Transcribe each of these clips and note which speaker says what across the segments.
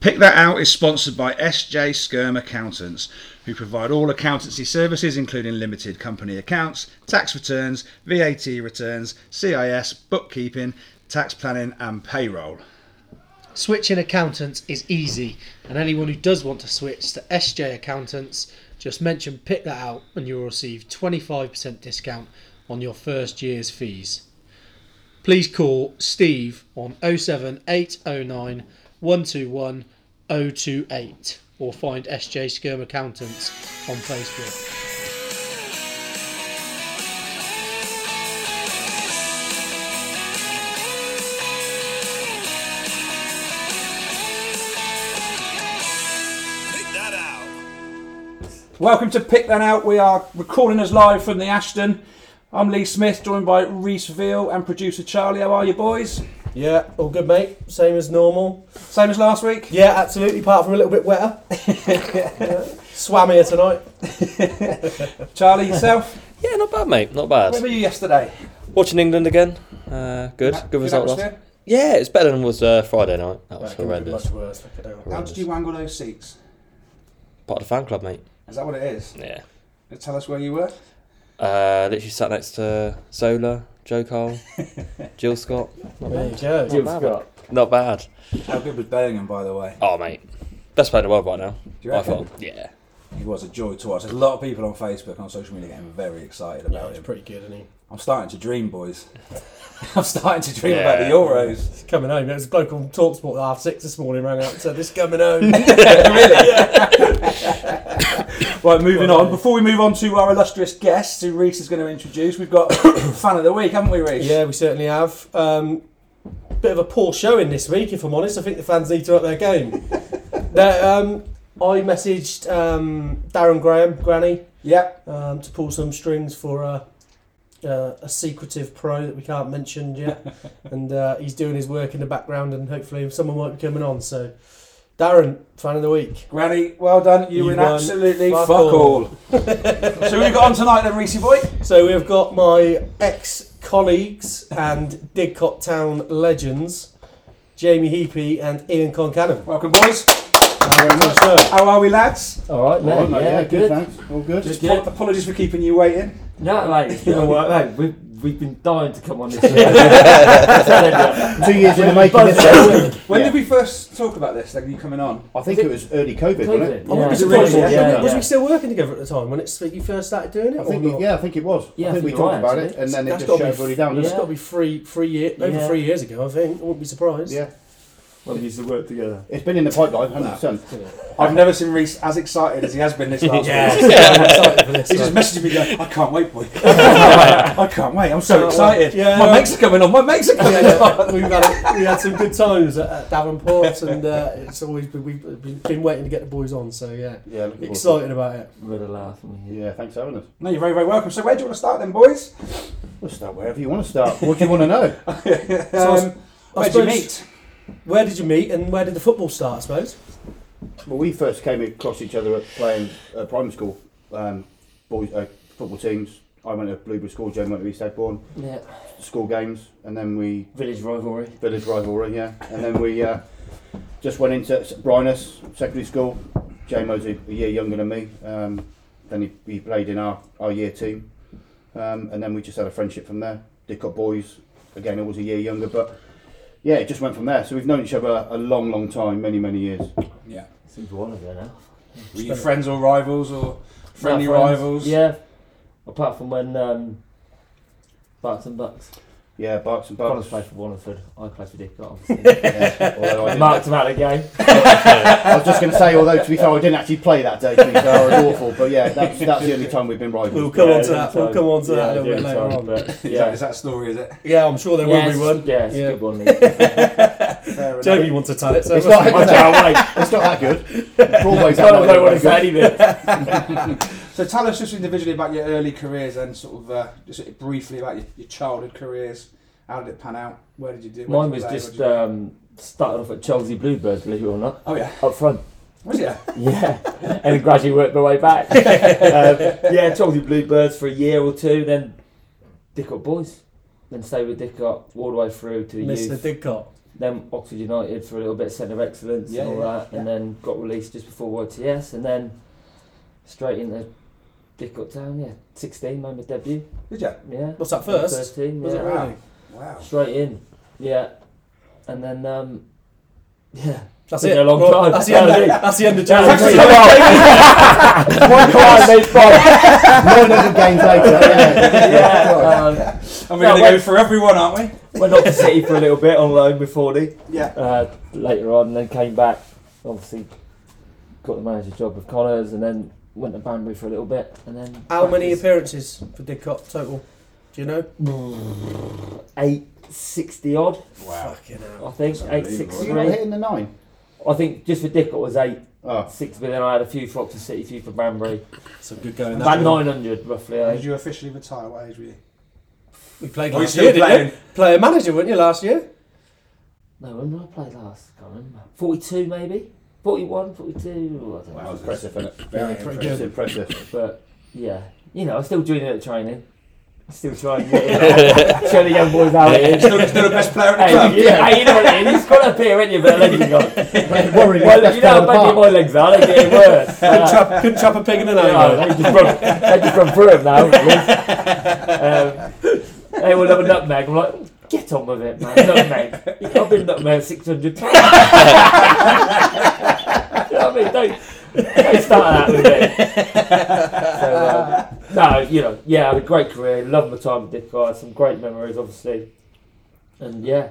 Speaker 1: Pick That Out is sponsored by SJ Skirm Accountants, who provide all accountancy services, including limited company accounts, tax returns, VAT returns, CIS, bookkeeping, tax planning, and payroll.
Speaker 2: Switching accountants is easy, and anyone who does want to switch to SJ Accountants, just mention Pick That Out and you'll receive 25% discount on your first year's fees. Please call Steve on 07809 121 028 or find SJ Skirm Accountants on Facebook.
Speaker 3: Pick that out.
Speaker 4: Welcome to Pick That Out. We are recording us live from the Ashton. I'm Lee Smith, joined by Reese Veal and producer Charlie. How are you, boys?
Speaker 5: Yeah, all good, mate. Same as normal.
Speaker 4: Same as last week.
Speaker 5: Yeah, absolutely. Apart from a little bit wetter. Yeah. Swam here tonight.
Speaker 4: Charlie, yourself?
Speaker 6: Yeah, not bad, mate. Not bad.
Speaker 4: Where were you yesterday?
Speaker 6: Watching England again. Uh, good. Good result last.
Speaker 4: atmosphere?
Speaker 6: Yeah, it's better than was uh, Friday night. That was
Speaker 5: Well, it couldn't be
Speaker 6: horrendous.
Speaker 5: Much worse. fuck it out.
Speaker 4: How did you wangle those seats?
Speaker 6: Part of the fan club, mate.
Speaker 4: Is that what it is?
Speaker 6: Yeah.
Speaker 4: Tell us where you were.
Speaker 6: Uh, literally sat next to Zola, Joe Cole, Jill Scott.
Speaker 5: There you go.
Speaker 6: Not bad.
Speaker 4: How good was Bellingham, by the way?
Speaker 6: Oh, mate. Best player in the world right now.
Speaker 4: Do you
Speaker 6: I
Speaker 4: reckon?
Speaker 6: thought. Yeah.
Speaker 4: He was a joy to watch. There's a lot of people on Facebook and on social media getting very excited
Speaker 5: Yeah,
Speaker 4: about
Speaker 5: he's
Speaker 4: him.
Speaker 5: pretty good, isn't he?
Speaker 4: I'm starting to dream, boys. I'm starting to dream
Speaker 6: Yeah.
Speaker 4: about the Euros.
Speaker 5: He's coming home. There was a bloke on Talksport at half six this morning, rang up and said, This coming home.
Speaker 4: Right, moving
Speaker 5: Well,
Speaker 4: on.
Speaker 5: no.
Speaker 4: Before we move on to our illustrious guest, who Reese is going to introduce, we've got fan of the week, haven't we, Reese?
Speaker 5: yeah, we certainly have. Um, bit of a poor showing this week, if I'm honest. I think the fans need to up their game. Now, um, I messaged um, Darren Graham, Granny,
Speaker 4: Yep.
Speaker 5: um, to pull some strings for a, uh, a secretive pro that we can't mention yet. and uh, he's doing his work in the background, and hopefully someone might be coming on. So, Darren, fan of the week.
Speaker 4: Granny, well done. You,
Speaker 5: You
Speaker 4: win
Speaker 5: won.
Speaker 4: absolutely fuck,
Speaker 5: Fuck
Speaker 4: all.
Speaker 5: all.
Speaker 4: so we've got on tonight then, Reese boy.
Speaker 5: So, we've got my ex colleagues and Didcot Town legends, Jamie Heapy and Ian Concannon.
Speaker 4: Welcome, boys.
Speaker 5: So,
Speaker 4: How are we, lads?
Speaker 7: All right, mate.
Speaker 8: All right,
Speaker 7: yeah, good.
Speaker 8: Thanks. All good.
Speaker 7: Just
Speaker 4: Ap- Apologies for keeping you waiting.
Speaker 7: No, mate, it's been a while. Mate, we've, we've been dying to come on this. show.
Speaker 8: Two years in the making.
Speaker 7: Buzz
Speaker 8: this
Speaker 7: every week.
Speaker 4: When
Speaker 8: Yeah.
Speaker 4: did we first talk about this? Like you coming on?
Speaker 8: I think it was early COVID, wasn't it?
Speaker 5: I
Speaker 7: COVID.
Speaker 5: wouldn't be
Speaker 4: Yeah.
Speaker 5: surprised.
Speaker 4: Yeah,
Speaker 7: yeah,
Speaker 5: was
Speaker 7: yeah.
Speaker 5: we still working together at the time when it's, you first started doing it?
Speaker 8: I
Speaker 5: or
Speaker 8: think
Speaker 5: not?
Speaker 8: it, yeah, I think it was.
Speaker 7: Yeah,
Speaker 8: I
Speaker 7: I
Speaker 8: think we
Speaker 7: think
Speaker 8: talked
Speaker 7: it was,
Speaker 8: about it,
Speaker 7: actually.
Speaker 8: and then it
Speaker 5: That's
Speaker 8: just
Speaker 5: gotta
Speaker 8: showed
Speaker 5: be
Speaker 8: everybody down.
Speaker 5: It's
Speaker 8: doesn't
Speaker 5: got to be three, three year, over
Speaker 7: Yeah.
Speaker 5: three years ago, I think. I wouldn't be surprised.
Speaker 8: it? Yeah,
Speaker 7: Well, we used to work together.
Speaker 8: it's been in the pipeline, hundred percent.
Speaker 4: I've never seen Reese as excited as he has been this last week.
Speaker 5: I'm excited for this.
Speaker 4: He just messaged me going, I can't wait, boy. I can't wait. I'm so excited.
Speaker 5: Yeah.
Speaker 4: My mates are coming on. My mates are coming
Speaker 5: Yeah,
Speaker 4: on.
Speaker 5: yeah. we've had we had some good times at, at Davenport, and uh, it's always been, we've been, been waiting to get the boys on. So yeah,
Speaker 8: Yeah, looking forward to it.
Speaker 5: excited about it.
Speaker 7: We'd have laughed. wouldn't we?
Speaker 8: Yeah, thanks for having us.
Speaker 4: No, you're very, very welcome. So where do you want to start then, boys?
Speaker 8: We'll start wherever you want to start. What do you want to know?
Speaker 7: Um,
Speaker 5: So I
Speaker 4: where
Speaker 5: s- I
Speaker 4: did you
Speaker 5: suppose-
Speaker 4: meet?
Speaker 5: Where did you meet, and where did the football start? I suppose.
Speaker 8: Well, we first came across each other at playing uh, primary school um, boys, uh, football teams. I went to Blueberry School, Jane went to East Eggbourne,
Speaker 7: Yeah.
Speaker 8: school games, and then we
Speaker 7: Village rivalry.
Speaker 8: village rivalry, yeah. And then we uh, just went into S- Brynus Secondary School. Jamo's a, a year younger than me. Um, then he, he played in our, our year team. Um, and then we just had a friendship from there. Didcot Boys, again, I was a year younger, but yeah, it just went from there. So we've known each other a long, long time, many, many years.
Speaker 4: Yeah.
Speaker 7: Seems a while ago now.
Speaker 4: Were you friends or rivals or friendly
Speaker 7: Now friends,
Speaker 4: rivals?
Speaker 7: Yeah. Apart from when um, Barks and Bucks.
Speaker 8: Yeah, Barks and
Speaker 7: Connors
Speaker 8: Barks.
Speaker 7: played for Wallingford. I played for Dick.
Speaker 8: Yeah, although I, didn't-
Speaker 7: Marked him out of the game.
Speaker 8: I was just going to say, although to be fair, I didn't actually play that day, to be fair, I was awful. But yeah, that's, that's the only time we've been rivals.
Speaker 5: We'll come
Speaker 7: Yeah,
Speaker 5: on to that.
Speaker 7: anytime.
Speaker 5: We'll come on to that a little bit
Speaker 7: Yeah,
Speaker 5: later
Speaker 7: anytime,
Speaker 5: on.
Speaker 7: but,
Speaker 4: Is, that,
Speaker 7: Yeah.
Speaker 4: is that a story, is it?
Speaker 5: Yeah, I'm sure there will be
Speaker 7: it's-
Speaker 5: one.
Speaker 7: Yeah, it's a
Speaker 5: Yeah.
Speaker 7: good one. Lee.
Speaker 4: Fair enough.
Speaker 5: Jamie wants to tell it. So
Speaker 8: It's
Speaker 5: it must
Speaker 8: not,
Speaker 5: be-
Speaker 8: it's not- it's not that good. We're always
Speaker 7: I
Speaker 8: that
Speaker 7: don't know what
Speaker 8: good.
Speaker 7: to say anymore.
Speaker 4: So tell us just individually about your early careers and sort of uh, just sort of briefly about your, your childhood careers. How did it pan out? Where did you do? where
Speaker 7: Mine
Speaker 4: did you
Speaker 7: was
Speaker 4: play, where
Speaker 1: uh,
Speaker 7: just
Speaker 4: did you-
Speaker 7: um, started off at Chelsea Bluebirds, believe it or not,
Speaker 4: oh yeah,
Speaker 7: up front.
Speaker 4: was it?
Speaker 7: Yeah, and then gradually worked my way back. um, yeah, Chelsea Bluebirds for a year or two, then Dickot Boys, then stayed with Dickot all the way through to the
Speaker 5: Mr.
Speaker 7: youth.
Speaker 5: Didcot.
Speaker 7: then Oxford United for a little bit of centre of excellence
Speaker 4: Yeah,
Speaker 7: and all
Speaker 4: yeah,
Speaker 7: that, and then got released just before YTS, and then straight into Dick Up Town. Yeah, 16 made my debut.
Speaker 4: Did you?
Speaker 7: Yeah,
Speaker 5: What's that first?
Speaker 7: 13.
Speaker 5: Was
Speaker 7: yeah.
Speaker 5: it really?
Speaker 4: Wow.
Speaker 7: Straight in. Yeah, and then um, yeah.
Speaker 5: That's
Speaker 7: Been
Speaker 5: it.
Speaker 7: a long
Speaker 5: Well,
Speaker 7: time.
Speaker 5: That's the end.
Speaker 7: That's it.
Speaker 5: That's the end of
Speaker 7: That's
Speaker 5: January.
Speaker 7: it. One card, mate, five.
Speaker 8: Nine other games later. Yeah.
Speaker 7: Yeah, um,
Speaker 4: And we're
Speaker 7: No,
Speaker 4: going to
Speaker 7: wait.
Speaker 4: go for everyone, aren't we?
Speaker 7: Went off to City for a little bit on loan with 40
Speaker 4: Yeah.
Speaker 7: uh, later on, and then came back. Obviously, got the manager job with Connors, and then went to Banbury for a little bit, and then
Speaker 5: How many
Speaker 7: back
Speaker 5: appearances for Dick Cop total? Do you know?
Speaker 7: to- eight sixty odd,
Speaker 4: Wow.
Speaker 7: I think. Eight
Speaker 8: So
Speaker 7: sixty.
Speaker 8: you were hitting the nine.
Speaker 7: I think just for Dick it was eight
Speaker 8: Oh,
Speaker 7: six, but then I had a few for Oxford City, a few for Banbury,
Speaker 4: Some good going.
Speaker 7: about nine hundred roughly. eh? I
Speaker 1: Did
Speaker 7: think.
Speaker 1: you officially retire? What age were you?
Speaker 5: We played
Speaker 4: Are you
Speaker 5: last
Speaker 4: still
Speaker 5: year, didn't
Speaker 4: playing?
Speaker 5: you? Player manager, weren't you last year?
Speaker 7: No, when did I play last? Can't remember. Forty-two maybe. 41, 42, I don't
Speaker 8: that was
Speaker 7: know.
Speaker 8: impressive, wasn't it?
Speaker 5: Yeah,
Speaker 8: Very
Speaker 5: pretty
Speaker 8: impressive. impressive.
Speaker 7: But yeah, you know, I'm still doing it at training. Still trying to get it. show the young boys how it is.
Speaker 4: Still, still the best player in the
Speaker 7: Hey,
Speaker 4: club.
Speaker 7: you, hey, you know what it is? It's got up here, ain't you? But the legs are gone.
Speaker 8: Worrying
Speaker 7: Well, you know how baggy my legs are. They're getting worse.
Speaker 5: Couldn't
Speaker 7: Uh,
Speaker 5: trap, couldn't trap a pig in an
Speaker 7: you know,
Speaker 5: angle.
Speaker 7: they just run, they just run through 'em now. haven't they? um, they all have a nutmeg. I'm like, get on with it, man. Nutmeg. I've been nutmeg 600 times. you know what I mean? Don't, don't start that with me. So, um, no, you know, yeah, I had a great career. Loved my time at Dick. I had some great memories, obviously. And yeah,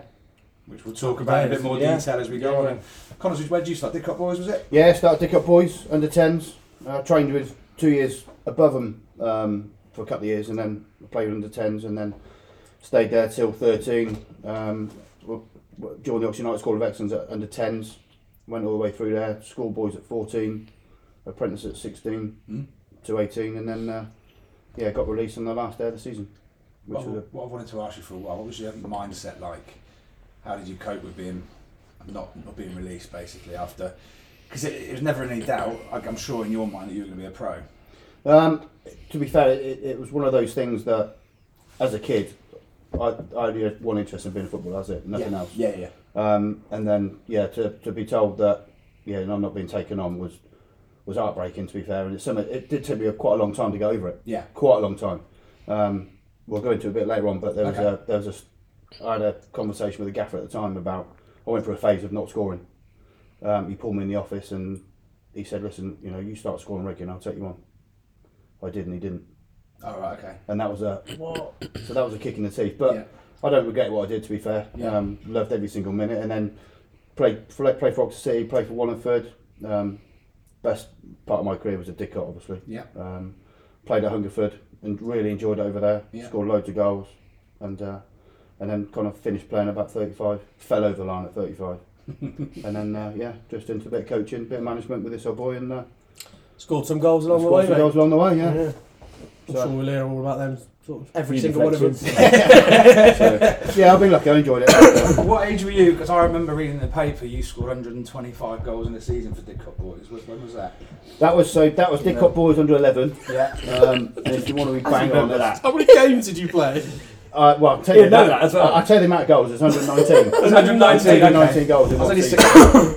Speaker 1: Which we'll talk about in a bit more
Speaker 4: Yeah.
Speaker 1: detail as we
Speaker 7: Yeah.
Speaker 1: go on. And Connors, where did you start? Dick Up Boys, was it?
Speaker 8: Yeah, started to pick up boys under tens. Uh, trained with two years above them um, for a couple of years, and then played under tens, and then stayed there till thirteen. Um, w- w- joined the Oxford United School of Excellence at under tens. Went all the way through there. Schoolboys at fourteen, apprentice at sixteen
Speaker 4: Mm.
Speaker 8: to eighteen, and then uh, yeah, got released on the last day of the season, which
Speaker 1: What,
Speaker 8: was a
Speaker 1: what I wanted to ask you for a while, what was your mindset like? How did you cope with being not, not being released basically after? Because it, it was never any doubt, I- I'm sure in your mind, that you were going to be a pro.
Speaker 8: Um, to be fair, it, it was one of those things that, as a kid, I, I only had one interest in being a footballer. That's it, nothing
Speaker 1: yeah.
Speaker 8: else.
Speaker 1: Yeah, yeah.
Speaker 8: Um, and then, yeah, to, to be told that, yeah, and I'm not being taken on was was heartbreaking. To be fair, and it's something. It did take me a, quite a long time to go over it.
Speaker 1: Yeah.
Speaker 8: Quite a long time. Um, we'll go into it a bit later on, but there was
Speaker 1: Okay.
Speaker 8: a there was a s- I had a conversation with a gaffer at the time about I went through a phase of not scoring. Um, he pulled me in the office and he said, "Listen, you know, you start scoring regularly, and I'll take you on." I did, and he didn't
Speaker 1: All right, okay.
Speaker 8: and that was a what? So that was a kick in the teeth. But
Speaker 1: Yeah.
Speaker 8: I don't regret what I did. To be fair,
Speaker 1: Yeah.
Speaker 8: um, loved every single minute. And then played play, play for Oxford City, played for Wallingford. Um, best part of my career was at Diccot, obviously.
Speaker 1: Yeah.
Speaker 8: Um, played at Hungerford and really enjoyed it over there.
Speaker 1: Yeah.
Speaker 8: Scored loads of goals, and uh, and then kind of finished playing about thirty-five. Fell over the line at thirty-five. and then uh, yeah, just into a bit of coaching, bit of management with this old boy, and uh,
Speaker 5: Scored some goals along the
Speaker 8: scored
Speaker 5: way,
Speaker 8: some
Speaker 5: mate.
Speaker 8: goals along the way.
Speaker 5: Yeah.
Speaker 8: Yeah,
Speaker 5: I'm
Speaker 8: So-
Speaker 5: sure we'll hear all about them. Sort of every
Speaker 7: few
Speaker 5: single one of them.
Speaker 7: deflections.
Speaker 8: So, yeah, I've been lucky. I enjoyed it.
Speaker 1: What age were you? Because I remember reading in the paper you scored 125 goals in a season for Dick Cup Boys. When- When was that?
Speaker 8: That was so. That was Dick Up Boys under eleven.
Speaker 1: Yeah.
Speaker 8: Um, and if you want to be bang on
Speaker 7: remember
Speaker 8: at that,
Speaker 5: How many games did you play?
Speaker 8: uh, well, I'll tell you
Speaker 7: Yeah, no,
Speaker 8: that.
Speaker 7: that as well.
Speaker 8: I'll tell you the amount of goals. It's 119.
Speaker 4: 119, okay.
Speaker 8: 119 goals. In
Speaker 1: I was
Speaker 8: one
Speaker 1: only
Speaker 8: season.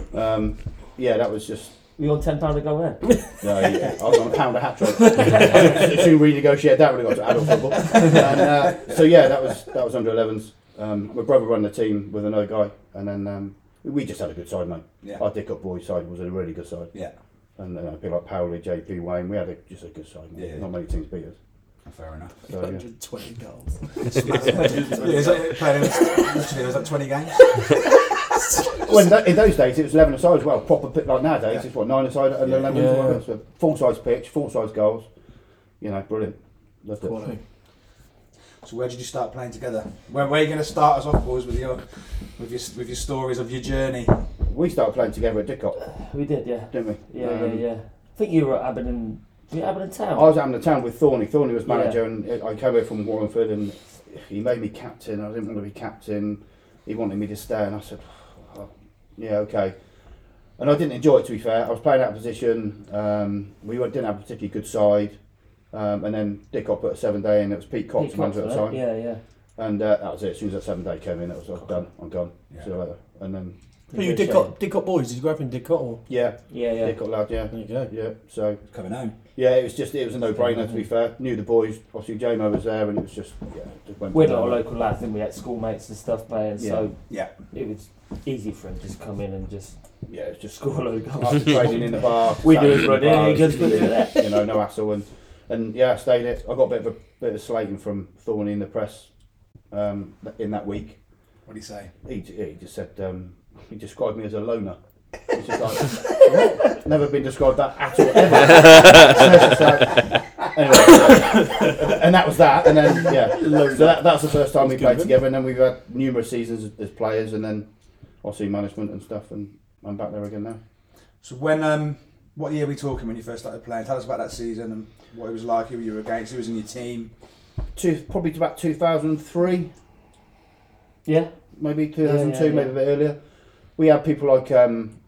Speaker 1: six.
Speaker 8: Um, yeah, that was just.
Speaker 7: we on £10 a go there.
Speaker 8: No, yeah, I was on a pound a hat trick. Soon renegotiated that when it got to adult football. And, uh, so yeah, that was that was under 11s. Um, my brother ran the team with another guy, and then um, we just had a good side, mate.
Speaker 1: Yeah.
Speaker 8: Our Dick Up Boys side was a really good side,
Speaker 1: Yeah.
Speaker 8: and uh, people like Powley, JP Wayne, we had a, just a good side. Mate.
Speaker 1: Yeah.
Speaker 8: Not many teams beat us.
Speaker 1: Fair enough.
Speaker 8: So, yeah.
Speaker 5: 120 goals.
Speaker 1: Yeah, is that, playing, literally, was that 20 games?
Speaker 8: Well, in, tho- in those days, it was 11 aside as well. Proper pit like nowadays, it's what, 9 aside and
Speaker 1: Yeah.
Speaker 5: Yeah,
Speaker 8: 11 yeah,
Speaker 5: yeah.
Speaker 8: So full size pitch, full size goals. You know, brilliant. Loved it.
Speaker 5: Quality.
Speaker 1: So where did you start playing together? Where, where are you going to start us off, boys, with your with your with your stories of your journey?
Speaker 8: We started playing together at Diccot,
Speaker 7: We Oh, did, yeah.
Speaker 8: didn't we?
Speaker 7: Yeah,
Speaker 8: Um,
Speaker 7: yeah, yeah. I think you were at Aberdeen. Were you at Aberdeen Town?
Speaker 8: I was out in the town with Thorny. Thorny was
Speaker 7: Yeah.
Speaker 8: manager, and I came over from Wallingford, and he made me captain. I didn't want to be captain. He wanted me to stay, and I said, "Oh, "Yeah, okay." And I didn't enjoy it. To be fair, I was playing out of position. Um, we weren't- didn't have a particularly good side, um, and then Dick Hop put a seven day, in. it was Pete Cox
Speaker 7: Pete
Speaker 8: manager at the
Speaker 7: right?
Speaker 8: time,
Speaker 7: Yeah, yeah.
Speaker 8: and uh, that was it. As soon as that seven day came in, that was i done. I'm gone.
Speaker 1: Yeah.
Speaker 8: See you later. and then
Speaker 5: But Oh, you did got did got boys. Did you grow up in Didcot? Or
Speaker 8: yeah,
Speaker 7: Yeah,
Speaker 8: yeah.
Speaker 7: yeah.
Speaker 8: got lad, yeah,
Speaker 5: there you go.
Speaker 8: yeah. So
Speaker 4: Coming home.
Speaker 8: yeah, it was just it was a no-brainer to be fair. Knew the boys, obviously JMO was there, and it was just yeah, just went.
Speaker 7: We're not a local lads, and we had schoolmates and stuff playing, so
Speaker 4: Yeah.
Speaker 7: it was easy for him to just come in and just
Speaker 8: Yeah, it's just
Speaker 7: score a load of
Speaker 8: After
Speaker 7: goals.
Speaker 8: training in the bar.
Speaker 7: We
Speaker 8: Saturday
Speaker 7: do it
Speaker 8: in the
Speaker 7: right now,
Speaker 8: bars,
Speaker 7: just put it there.
Speaker 8: You know, no hassle and and yeah, I stayed it. I got a bit of a bit of slating from Thorny in the press um, th- in that week.
Speaker 1: What do you say?
Speaker 8: He, j- he just said um, he described me as a loner. It's just like, what? Never been described that at all. Ever. anyway, so- and that was that. And then yeah, so that, that's the first time we played together. And then we've had numerous seasons as, as players, and then obviously management and stuff. And I'm back there again now.
Speaker 1: So when um, what year are we talking when you first started playing? Tell us about that season and what it was like, who you were against, who was in your team.
Speaker 8: two, probably about 2003,
Speaker 7: Yeah,
Speaker 8: maybe 2002,
Speaker 7: Yeah, yeah,
Speaker 8: maybe a bit earlier. We had people like, um,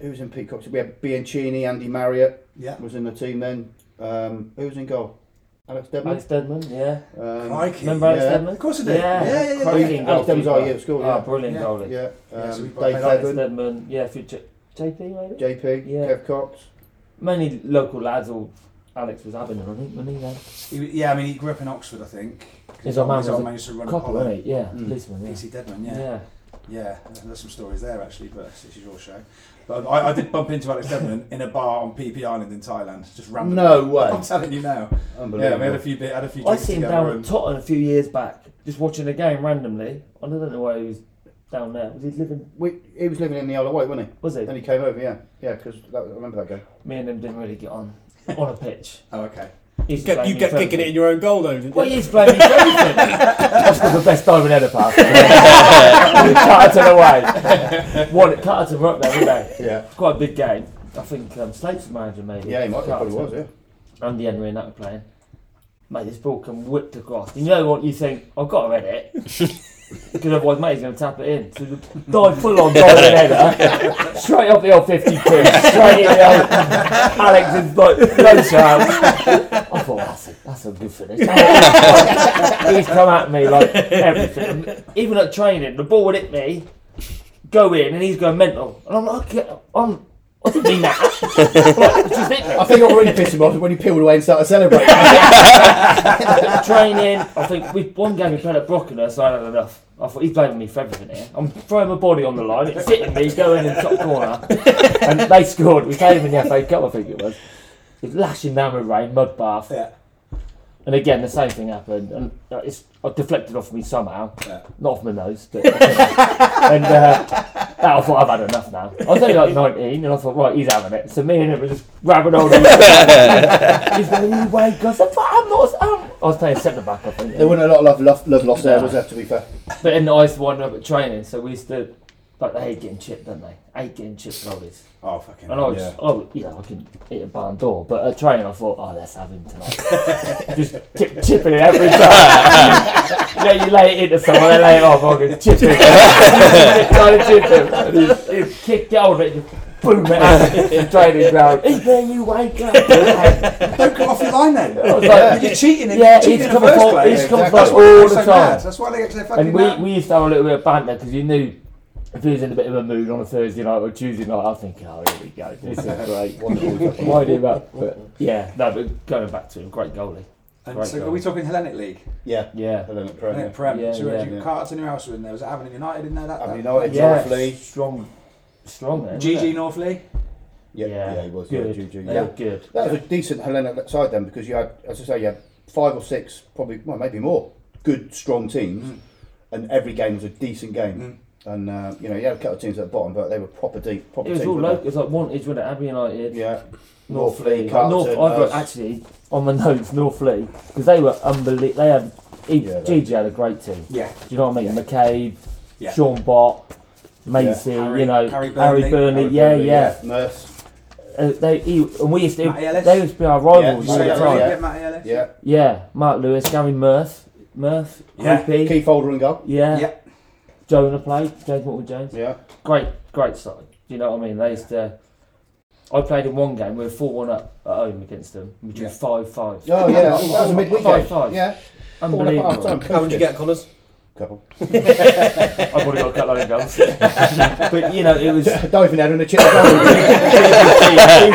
Speaker 8: who was in Peacock's? We had Bianchini, Andy Marriott
Speaker 1: Yeah.
Speaker 8: was in the team then. Um, who was in goal? Alex Dedman?
Speaker 7: Alex Deadman, yeah.
Speaker 8: Um,
Speaker 1: Crikey.
Speaker 7: Remember Alex
Speaker 8: Yeah.
Speaker 7: Deadman?
Speaker 1: Of course I did.
Speaker 7: Yeah.
Speaker 1: yeah, yeah. yeah,
Speaker 8: Crikey.
Speaker 1: yeah.
Speaker 7: Brilliant
Speaker 8: Alex Deadman's our
Speaker 7: goalkeeper.
Speaker 8: year at school,
Speaker 7: Ah,
Speaker 8: yeah.
Speaker 7: brilliant
Speaker 1: Yeah.
Speaker 7: goalie.
Speaker 8: yeah, um,
Speaker 1: Yeah, so we played
Speaker 8: Dave
Speaker 1: Alex
Speaker 7: Alex
Speaker 8: Devon,
Speaker 7: Deadman, yeah, for J- JP maybe?
Speaker 8: JP,
Speaker 7: Yeah.
Speaker 8: Kev Cox.
Speaker 7: Many local lads, or Alex was having, I think, wasn't he then?
Speaker 1: He was- yeah, I mean, he grew up in Oxford, I think.
Speaker 7: His old man
Speaker 1: His
Speaker 7: was
Speaker 1: old
Speaker 7: a
Speaker 1: man used to run
Speaker 7: Copper,
Speaker 1: Apollo.
Speaker 7: wasn't he? Yeah,
Speaker 8: Mm.
Speaker 7: policeman, yeah.
Speaker 1: PC Deadman, yeah.
Speaker 7: Yeah.
Speaker 1: Yeah, there's some stories there actually, but this is your show. But I, I did bump into Alex Deadman in a bar on PP Island in Thailand, just randomly.
Speaker 8: No way.
Speaker 1: I'm telling you now. Yeah,
Speaker 8: Unbelievable.
Speaker 1: we had a few bit, had a few
Speaker 7: I
Speaker 1: drinks
Speaker 7: seen him
Speaker 1: together
Speaker 7: down at
Speaker 1: and-
Speaker 7: Tottenham a few years back, just watching a game randomly. I don't know why he was down there. Was he living?
Speaker 8: we, he was living in the Isle of Wight, wasn't he?
Speaker 7: Was he?
Speaker 8: Then he came over, yeah. Yeah, because I remember that guy.
Speaker 7: Me and him didn't really get on on a pitch.
Speaker 1: Oh, okay.
Speaker 7: He's
Speaker 5: You kept, you kept kicking it in your own goal though. Didn't
Speaker 7: Well,
Speaker 5: you?
Speaker 7: he's blaming me for everything. I've got the best diamond ever, pal. Carterton away. One, Carterton were up there, weren't they?
Speaker 8: Yeah.
Speaker 7: It's quite a big game. I think um, Slate's the manager, maybe.
Speaker 8: Yeah, he might have,
Speaker 7: Carterton.
Speaker 8: probably was, yeah.
Speaker 7: Andy Henry and that were playing. Mate, this ball can whip across. You know what? You think I've got to head it because otherwise, mate, he's going to tap it in. So the dive full on diving header straight up the old fifty quid, straight in the old Alex is like no chance. I thought that's a, that's a good finish. he's come at me like everything. Even at training, the ball would hit me, go in, and he's going mental, and I'm like, okay, I'm. I didn't mean that. Like, just hit me.
Speaker 8: I think what really pissed him off was when he peeled away and started celebrating.
Speaker 7: training. I think we one game we played at Brockenhurst, so I had enough. I thought he's blaming me for everything here. I'm throwing my body on the line, it's hitting me, going in the top corner. And they scored. We played them in the FA Cup, I think it was. It's lashing down with rain, mud bath.
Speaker 1: Yeah.
Speaker 7: And again, the same thing happened. And uh, it's I deflected off me somehow.
Speaker 1: Yeah.
Speaker 7: Not off my nose, but. and uh, I thought, I've had enough now. I was only like 19, and I thought, right, he's having it. So me and him were just grabbing hold of each other. He's going, you wake us up. I'm not. I'm-" I was playing centre back, I think.
Speaker 8: There wasn't a lot of love, love, love lost there, was there, to be fair?
Speaker 7: But then I used to wind up at training, so we used to. Like, they hate getting chipped, don't they? Hate getting chipped lollies.
Speaker 1: Oh, fucking.
Speaker 7: And I was, oh, yeah, I can hit a barn door. But at training, I thought, oh, let's have him tonight. just keep chipping it every time. you, know, you lay it into someone, they lay it off, I can chip it. Try to chip him. And he's- he's kicked it over, it just boom, it out in the training ground. He's there, you wake up. I
Speaker 1: Don't come off your line then.
Speaker 7: was like,
Speaker 1: You're cheating. in-
Speaker 7: Yeah,
Speaker 1: cheating
Speaker 7: he's
Speaker 1: in
Speaker 7: come
Speaker 1: the first
Speaker 7: for-
Speaker 1: place.
Speaker 7: he's come
Speaker 1: That's
Speaker 7: for
Speaker 1: why
Speaker 7: all
Speaker 1: they're
Speaker 7: the
Speaker 1: so
Speaker 7: time.
Speaker 1: mad. That's why they get so fucking
Speaker 7: And we,
Speaker 1: mad.
Speaker 7: we used to have a little bit of banter because you knew if he was in a bit of a mood on a Thursday night or Tuesday night, I was thinking, oh, here we go, this is great. Why do that? But yeah, no, but going back to him, great goalie.
Speaker 1: And
Speaker 7: Right,
Speaker 1: so
Speaker 7: go
Speaker 1: are
Speaker 7: on.
Speaker 1: we talking Hellenic League?
Speaker 8: Yeah.
Speaker 7: Yeah.
Speaker 8: Hellenic
Speaker 1: Hellenic
Speaker 8: Premier.
Speaker 1: Prem.
Speaker 7: Yeah,
Speaker 1: so we had
Speaker 7: yeah.
Speaker 1: you- Carterton, who else were in there? Was it Aberdeen United in there? That,
Speaker 8: Aberdeen
Speaker 1: that-
Speaker 8: United,
Speaker 1: that-
Speaker 7: Yeah,
Speaker 8: North Lee.
Speaker 7: strong, strong. There,
Speaker 1: GG
Speaker 7: wasn't
Speaker 1: North Lee.
Speaker 8: Yeah,
Speaker 7: it?
Speaker 8: yeah, he was.
Speaker 7: Good.
Speaker 8: Yeah, Juju.
Speaker 7: They
Speaker 8: Yeah.
Speaker 7: were good.
Speaker 8: That was a decent Hellenic side then because you had, as I say, you had five or six, probably, well, maybe more, good, strong teams,
Speaker 7: Mm.
Speaker 8: and every game was a decent game. And, uh, you know, you had a couple of teams at the bottom, but they were proper deep. Proper
Speaker 7: It was
Speaker 8: teams,
Speaker 7: all
Speaker 8: weren't
Speaker 7: local. It was like Wantage, with it? Abbey United,
Speaker 8: they? Yeah.
Speaker 7: North Lee. Like,
Speaker 8: Carlton,
Speaker 7: North, I've got
Speaker 8: us.
Speaker 7: actually on my notes North Lee because they were unbelievable. They had, he,
Speaker 8: Yeah, they-
Speaker 7: GG had a great team.
Speaker 1: Yeah.
Speaker 7: Do you know what I mean? McCabe,
Speaker 1: Yeah.
Speaker 7: Sean Bott, Macy,
Speaker 1: Yeah. Harry-
Speaker 7: you know,
Speaker 1: Harry
Speaker 7: Harry
Speaker 1: Burnley.
Speaker 7: Burnley, yeah,
Speaker 8: Burnley,
Speaker 7: yeah.
Speaker 8: Merce.
Speaker 7: Uh, they, he, and we used to,
Speaker 1: Matty Ellis.
Speaker 7: they used to be our rivals
Speaker 8: Yeah.
Speaker 7: all
Speaker 1: So
Speaker 7: the
Speaker 1: yeah,
Speaker 8: Yeah.
Speaker 7: time.
Speaker 1: right,
Speaker 7: Yeah.
Speaker 1: yeah, Matty Ellis.
Speaker 8: Yeah.
Speaker 7: Mark Lewis, Gary Murph, Murph,
Speaker 1: Yeah.
Speaker 7: Creepy,
Speaker 8: Keith Holder and goal.
Speaker 7: yeah,
Speaker 1: Yeah.
Speaker 7: Jonah played, James Morton Jones.
Speaker 8: Yeah.
Speaker 7: Great, great side. Do you know what I mean? They used to, I played in one game, we were 4 1 up at home against them, which
Speaker 1: Yeah.
Speaker 7: was 5 5.
Speaker 8: Oh, yeah. That was a midweek
Speaker 7: Five,
Speaker 8: game.
Speaker 7: five.
Speaker 8: Yeah. All up at half
Speaker 7: Unbelievable.
Speaker 8: time.
Speaker 5: How would you get Connors?
Speaker 8: couple.
Speaker 7: I've already got a couple of goals. but you know, it was.
Speaker 8: A diving head and a chip. goal.
Speaker 7: yeah.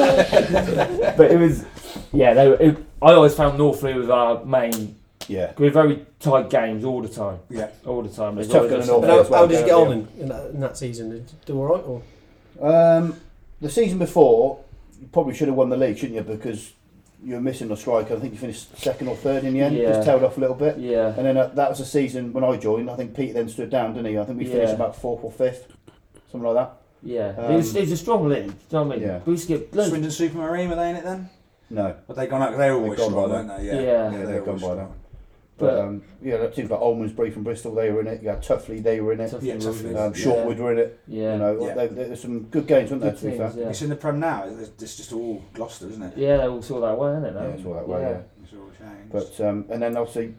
Speaker 7: but it was, yeah. They were, it, I always found Northley was our main.
Speaker 8: yeah.
Speaker 7: We were very tight games all the time.
Speaker 4: Yeah.
Speaker 7: all the time.
Speaker 8: It's
Speaker 7: There's
Speaker 8: tough
Speaker 7: always
Speaker 8: going
Speaker 7: a-
Speaker 5: And how,
Speaker 8: That's what
Speaker 5: how
Speaker 8: I'm
Speaker 5: did you get
Speaker 8: gonna
Speaker 5: on in, in, that, in that season? Did you do all right or
Speaker 8: Um, the season before, you probably should have won the league, shouldn't you? Because you were missing a striker. I think you finished second or third in the end.
Speaker 7: Yeah.
Speaker 8: Just tailed off a little bit.
Speaker 7: Yeah,
Speaker 8: And then uh, that was the season when I joined. I think Pete then stood down, didn't he? I think we finished
Speaker 7: Yeah.
Speaker 8: about fourth or fifth, something like that.
Speaker 7: yeah. it, was,
Speaker 8: Um,
Speaker 7: it was a strong league. Do you know what I mean?
Speaker 8: yeah.
Speaker 7: We used to get loads.
Speaker 4: Swindon Supermarine, were they in it then?
Speaker 8: No,
Speaker 4: But they gone up. They're
Speaker 8: They've
Speaker 4: always
Speaker 8: gone
Speaker 4: strong,
Speaker 8: by
Speaker 4: weren't they? Yeah,
Speaker 7: Yeah.
Speaker 4: they're
Speaker 8: Yeah, they've gone
Speaker 4: always
Speaker 8: by
Speaker 4: strong.
Speaker 8: but,
Speaker 7: But-
Speaker 8: um, yeah, that teams like Olmans, Bree from Bristol, they were in it. You had Tuffley, they were in it.
Speaker 7: tough
Speaker 4: Yeah,
Speaker 7: leagues.
Speaker 4: tough leagues.
Speaker 8: Um,
Speaker 4: Yeah.
Speaker 8: Shortwood were in it.
Speaker 7: Yeah,
Speaker 8: You know,
Speaker 4: Yeah.
Speaker 8: they, they, there's some good games, weren't there?
Speaker 7: good
Speaker 8: To be fair,
Speaker 7: teams. Yeah,
Speaker 4: It's in the Prem now. It's it's just all Gloucester, isn't it?
Speaker 7: yeah. They all saw that way, didn't they?
Speaker 8: yeah, it's all that way.
Speaker 7: Yeah.
Speaker 8: yeah.
Speaker 4: It's all changed.
Speaker 8: But um, and then obviously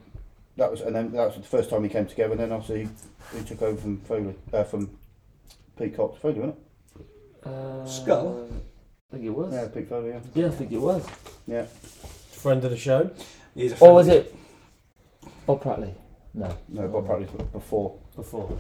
Speaker 8: that was and then that was the first time he came together. And then obviously he took over from Foley uh, from Pete Cox Foley, wasn't
Speaker 7: Uh,
Speaker 4: Skull?
Speaker 7: I think it was.
Speaker 8: it? Yeah, Pete Foley. Yeah.
Speaker 7: Yeah, I think it was.
Speaker 5: friend of the show?
Speaker 4: He's a
Speaker 7: Or was it Bob Prattley? No,
Speaker 8: No, Bob Prattley's before
Speaker 7: before.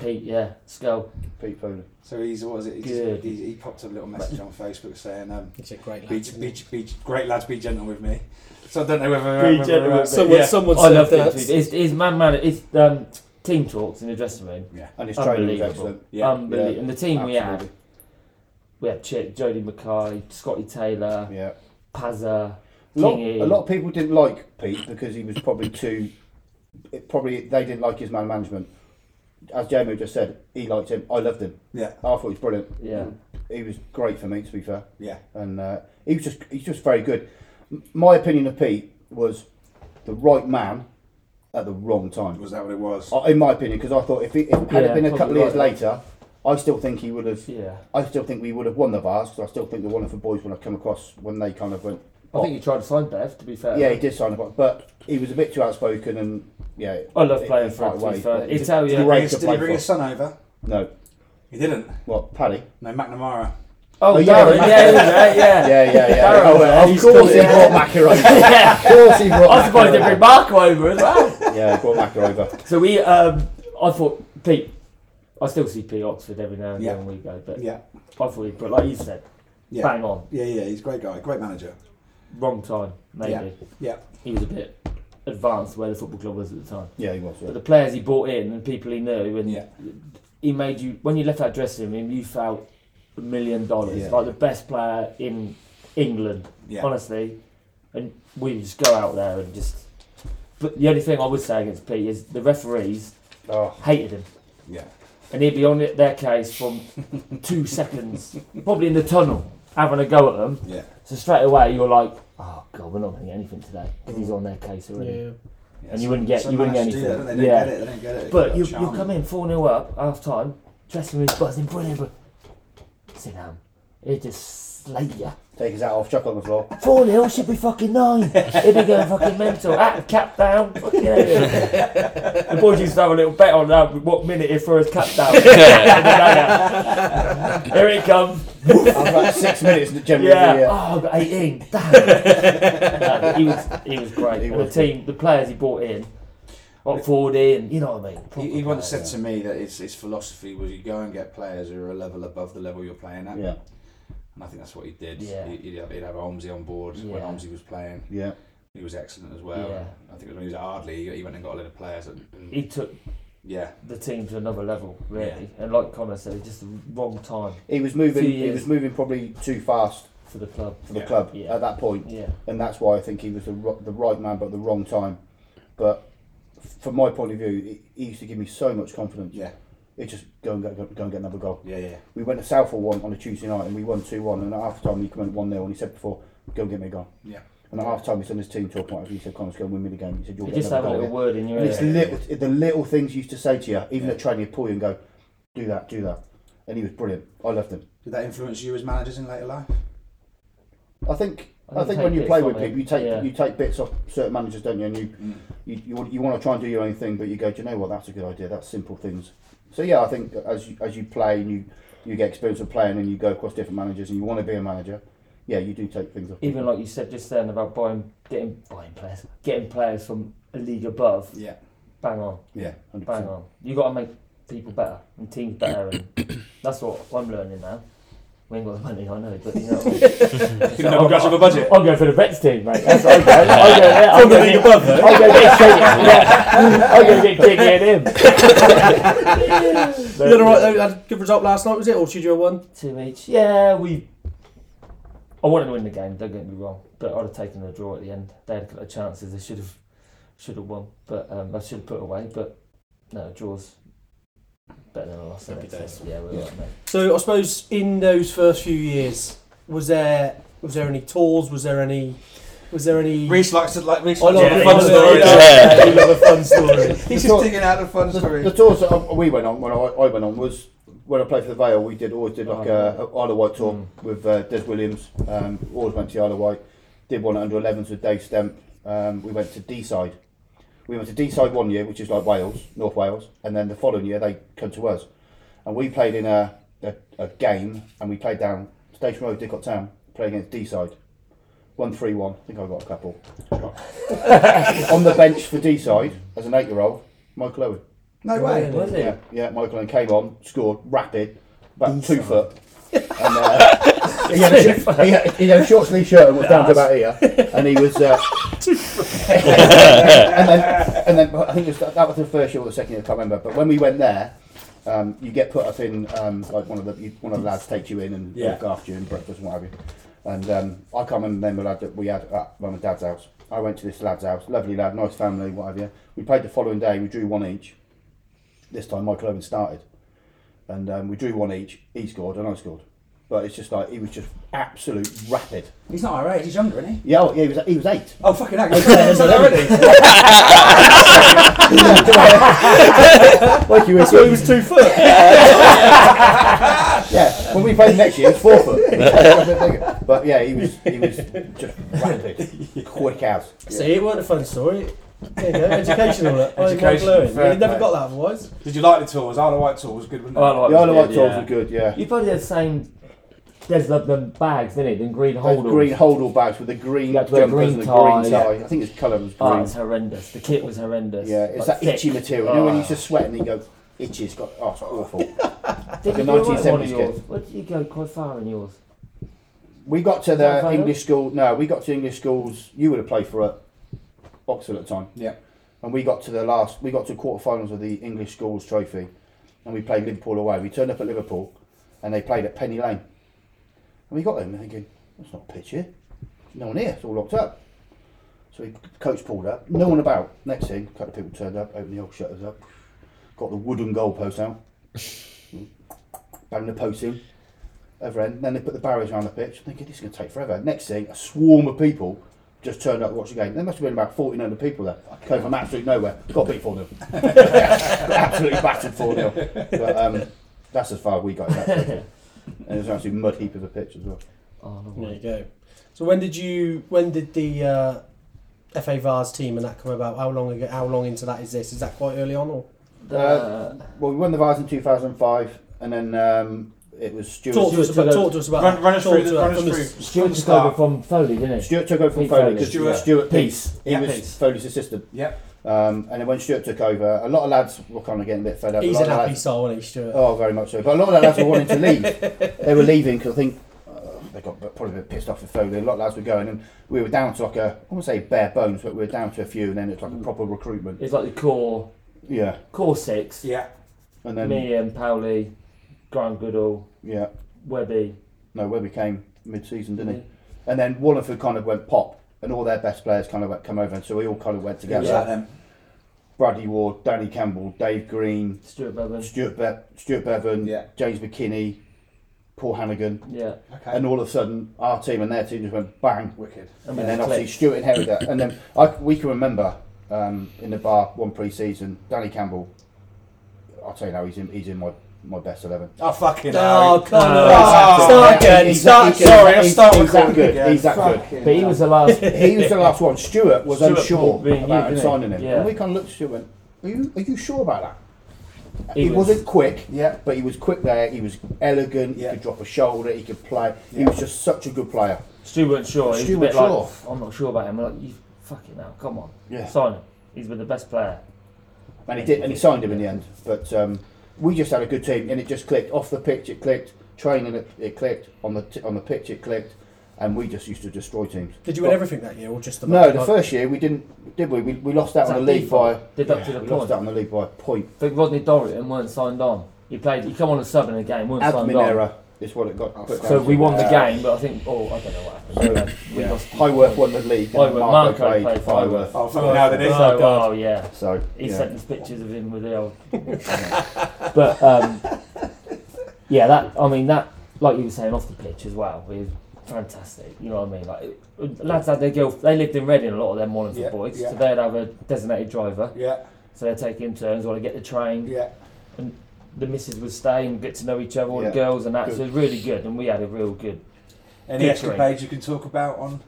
Speaker 7: Pete, yeah, Skull.
Speaker 8: Pete Foley.
Speaker 4: So he's what was it? He,
Speaker 7: Good.
Speaker 4: just, he, he popped a little message on Facebook saying, um,
Speaker 5: It's a great
Speaker 4: be,
Speaker 5: lad.
Speaker 4: be, be, "Great lads, be gentle with me." So I don't know whether
Speaker 7: Be
Speaker 4: whether-
Speaker 7: gentle with
Speaker 4: whether-
Speaker 5: Someone,
Speaker 4: yeah.
Speaker 5: someone
Speaker 7: I
Speaker 5: said
Speaker 7: love
Speaker 5: that.
Speaker 7: that. His, his man, man, his um, team talks in the dressing room.
Speaker 8: And his training was
Speaker 7: Unbelievable.
Speaker 8: excellent.
Speaker 4: Yeah.
Speaker 7: Unbelievable.
Speaker 8: yeah,
Speaker 7: and the team we had,
Speaker 8: absolutely.
Speaker 7: we had Ch- Jody Mackay, Scotty Taylor,
Speaker 8: Yeah.
Speaker 7: Pazza,
Speaker 8: A
Speaker 7: E.
Speaker 8: lot,
Speaker 7: Kingy.
Speaker 8: a lot of people didn't like Pete because he was probably too. It probably they didn't like his man management. As Jamie just said, he liked him. I loved him.
Speaker 4: Yeah.
Speaker 8: I thought he was brilliant.
Speaker 7: Yeah.
Speaker 8: He was great for me, to be fair.
Speaker 4: Yeah.
Speaker 8: and uh, he was just he's just very good. M- My opinion of Pete was the right man at the wrong time,
Speaker 4: Was that what it was?
Speaker 8: I- in my opinion, because I thought if, he, if had
Speaker 7: Yeah,
Speaker 8: it been a couple
Speaker 7: probably
Speaker 8: of years
Speaker 7: right.
Speaker 8: later, I still think he would have.
Speaker 7: Yeah.
Speaker 8: I still think we would have won the Vars because I still think the wonderful boys would have come across when they kind of went.
Speaker 7: I think he tried to sign Bev, to be fair.
Speaker 8: yeah, he did sign a box, but he was a bit too outspoken and yeah.
Speaker 7: I love
Speaker 8: it-
Speaker 7: playing
Speaker 8: it
Speaker 7: for
Speaker 8: got
Speaker 7: him, to be
Speaker 8: away,
Speaker 7: fair.
Speaker 8: but he did-
Speaker 7: Italia.
Speaker 8: great
Speaker 4: Did
Speaker 8: to
Speaker 4: he
Speaker 8: play
Speaker 4: bring
Speaker 8: for.
Speaker 4: his son over?
Speaker 8: No,
Speaker 4: He didn't.
Speaker 8: what Paddy?
Speaker 4: No, McNamara.
Speaker 7: Oh,
Speaker 8: Oh,
Speaker 7: yeah,
Speaker 8: Darren.
Speaker 7: yeah, yeah, yeah, yeah.
Speaker 8: Yeah, yeah, yeah.
Speaker 7: Darren,
Speaker 8: Oh,
Speaker 7: man,
Speaker 8: well, of
Speaker 7: he's
Speaker 8: course he
Speaker 7: still-
Speaker 8: brought Macaroni. Of
Speaker 7: yeah.
Speaker 8: course he brought.
Speaker 7: I suppose they
Speaker 8: Macaroni.
Speaker 7: bring Marco over as well.
Speaker 8: Yeah, he brought Macker over.
Speaker 7: So we, um, I thought Pete. I still see Pete Oxford every now and
Speaker 4: Yeah.
Speaker 7: then we go, but
Speaker 4: Yeah.
Speaker 7: I thought he, but like you said,
Speaker 4: Yeah.
Speaker 7: bang on,
Speaker 4: Yeah, yeah. He's a great guy. Great manager.
Speaker 7: wrong time maybe.
Speaker 4: Yeah. Yeah.
Speaker 7: He was a bit advanced where the football club was at the time,
Speaker 8: Yeah, he was. Yeah.
Speaker 7: but the players he brought in and people he knew, and
Speaker 4: Yeah.
Speaker 7: he made you when you left that dressing room, you felt a million dollars,
Speaker 8: Yeah.
Speaker 7: like the best player in England,
Speaker 4: Yeah.
Speaker 7: honestly. And we would just go out there and just. But the only thing I would say against Pete is the referees
Speaker 8: Oh,
Speaker 7: hated him.
Speaker 4: Yeah.
Speaker 7: and he'd be on it- their case from two seconds, probably in the tunnel, having a go at them.
Speaker 4: Yeah.
Speaker 7: So straight away you're like, oh god, we're not going to get anything today because he's on their case already.
Speaker 5: Yeah.
Speaker 4: Yeah,
Speaker 7: And you wouldn't get-
Speaker 4: some
Speaker 7: you wouldn't get
Speaker 4: managers do that,
Speaker 7: anything.
Speaker 4: don't They
Speaker 7: Yeah.
Speaker 4: don't get it. They don't get it.
Speaker 7: But
Speaker 4: Got
Speaker 7: you,
Speaker 4: a charm.
Speaker 7: you come in 4 0 up half time, dressing room's buzzing, brilliant, but sit down. He'd just slay you.
Speaker 8: take his hat off, chuck on the floor.
Speaker 7: 4 0 should be fucking 9. He'd be going fucking mental. Ah, cap down. Fucking hell. The boys used to have a little bet on uh, what minute he threw his cap down. Here it comes.
Speaker 8: After about six minutes, generally.
Speaker 7: Yeah.
Speaker 8: Yeah.
Speaker 7: Oh, I got 18. Damn. no, he was he was great.
Speaker 8: He
Speaker 7: and
Speaker 8: was
Speaker 7: the team, the players he brought in, like Ford in, you know what I mean.
Speaker 4: He, he
Speaker 7: Proper
Speaker 4: once said
Speaker 7: player.
Speaker 4: to me that his, his philosophy was you go and get players who are a level above the level you're playing at.
Speaker 8: yeah,
Speaker 4: And I think that's what he did.
Speaker 7: Yeah.
Speaker 4: He, he'd, have, he'd have Omsey on board when
Speaker 7: Yeah.
Speaker 4: Omsey was playing.
Speaker 8: yeah,
Speaker 4: He was excellent as well.
Speaker 7: Yeah.
Speaker 4: I think it was when he was at Ardley, he, he went and got a lot of players. And, and-
Speaker 7: He took
Speaker 4: yeah,
Speaker 7: the team to another level, really. And like Connor said, it's just the wrong time
Speaker 8: He was moving.
Speaker 7: Few
Speaker 8: He
Speaker 7: years.
Speaker 8: was moving probably too fast
Speaker 7: for the club.
Speaker 8: for the
Speaker 4: Yeah.
Speaker 8: club
Speaker 7: Yeah.
Speaker 8: at that point,
Speaker 7: Yeah.
Speaker 8: and that's why I think he was the, ro- the right man, but at the wrong time. But f- from my point of view, he, he used to give me so much confidence.
Speaker 4: yeah,
Speaker 8: It just go and get, go, go and get another goal.
Speaker 4: yeah, yeah.
Speaker 8: We went to Southall one on a Tuesday night, and we won two one. And at half time, he came in one 0 and he said before, "Go and get me a goal."
Speaker 4: Yeah.
Speaker 8: And at half time, he's on his team talk. He said, "Connors, go and win me the game." He said, "You'll
Speaker 7: You
Speaker 8: get
Speaker 7: just have
Speaker 8: another
Speaker 7: a
Speaker 8: goal."
Speaker 7: little word in your
Speaker 8: And it's
Speaker 7: ear.
Speaker 8: little, the little things you used to say to you, even at training, you pull you and go, do that, do that. And he was brilliant. I loved him.
Speaker 4: Did that influence you as managers in later life?
Speaker 8: I think
Speaker 7: I
Speaker 8: I, think
Speaker 7: think take
Speaker 8: when you
Speaker 7: bits
Speaker 8: play
Speaker 7: from
Speaker 8: with
Speaker 7: it,
Speaker 8: people, you take
Speaker 7: yeah.
Speaker 8: you take bits off certain managers, don't you? And you,
Speaker 1: Mm.
Speaker 8: you, you want- you want to try and do your own thing, but you go, do you know what? That's a good idea. That's simple things. So yeah, I think as you, as you play and you you get experience of playing and you go across different managers and you want to be a manager, yeah, you do take things off.
Speaker 7: Even like you said just then about buying, getting buying players, getting players from a league above.
Speaker 8: Yeah.
Speaker 7: Bang on,
Speaker 8: Yeah, 100%.
Speaker 7: bang on. You got to make people better and teams better, and that's what I'm learning now. We ain't got the money, I know, but you know. what I mean?
Speaker 4: You've got much of a budget.
Speaker 7: I'll go for the Reds team, mate. That's what I'll go. I'll
Speaker 4: From
Speaker 7: go there. I'll
Speaker 4: the
Speaker 7: go
Speaker 4: league
Speaker 7: get-
Speaker 4: above, though.
Speaker 7: I'll go get Jiggy. Yeah. I'll go get Jiggy and him.
Speaker 5: You had a right, had a good result last night, was it? Or should you have won?
Speaker 7: Two each. Yeah, we. I wanted to win the game. Don't get me wrong, but I'd have taken a draw at the end. They had a couple of chances. They should have, should have won. But um, I should have put away. But no, draws. Better than a loss. isn't
Speaker 4: Happy
Speaker 7: it?
Speaker 4: days.
Speaker 7: So, yeah, we're
Speaker 8: Yeah.
Speaker 7: right, mate.
Speaker 5: So I suppose in those first few years, was there was there any tours? Was there any was there any?
Speaker 1: Reese likes to like Reese.
Speaker 5: I love
Speaker 1: likes to-
Speaker 4: he
Speaker 5: a fun story.
Speaker 4: does.
Speaker 5: I love a fun story.
Speaker 1: He's just digging out a fun story.
Speaker 8: The tours that I- we went on, when I, I went on, was when I played for the Vale, we did always did like
Speaker 7: Oh,
Speaker 8: a, a Isle of Wight tour
Speaker 7: Mm.
Speaker 8: with uh, Des Williams. Um, always went to the Isle of Wight. Did one at under 11s with Dave Stemp. Um, we went to D side. We went to D side one year, which is like Wales, North Wales, and then the following year they come to us, and we played in a a, a game, and we played down Station Road, Didcot Town, playing against D side. One three one. I think I got a couple. on the bench for D side as an eight year old, Michael Owen.
Speaker 1: No way.
Speaker 7: Was it?
Speaker 8: Yeah, yeah, Michael and came on, scored rapid, about two
Speaker 7: Decent.
Speaker 8: foot. And, uh, he, had a, shi- he, had, he had a short sleeve shirt and was down to about here, and he was. Uh, and, then, and then I think it was, that was the first year or the second year, I can't remember. But when we went there, um, you get put up in um, like one of the you, one of the lads takes you in and
Speaker 4: Yeah.
Speaker 8: look after you and breakfast and what have you. And um, I can't remember the lad that we had at mum and dad's house. I went to this lad's house, lovely lad, nice family, what have you. We played the following day, we drew one each. This time Michael Owen started, and um, we drew one each. He scored and I scored, but it's just like he was just absolute rapid.
Speaker 4: He's not our age, he's younger, isn't he?
Speaker 8: Yeah, oh, yeah, he was he was eight.
Speaker 4: Oh, fucking hell. He's not already.
Speaker 8: Like you were,
Speaker 5: So he was two foot.
Speaker 8: Yeah, when we played next year, it's four foot. but yeah, he was he was just rapid, quick as.
Speaker 5: See, it weren't a fun story. There you go, educational. Look. I think Michael
Speaker 4: Education,
Speaker 5: Owen.
Speaker 4: fair
Speaker 5: You'd never
Speaker 4: play.
Speaker 5: got that otherwise.
Speaker 4: Did you like the tour? Was Isle of Wight tour was good, wasn't it?
Speaker 7: I like
Speaker 8: The Isle of Wight
Speaker 7: it,
Speaker 8: tours
Speaker 7: yeah.
Speaker 8: were good, yeah.
Speaker 7: You probably had the same. There's like them bags, isn't it? Them green
Speaker 8: Those
Speaker 7: holders.
Speaker 8: green holdall bags with the green
Speaker 7: Yeah,
Speaker 8: jumpers
Speaker 7: to wear green
Speaker 8: and the
Speaker 7: tie,
Speaker 8: green tie. I think its colour was
Speaker 7: Oh, it
Speaker 8: green.
Speaker 7: was horrendous. The kit was horrendous.
Speaker 8: yeah, it's
Speaker 7: Like
Speaker 8: that itchy
Speaker 7: thick.
Speaker 8: material. You know when
Speaker 7: Oh.
Speaker 8: you just sweat and you go, itchy, it's got, oh, it's awful.
Speaker 7: Did
Speaker 8: The
Speaker 7: you do alright in one of
Speaker 8: 1970s
Speaker 7: yours? Where did you go quite far in yours?
Speaker 8: we got to
Speaker 7: that
Speaker 8: the
Speaker 7: available?
Speaker 8: English school, no, we got to English schools, you would have played for at Oxford at the time.
Speaker 4: Yeah.
Speaker 8: And we got to the last, we got to quarterfinals of the English schools trophy and we played Liverpool away. We turned up at Liverpool and they played at Penny Lane. And we got them thinking, that's not a pitch here. There's no one here, it's all locked up. So the coach pulled up, no one about. Next thing, a couple of people turned up, opened the old shutters up, got the wooden goalpost out, banged the post in, other end. Then they put the barriers around the pitch, thinking this is going to take forever. Next thing, a swarm of people just turned up to watch the game. There must have been about 1,400 people there. Came from absolute nowhere. Got beat 4 0. absolutely battered 4 0. But um, that's as far as we got. in that tournament. and it was actually mud heap of a pitch as well.
Speaker 7: Oh, no
Speaker 5: There
Speaker 7: way.
Speaker 5: you go. So when did you? When did the uh, FA Vars team and that come about? How long ago? How long into that is this? Is that quite early on, or
Speaker 7: Uh,
Speaker 8: Well, we won the Vars in 2005, and then um, it was Stuart.
Speaker 5: talk to us
Speaker 7: Stuart
Speaker 5: about?
Speaker 7: took
Speaker 5: Talk to us about.
Speaker 4: Run,
Speaker 5: that.
Speaker 4: run us
Speaker 5: Talk
Speaker 4: through,
Speaker 5: to
Speaker 4: the,
Speaker 5: that
Speaker 4: run
Speaker 5: from the
Speaker 4: us
Speaker 5: s-
Speaker 4: through.
Speaker 7: Stuart
Speaker 4: from the
Speaker 7: just over
Speaker 4: start.
Speaker 7: from Foley, didn't he?
Speaker 8: Stuart took over from
Speaker 7: Pete
Speaker 8: Foley
Speaker 7: Foley.
Speaker 8: because
Speaker 4: Stuart.
Speaker 8: Stuart, Stuart
Speaker 7: Peace.
Speaker 8: Peace. He
Speaker 4: Yeah,
Speaker 8: was
Speaker 4: Peace.
Speaker 8: Foley's assistant.
Speaker 4: Yep.
Speaker 8: Um, and then when Stuart took over, a lot of lads were kind of getting a bit fed up.
Speaker 5: He's
Speaker 8: a lot
Speaker 5: an
Speaker 8: of
Speaker 5: happy
Speaker 8: lads-
Speaker 5: soul, isn't he, Stuart?
Speaker 8: Oh, very much so. But a lot of the lads were wanting to leave. They were leaving because I think uh, they got probably a bit pissed off with Foley. A lot of lads were going, and we were down to like a I wouldn't say bare bones, but we were down to a few, and then it's like a proper recruitment.
Speaker 7: It's like the core,
Speaker 8: Yeah,
Speaker 7: core six.
Speaker 4: Yeah.
Speaker 8: and then
Speaker 7: Me and Powley, Graham Goodall,
Speaker 8: yeah,
Speaker 7: Webby.
Speaker 8: no, Webby came mid-season, didn't
Speaker 7: Yeah.
Speaker 8: he? And then Wallingford kind of went pop, and all their best players kind of went, come over, and so we all kind of went
Speaker 4: Yeah.
Speaker 8: together.
Speaker 4: Yeah. them.
Speaker 8: Bradley Ward, Danny Campbell, Dave Green,
Speaker 7: Stuart Bevan.
Speaker 8: Stuart Be- Stuart Bevan,
Speaker 4: Yeah.
Speaker 8: James McKinney, Paul Hannigan,
Speaker 7: Yeah.
Speaker 4: Okay.
Speaker 8: and all of a sudden our team and their team just went bang.
Speaker 4: Wicked.
Speaker 7: And, we
Speaker 8: and then
Speaker 7: clicked.
Speaker 8: obviously Stuart inherited that. And then I, we can remember um, in the bar one pre-season, Danny Campbell. I'll tell you now, he's in, he's in my, my best eleven.
Speaker 4: Oh, fucking
Speaker 5: Oh,
Speaker 4: hell.
Speaker 5: come
Speaker 7: no,
Speaker 5: on!
Speaker 8: Ah,
Speaker 4: exactly.
Speaker 5: Start
Speaker 8: Yeah,
Speaker 5: again.
Speaker 8: he's-
Speaker 5: Start
Speaker 8: he's-
Speaker 5: again.
Speaker 4: Sorry, I'll
Speaker 8: He's-
Speaker 4: start
Speaker 8: he's that
Speaker 4: recording
Speaker 8: good,
Speaker 4: again.
Speaker 8: he's that good.
Speaker 4: Fucking
Speaker 7: But he was the last.
Speaker 8: He was the last one. Stuart was
Speaker 7: Stuart
Speaker 8: unsure
Speaker 7: Paul being you,
Speaker 8: about
Speaker 7: didn't he?
Speaker 8: signing him,
Speaker 7: Yeah.
Speaker 8: and we kind of looked at Stuart and went, "Are you are you sure about that?"
Speaker 7: He
Speaker 8: He,
Speaker 7: was.
Speaker 8: was. not quick,
Speaker 4: Yeah.
Speaker 8: but he was quick there. He was elegant.
Speaker 4: Yeah.
Speaker 8: He could drop a shoulder. He could play.
Speaker 4: Yeah.
Speaker 8: He was just such a good player.
Speaker 7: Stu weren't sure. He's a
Speaker 8: Stu
Speaker 7: bit
Speaker 8: weren't
Speaker 7: like,
Speaker 8: sure.
Speaker 7: I'm not sure about him. I'm like, you fucking now, come on,
Speaker 8: Yeah.
Speaker 7: sign him. He's been the best player.
Speaker 8: And he did, and he signed him in the end. But um, we just had a good team, and it just clicked off the pitch. It clicked training. It, it clicked on the t- on the pitch. It clicked, and we just used to destroy teams.
Speaker 5: Did you win everything that year, or just the
Speaker 8: No, the
Speaker 5: like-
Speaker 8: first year we didn't, did we? We, we lost out
Speaker 7: Is
Speaker 8: on the
Speaker 7: that
Speaker 8: league by
Speaker 7: Deducted a
Speaker 8: we
Speaker 7: point.
Speaker 8: lost out on the league by a point.
Speaker 7: I think Rodney Dorrington weren't signed on. He played. He come on a sub in a game. weren't signed
Speaker 8: Admin
Speaker 7: on.
Speaker 8: error is what it got. put
Speaker 7: Oh, So
Speaker 8: down
Speaker 7: we
Speaker 8: to.
Speaker 7: won the
Speaker 8: Uh,
Speaker 7: game, but I think. Oh, I don't know what happened.
Speaker 8: So,
Speaker 7: we
Speaker 8: yeah.
Speaker 7: lost.
Speaker 8: Highworth won the league. and
Speaker 7: Highworth-
Speaker 8: Marco
Speaker 7: Marco
Speaker 8: played
Speaker 7: played
Speaker 8: Highworth.
Speaker 4: Oh, fucking hell, did he?
Speaker 5: Oh,
Speaker 7: so,
Speaker 5: God.
Speaker 7: oh yeah.
Speaker 8: So
Speaker 7: He
Speaker 8: yeah.
Speaker 7: sent us pictures of him with the old. but um, yeah, that I mean that like you were saying off the pitch as well was fantastic. You know what I mean? Like it- lads had their girl. They lived in Reading. A lot of them Wallingford
Speaker 4: Yeah,
Speaker 7: boys,
Speaker 4: yeah.
Speaker 7: so they'd have a designated driver.
Speaker 4: Yeah,
Speaker 7: So they'd take in turns or they'd get the train.
Speaker 4: yeah.
Speaker 7: The missus would stay and get to know each other, all
Speaker 8: Yeah.
Speaker 7: the girls and that. So
Speaker 8: Good.
Speaker 7: it was really good, and we had a real good.
Speaker 4: Any
Speaker 7: Picturing.
Speaker 4: escapades you can talk about on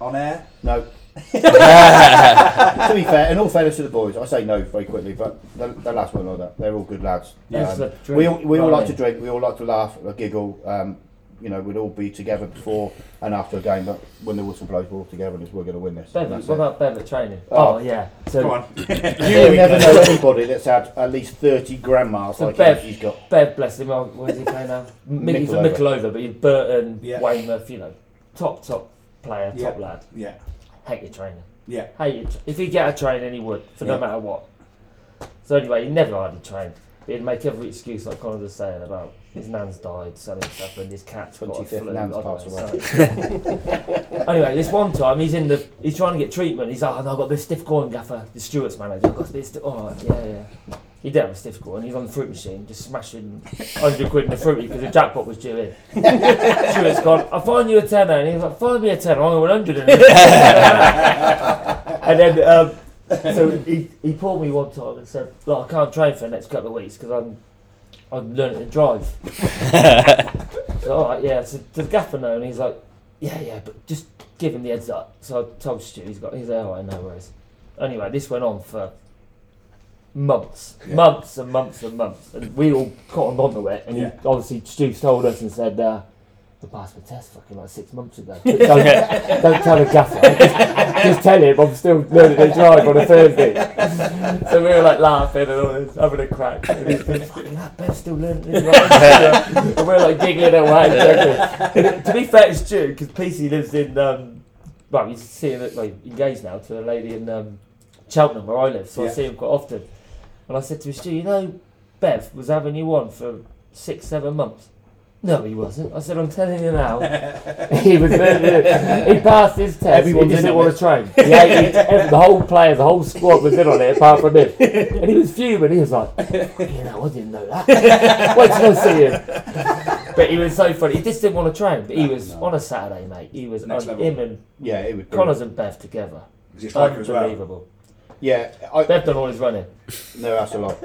Speaker 4: on air?
Speaker 8: No. to be fair, in all fairness to the boys, I say no very quickly, but the, the lads weren't like that. They're all good lads.
Speaker 7: Yes,
Speaker 8: Um,
Speaker 7: the drink,
Speaker 8: we all, we all
Speaker 7: right.
Speaker 8: like to drink, we all like to laugh, uh, giggle. Um, you know, we'd all be together before and after a game, but when the whistle blows, we're all together and we're going to win this. And
Speaker 7: Bevan,
Speaker 8: that's
Speaker 7: what
Speaker 8: it.
Speaker 7: about Bevan training?
Speaker 8: Oh.
Speaker 7: Oh, yeah. So
Speaker 4: Go on.
Speaker 8: You never know anybody that's had at least 30 grandmas
Speaker 7: So
Speaker 8: like
Speaker 7: Bev-
Speaker 8: he's got.
Speaker 7: Bev, bless him, oh, where's he playing now? Mickey for
Speaker 8: Mickleover.
Speaker 7: Mickleover, but he's Burton,
Speaker 4: Yeah.
Speaker 7: Weymouth, you know, top, top player, top
Speaker 4: Yeah.
Speaker 7: lad.
Speaker 4: Yeah,
Speaker 7: Hate your trainer.
Speaker 4: yeah.
Speaker 7: Hate your tra- if he get a training, he would, for
Speaker 8: Yeah.
Speaker 7: no matter what. So anyway, he never hardly trained. But he'd make every excuse, like Connor was saying, about his nan's died, something's happened, his cat's got a
Speaker 8: 25th
Speaker 7: flu.
Speaker 8: nan's
Speaker 7: I don't
Speaker 8: passed
Speaker 7: know,
Speaker 8: away.
Speaker 7: something. anyway, this one time, he's in the, he's trying to get treatment. He's like, oh, no, I've got a bit of stiff groin, Gaffer, the Stewart's manager. I've got a bit of stiff, all right, yeah, yeah. He did have a stiff groin. He was on the fruit machine, just smashing 100 quid in the fruity because the jackpot was due in. Stuart's gone, I'll find you a tenner. And he was like, find me a tenner, I only want 100 in it. and then, um, so he, he called me one time and said, look, I can't train for the next couple of weeks because I'm, I'm learning to drive. so, all right, yeah. So the gaffer know, and he's like, yeah, yeah, but just give him the heads up. So I told Stu, he's got, he's like, "Oh, all right, no worries. Anyway, this went on for months, months and months and months, and we all cottoned onto it. And
Speaker 4: Yeah.
Speaker 7: he, obviously, Stu told us and said, uh, "I passed my test fucking like six months ago." Don't, don't tell the gaffer. Just, just tell him I'm still learning to drive on a Thursday. so we were like laughing and all this, having a crack. And he's been fucking that Ben's still learning to drive. and we're like giggling away. joking. to be fair, it's true because PC lives in. Um, well, he's seeing it, like engaged now to a lady in um, Cheltenham where I live, so
Speaker 4: Yeah.
Speaker 7: I see him quite often. And I said to him, Stu, you know, Bev was having you on for six, seven months. No, he wasn't. I said, I'm telling you now. he was. He passed his test.
Speaker 8: Everyone's
Speaker 7: he
Speaker 8: in
Speaker 7: didn't
Speaker 8: on
Speaker 7: want
Speaker 8: it.
Speaker 7: to train. He hated ev- the whole players, the whole squad was in on it, apart from him. And he was fuming. He was like, you know, I didn't know that. Wait till I see him. But he was so funny. He just didn't want to train. But he was on a Saturday, mate. He was
Speaker 4: Next
Speaker 7: on
Speaker 4: level.
Speaker 7: him and
Speaker 8: Yeah, it would be.
Speaker 7: Connors and Bev together.
Speaker 4: Is he a striker as well?
Speaker 7: Unbelievable.
Speaker 8: Yeah, I,
Speaker 7: Bev done all his running.
Speaker 8: no, that's a lot.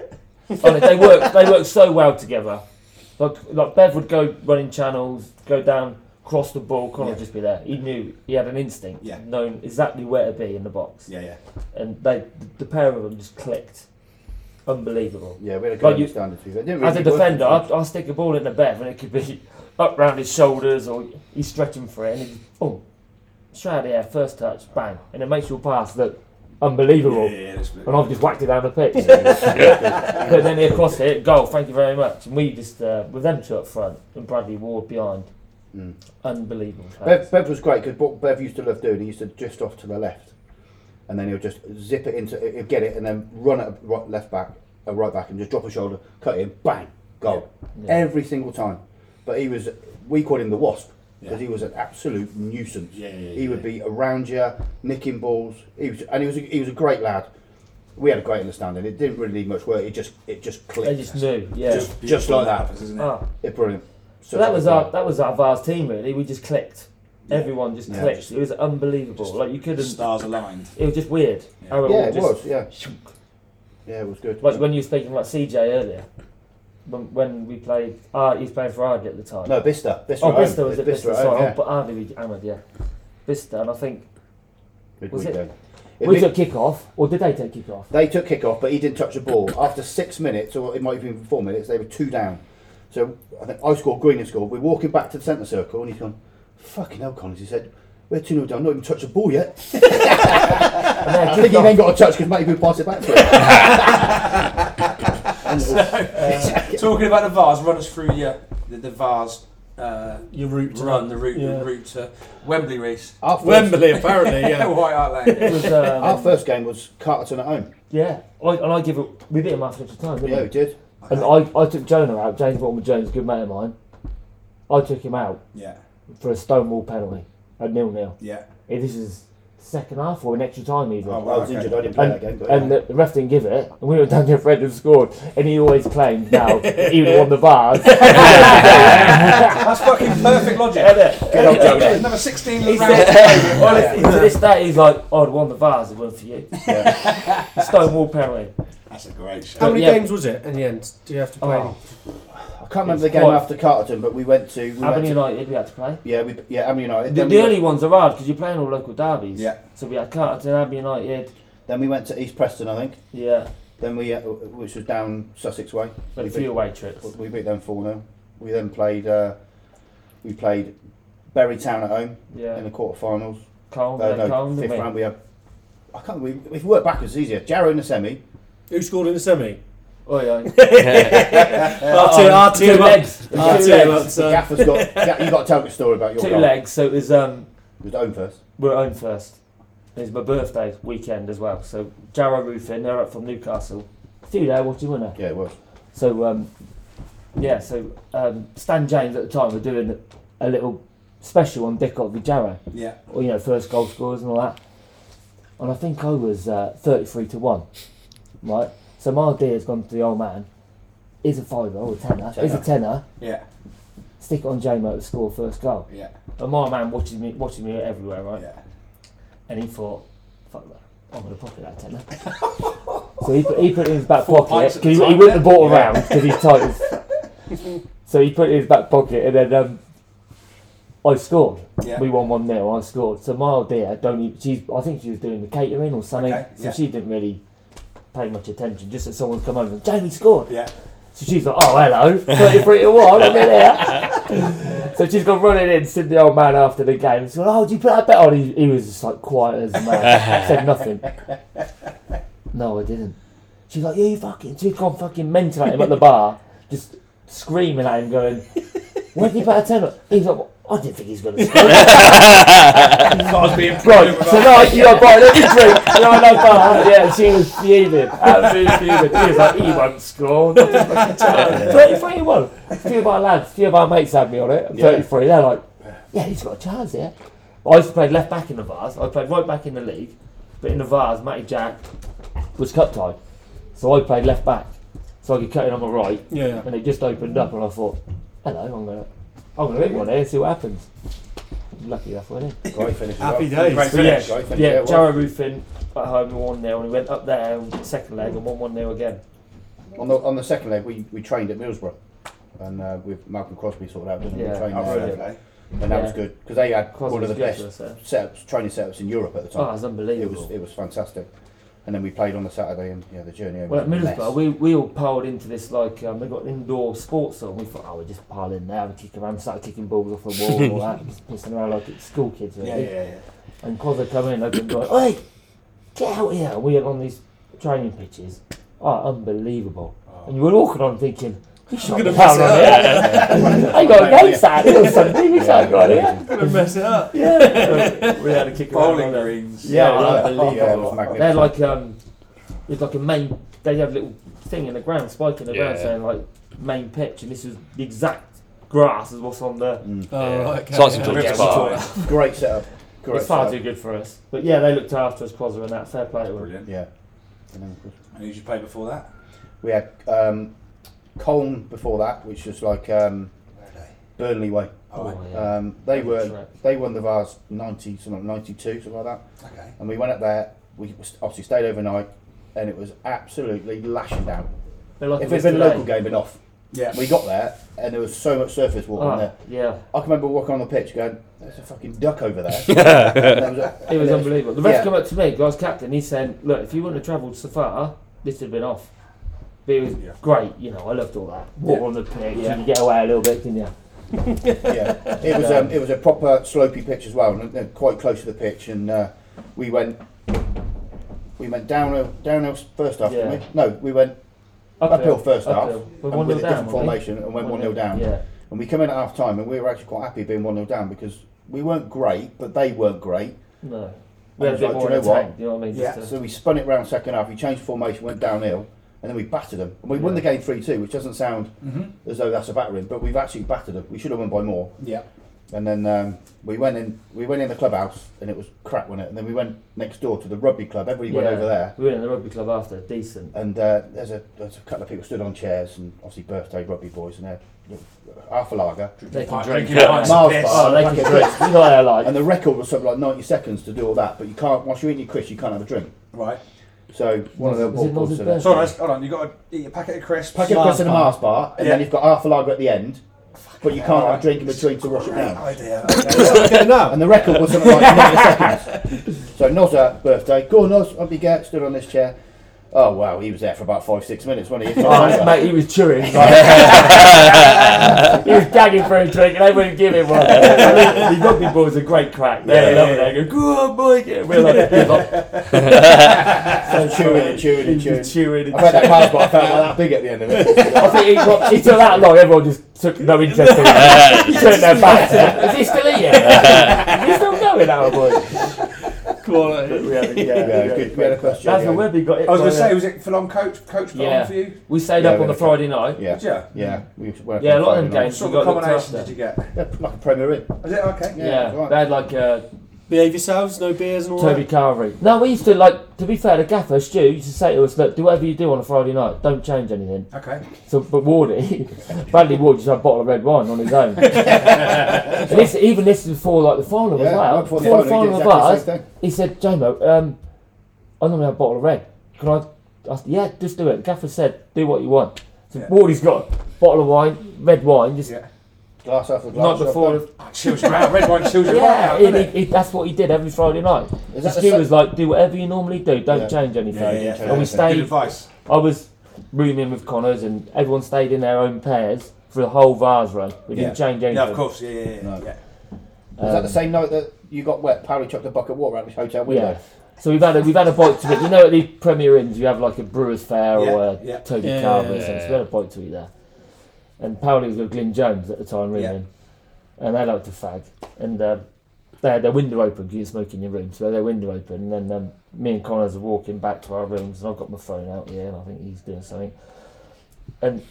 Speaker 7: Honestly, they work. They work so well together. Like, like Bev would go running channels, go down, cross the ball.
Speaker 4: Yeah.
Speaker 7: Connor would just be there. He knew. He had an instinct.
Speaker 4: Yeah.
Speaker 7: Known exactly where to be in the box.
Speaker 4: Yeah, yeah.
Speaker 7: And they, the pair of them, just clicked. Unbelievable.
Speaker 8: Yeah, we had a
Speaker 7: Like
Speaker 8: good
Speaker 7: you-
Speaker 8: standard.
Speaker 7: As a defender, I'd, I'd stick a ball into Bev, and it could be up round his shoulders, or he's stretching for it, and he's boom, straight out of the air, first touch, bang, and it makes your pass look unbelievable.
Speaker 4: Yeah, yeah, that's good.
Speaker 7: And I've just whacked it down the pitch. But then they cross it, goal, thank you very much. And we just, uh, with them two up front and Bradley Ward behind,
Speaker 8: Mm.
Speaker 7: unbelievable. players.
Speaker 8: Bev, Bev was great because what Bev used to love doing, he used to drift off to the left, and then he'll just zip it into, he'll get it, and then run at right, left back, uh, right back, and just drop a shoulder, cut in, bang, goal,
Speaker 7: Yeah.
Speaker 8: every single time. But he was, we called him the wasp because
Speaker 4: Yeah.
Speaker 8: he was an absolute nuisance.
Speaker 4: Yeah, yeah,
Speaker 8: he would
Speaker 4: yeah.
Speaker 8: be around you, nicking balls. He was, and he was, a, he was a great lad. We had a great understanding. It didn't really need much work. It just, it just
Speaker 7: They
Speaker 8: clicked.
Speaker 7: just knew, yeah.
Speaker 8: Just- like
Speaker 4: when
Speaker 8: that.
Speaker 4: happens, isn't it?
Speaker 7: Ah,
Speaker 8: it brilliant.
Speaker 7: so that was our that was our Vars team really. We just clicked. Everyone just
Speaker 8: Yeah.
Speaker 7: clicked. it was unbelievable.
Speaker 4: Just-
Speaker 7: like you couldn't.
Speaker 4: The stars aligned.
Speaker 7: It was just weird.
Speaker 4: Yeah.
Speaker 7: how all
Speaker 8: Yeah, it
Speaker 7: just-
Speaker 8: was. Yeah, yeah, it was good.
Speaker 7: Like when you were speaking about CJ earlier, when, when we played, uh, he was playing for Ardy at the time.
Speaker 8: No, Bista. Bista
Speaker 7: oh,
Speaker 8: at home.
Speaker 7: Bista was at
Speaker 8: Bicester
Speaker 7: Bista,
Speaker 8: at home,
Speaker 7: sorry.
Speaker 8: yeah.
Speaker 7: Oh, but Ardy we hammered, yeah. Bista, and I think Was
Speaker 8: Midweek
Speaker 7: it?
Speaker 8: game.
Speaker 7: we
Speaker 8: Mid-
Speaker 7: took kick off, or did they take kick off?
Speaker 8: They took kick off, but he didn't touch the ball. After six minutes, or it might have been four minutes, they were two down. So I think I scored, Green had scored. We're walking back to the centre circle, and he's gone, fucking hell, Collins. He said, we're 2 0 down, not even touched the ball yet.
Speaker 7: And then
Speaker 8: I think he then got a touch because Matty would pass it back to him. And it was-
Speaker 4: Talking about the VARs, run us through your the, the VARs uh,
Speaker 5: Your route to
Speaker 4: run, the route
Speaker 5: Yeah.
Speaker 4: the route to Wembley Reese.
Speaker 8: our, first,
Speaker 5: Wembley, apparently, yeah.
Speaker 4: White Hart Lane.
Speaker 7: it was, um,
Speaker 8: our first game was Carterton at home.
Speaker 7: yeah. I, and I give it. We beat him after extra time, didn't
Speaker 8: Yeah,
Speaker 7: we?
Speaker 8: we did.
Speaker 7: And I, I took Jonah out. James Mortimer Jones, good mate of mine. I took him out
Speaker 4: Yeah,
Speaker 7: for a stonewall penalty at nil nil.
Speaker 4: yeah.
Speaker 7: This is second half or an extra time even.
Speaker 4: Oh, wow.
Speaker 8: I was injured, I didn't play
Speaker 7: And,
Speaker 8: that game. But yeah.
Speaker 7: and the, the ref didn't give it, and we went down there. Fred had scored, and he always claimed now that he would have won the VAR.
Speaker 4: That's fucking perfect logic.
Speaker 7: Honestly,
Speaker 8: Good old Joe.
Speaker 4: Number 16 was
Speaker 7: to this day, he's like, "I'd won the VARs, it won for you."
Speaker 8: Yeah.
Speaker 7: Stonewall penalty.
Speaker 4: That's a great show.
Speaker 5: How many
Speaker 7: Yeah.
Speaker 5: games was it in the end? Do you have to play?
Speaker 7: Oh,
Speaker 8: I can't remember the game
Speaker 7: Quite-
Speaker 8: after Carterton, but we went to. We went
Speaker 7: Aberdeen
Speaker 8: to
Speaker 7: United, we had to play.
Speaker 8: yeah, we, yeah, Aberdeen United.
Speaker 7: The,
Speaker 8: Then we
Speaker 7: the
Speaker 8: went-
Speaker 7: early ones are hard because you're playing all local derbies.
Speaker 4: Yeah.
Speaker 7: So we had Carterton, Aberdeen United.
Speaker 8: Then we went to East Preston, I think.
Speaker 7: Yeah.
Speaker 8: Then we, uh, which was down Sussex way.
Speaker 7: But
Speaker 8: We
Speaker 7: a few
Speaker 8: beat,
Speaker 7: away trips.
Speaker 8: we beat them four 0 We then played, uh, we played Bury Town at home in
Speaker 7: Yeah.
Speaker 8: the quarterfinals.
Speaker 7: Calm,
Speaker 8: Uh,
Speaker 7: then
Speaker 8: no,
Speaker 7: calm,
Speaker 8: fifth
Speaker 7: didn't
Speaker 8: round
Speaker 7: we?
Speaker 8: we had. I can't. We we worked backwards. It's easier. Jarrow in the semi.
Speaker 5: Who scored in the semi?
Speaker 7: Oh, yeah.
Speaker 5: I'll tell you- I'll tell you
Speaker 7: Two
Speaker 5: what-
Speaker 7: legs. It
Speaker 5: I'll
Speaker 7: was
Speaker 5: tell you
Speaker 7: Two
Speaker 5: what,
Speaker 7: legs.
Speaker 8: The
Speaker 5: so-
Speaker 8: gaffer's got. Ga- you got to tell the story about your
Speaker 7: Two
Speaker 8: goal.
Speaker 7: legs. So it was, um,
Speaker 8: It was own first.
Speaker 7: we were home first. It was my birthday weekend as well. So Jarrow Roofing, they're up from Newcastle. Still there, watching winner.
Speaker 8: Yeah, it was.
Speaker 7: So um, yeah, so um, Stan James at the time were doing a little special on Dick Jarrow,
Speaker 4: Yeah.
Speaker 7: or you know, first goal scorers and all that. And I think I was uh, thirty-three to one, right? So my idea has gone to the old man. Here's a fiver or a tenner. Here's a
Speaker 8: Tenner.
Speaker 7: tenner.
Speaker 4: Yeah,
Speaker 7: Stick it on Jamo to score first goal.
Speaker 4: yeah,
Speaker 7: And my man watches me, watching me everywhere, right?
Speaker 4: yeah.
Speaker 7: And he thought, fuck that, I'm going to pocket that tenner. so he put, he put it in his back pocket
Speaker 4: pints at the
Speaker 7: because he, he
Speaker 4: time,
Speaker 7: wouldn't have bought
Speaker 8: yeah.
Speaker 7: around because he's tight. as- so he put it in his back pocket and then um, I scored.
Speaker 4: Yeah.
Speaker 7: We won 1 0, I scored. So my old dear, don't even, she's, I think she was doing the catering or something,
Speaker 4: Okay,
Speaker 7: so
Speaker 4: yeah.
Speaker 7: she didn't really pay much attention, just that someone's come over and Jamie scored.
Speaker 4: Yeah.
Speaker 7: So she's like, oh, hello, 33 to 1, I'm in here. so she's gone running in, seen the old man after the game. She's like, oh, did you put that bet on? He, he was just like quiet as a man, said nothing. No, I didn't. She's like, yeah, you fucking, she's gone fucking mental at him at the bar, just screaming at him, going, where did you put a tenner? He's like, "Well, I didn't think he's going to score.
Speaker 4: I was being
Speaker 7: Right, so now I, you know, buy every drink, and I know that, yeah, and she was fuming, absolutely fuming. He was like, he won't score. 33 he won. A few of my lads, a few of my mates had me on it, I'm
Speaker 8: Yeah.
Speaker 7: 33, they're like, yeah, he's got a chance, yeah. I used to play left back in the Vars, I played right back in the league, but in the Vars, Matty Jack was cut tied, so I played left back, so I could cut in on my right,
Speaker 5: Yeah.
Speaker 7: and it just opened up, and I thought, hello, I'm going to I'm gonna hit one here and see what happens. Lucky that's what I did.
Speaker 8: Great finish. as
Speaker 5: Happy
Speaker 8: well.
Speaker 5: days.
Speaker 8: Great
Speaker 7: So
Speaker 8: finish.
Speaker 7: yeah,
Speaker 8: Great finish.
Speaker 7: yeah,
Speaker 8: it was.
Speaker 7: Jarrow Roofing at home we won there and we went up there on the second leg and won one nil again.
Speaker 8: On the on the second leg, we, we trained at Middlesbrough, and uh, with Malcolm Crosby sorted out. Didn't we?
Speaker 7: Yeah.
Speaker 8: We trained
Speaker 4: Oh,
Speaker 8: there,
Speaker 4: really? Okay.
Speaker 8: and that was
Speaker 7: Yeah.
Speaker 8: good because they had one
Speaker 7: Crosby's
Speaker 8: of the
Speaker 7: good
Speaker 8: best
Speaker 7: to us there.
Speaker 8: setups, training setups in Europe at the
Speaker 7: Oh,
Speaker 8: time.
Speaker 7: that's
Speaker 8: it was
Speaker 7: unbelievable.
Speaker 8: it was fantastic, and then we played on the Saturday, and yeah, the journey. home
Speaker 7: well, at
Speaker 8: was a mess.
Speaker 7: Middlesbrough, we, we all piled into this like um, we got an indoor sports zone. We thought, oh, we just pile in there and kick around, start kicking balls off the wall and all that, just pissing around like it's school kids. Really.
Speaker 4: Yeah, yeah, yeah.
Speaker 7: And Cosser come in, open the door, oi, get out here. And we were on these training pitches. Oh, unbelievable. And you were walking on thinking, we shot the pound on here. I got a game Saturday or something, we shot go on here.
Speaker 5: Gonna mess it up.
Speaker 7: Yeah. we had a kick around
Speaker 4: Bowling
Speaker 7: on there.
Speaker 4: greens.
Speaker 7: Yeah,
Speaker 8: Yeah,
Speaker 7: like,
Speaker 8: unbelievable. Yeah, it was
Speaker 7: They're
Speaker 8: magnificent.
Speaker 7: like, um, it's like a main, they have a little thing in the ground, spike in the ground
Speaker 6: Yeah.
Speaker 7: saying like main pitch, and this is the exact grass as what's on the.
Speaker 8: Mm.
Speaker 5: Oh, right, okay.
Speaker 6: It's like some
Speaker 5: yeah.
Speaker 6: George's
Speaker 7: Yeah,
Speaker 6: Park.
Speaker 8: great setup. Great
Speaker 7: It's far too
Speaker 8: setup.
Speaker 7: good for us. But yeah, they looked after us, Cosser, and that fair play to them.
Speaker 4: Brilliant.
Speaker 8: Yeah. And then, of course,
Speaker 4: And who did you play before that?
Speaker 8: we had um, Colne before that, which was like um, Burnley way.
Speaker 7: Oh, yeah.
Speaker 8: Um, they were
Speaker 7: Correct.
Speaker 8: they won the Vars ninety something ninety two something like that.
Speaker 4: Okay.
Speaker 8: And we went up there. We obviously stayed overnight, and it was absolutely lashing down.
Speaker 7: They're like
Speaker 8: If
Speaker 7: it
Speaker 8: it had
Speaker 7: is
Speaker 8: been a
Speaker 7: today.
Speaker 8: local game, been off.
Speaker 4: Yeah.
Speaker 8: We got there, and there was so much surface walking
Speaker 7: Oh,
Speaker 8: there.
Speaker 7: yeah,
Speaker 8: I can remember walking on the pitch, going, "There's a fucking duck over there." And there was a-
Speaker 7: it
Speaker 8: and
Speaker 7: was
Speaker 8: there
Speaker 7: unbelievable. The ref
Speaker 8: yeah.
Speaker 7: came up to me, 'cause I was captain. He said, "Look, if you wouldn't have travelled so far, this would have been off." But it was
Speaker 4: Yeah.
Speaker 7: great, you know. I loved all that. Water
Speaker 4: Yeah.
Speaker 7: on the pitch,
Speaker 4: Yeah.
Speaker 7: you can get away a little bit, can you?
Speaker 8: yeah, it was um, it was a proper slopey pitch as well, and uh, quite close to the pitch. And uh, we went we went downhill downhill first half, didn't
Speaker 7: Yeah.
Speaker 8: we? No, we went uphill first half,
Speaker 7: Uphill. We
Speaker 8: and
Speaker 7: won
Speaker 8: with a different
Speaker 7: nil down, weren't we?
Speaker 8: formation, and went
Speaker 7: One
Speaker 8: one 0
Speaker 7: nil.
Speaker 8: down.
Speaker 7: Yeah.
Speaker 8: And we came in at half time, and we were actually quite happy being one 0 down because we weren't great, but they weren't great.
Speaker 7: No.
Speaker 8: And
Speaker 7: We had a
Speaker 8: it's
Speaker 7: bit
Speaker 8: like, do you
Speaker 7: more
Speaker 8: know
Speaker 7: in the
Speaker 8: what?
Speaker 7: tank, do you know what I mean?
Speaker 8: Yeah.
Speaker 7: Just
Speaker 8: So we spun it round second half. We changed formation, went downhill, and then we battered them. And we won
Speaker 7: Yeah. Mm-hmm.
Speaker 8: the game three two, which doesn't sound
Speaker 4: Mhm.
Speaker 8: as though that's a battering, but we've actually battered them. We should have won by more.
Speaker 4: Yeah.
Speaker 8: And then um, we went in. We went in the clubhouse, and it was crap, wasn't it? And then we went next door to the rugby club. Everybody went
Speaker 7: Yeah.
Speaker 8: over there,
Speaker 7: We were in the rugby club after, decent.
Speaker 8: and uh, there's a there's a couple of people stood on chairs, and obviously birthday rugby boys, and they're you know, half a lager,
Speaker 7: They can
Speaker 4: Pint-
Speaker 7: drink.
Speaker 4: drinking
Speaker 7: can't
Speaker 4: pints
Speaker 7: they?
Speaker 4: of
Speaker 8: Miles
Speaker 4: piss.
Speaker 8: bar.
Speaker 7: Oh, they
Speaker 8: Like
Speaker 7: can
Speaker 8: a
Speaker 7: drink. You know what I like.
Speaker 8: and the record was something like 90 seconds to do all that. But you can't once you're eating your crisps, you can't have a drink.
Speaker 4: Right.
Speaker 8: So one of them
Speaker 7: Is it
Speaker 8: walked
Speaker 7: Noz's
Speaker 8: to
Speaker 7: birthday?
Speaker 4: So hold on, hold on, you got to eat a packet of crisps.
Speaker 8: Packet of
Speaker 5: Mars
Speaker 8: crisps and a
Speaker 5: bar.
Speaker 8: Mars bar, and
Speaker 4: Yeah.
Speaker 8: then you've got half a lager at the end, but you can't have
Speaker 4: Alright.
Speaker 8: a drink in between to wash it
Speaker 4: Great
Speaker 8: down.
Speaker 4: idea.
Speaker 5: okay, now.
Speaker 8: And the record was something like 90 seconds. So Nozza, birthday, go Noz, up you get, stood on this chair. Oh wow, he was there for about five, six minutes, wasn't he? If not
Speaker 7: Oh,
Speaker 8: longer.
Speaker 7: mate, he was chewing. Like, he was gagging for a drink, and they wouldn't give him one. the rugby boys are great crack. They're
Speaker 4: Yeah,
Speaker 7: yeah,
Speaker 4: yeah,
Speaker 7: yeah, Go, go on, boy. Yeah, We're like, we're like
Speaker 8: And chewing and chewing and chewing.
Speaker 7: chewing.
Speaker 8: I read that Mars bar, I felt like that big at the end of it.
Speaker 7: I think he, got, he took that long. Everyone just took no interest in him. Turned their backs. Is he still here? Is he still going, our boy?
Speaker 5: Quality.
Speaker 7: We had a- yeah,
Speaker 8: Yeah,
Speaker 7: we had a
Speaker 8: good- we had a question,
Speaker 7: That's
Speaker 8: yeah.
Speaker 7: the word we got. It
Speaker 4: eh? I was going
Speaker 7: by
Speaker 4: to say,
Speaker 7: the-
Speaker 4: was it for long coach coach bottom
Speaker 7: Yeah.
Speaker 4: for you?
Speaker 7: we stayed
Speaker 8: Yeah,
Speaker 7: up
Speaker 8: we
Speaker 7: on the
Speaker 8: had a-
Speaker 7: Friday night.
Speaker 8: Yeah,
Speaker 4: Did you?
Speaker 8: yeah. We were
Speaker 7: Yeah, a lot of them
Speaker 4: What
Speaker 7: games.
Speaker 4: sort
Speaker 7: We
Speaker 4: of
Speaker 7: got looked
Speaker 4: combination
Speaker 7: after.
Speaker 4: did you get?
Speaker 8: Like a Premier Inn.
Speaker 4: Is it okay?
Speaker 8: Yeah,
Speaker 7: Yeah,
Speaker 8: right.
Speaker 7: they had like uh,
Speaker 5: Behave yourselves, no beers and all
Speaker 7: Toby Carvery. No, we used to like. To be fair, the gaffer Stu used to say to us, "Look, do whatever you do on a Friday night. Don't change anything."
Speaker 4: Okay.
Speaker 7: So, but Wardy, Bradley Ward just had a bottle of red wine on his own. And this, even this is before like the final
Speaker 8: Yeah,
Speaker 7: as well.
Speaker 8: right before the
Speaker 7: before the
Speaker 8: final, he
Speaker 7: final
Speaker 8: did exactly
Speaker 7: of us,
Speaker 8: the same thing.
Speaker 7: he said, "Jamo, um, I normally have a bottle of red. Can I?" I said, "Yeah, just do it." The gaffer said, "Do what you want." So
Speaker 4: Yeah.
Speaker 7: Wardy's got a bottle of wine, red wine, just
Speaker 4: Yeah.
Speaker 8: Glass after glass.
Speaker 7: night before. the-
Speaker 4: Chills you out. Red wine chills you right
Speaker 7: Yeah,
Speaker 4: out,
Speaker 7: he-
Speaker 4: doesn't it?
Speaker 7: he- that's what he did every Friday night.
Speaker 8: Is
Speaker 7: The
Speaker 8: that the
Speaker 7: Stu
Speaker 8: sa-
Speaker 7: was like, do whatever you normally do, don't
Speaker 8: Yeah.
Speaker 7: change anything.
Speaker 8: Yeah, yeah,
Speaker 7: and we
Speaker 8: yeah.
Speaker 4: Good
Speaker 7: stayed.
Speaker 4: advice.
Speaker 7: I was rooming with Connors, and everyone stayed in their own pairs for the whole Vars run. We didn't
Speaker 4: Yeah.
Speaker 7: change anything.
Speaker 4: Yeah, of course. Yeah, yeah, yeah.
Speaker 8: No.
Speaker 4: yeah.
Speaker 8: Is that the
Speaker 7: Um,
Speaker 8: same night that you got wet? Parry chucked a bucket of water out of his hotel window.
Speaker 7: Yeah. So we've had a, we've had a bite to eat. You know, at the Premier Inns, you have like a Brewers Fair or
Speaker 4: Yeah,
Speaker 7: a
Speaker 4: yeah.
Speaker 7: Toby
Speaker 5: Yeah,
Speaker 7: Carver.
Speaker 5: yeah,
Speaker 7: or something.
Speaker 6: yeah.
Speaker 7: So we had a bite to eat there. And Paoli was with Glyn Jones at the time
Speaker 4: Yeah.
Speaker 7: rooming, and they liked to fag. And um, they had their window open because you smoke in your room, so they had their window open. And then um, me and Connors are walking back to our rooms, and I've got my phone out here, and I think he's doing something. And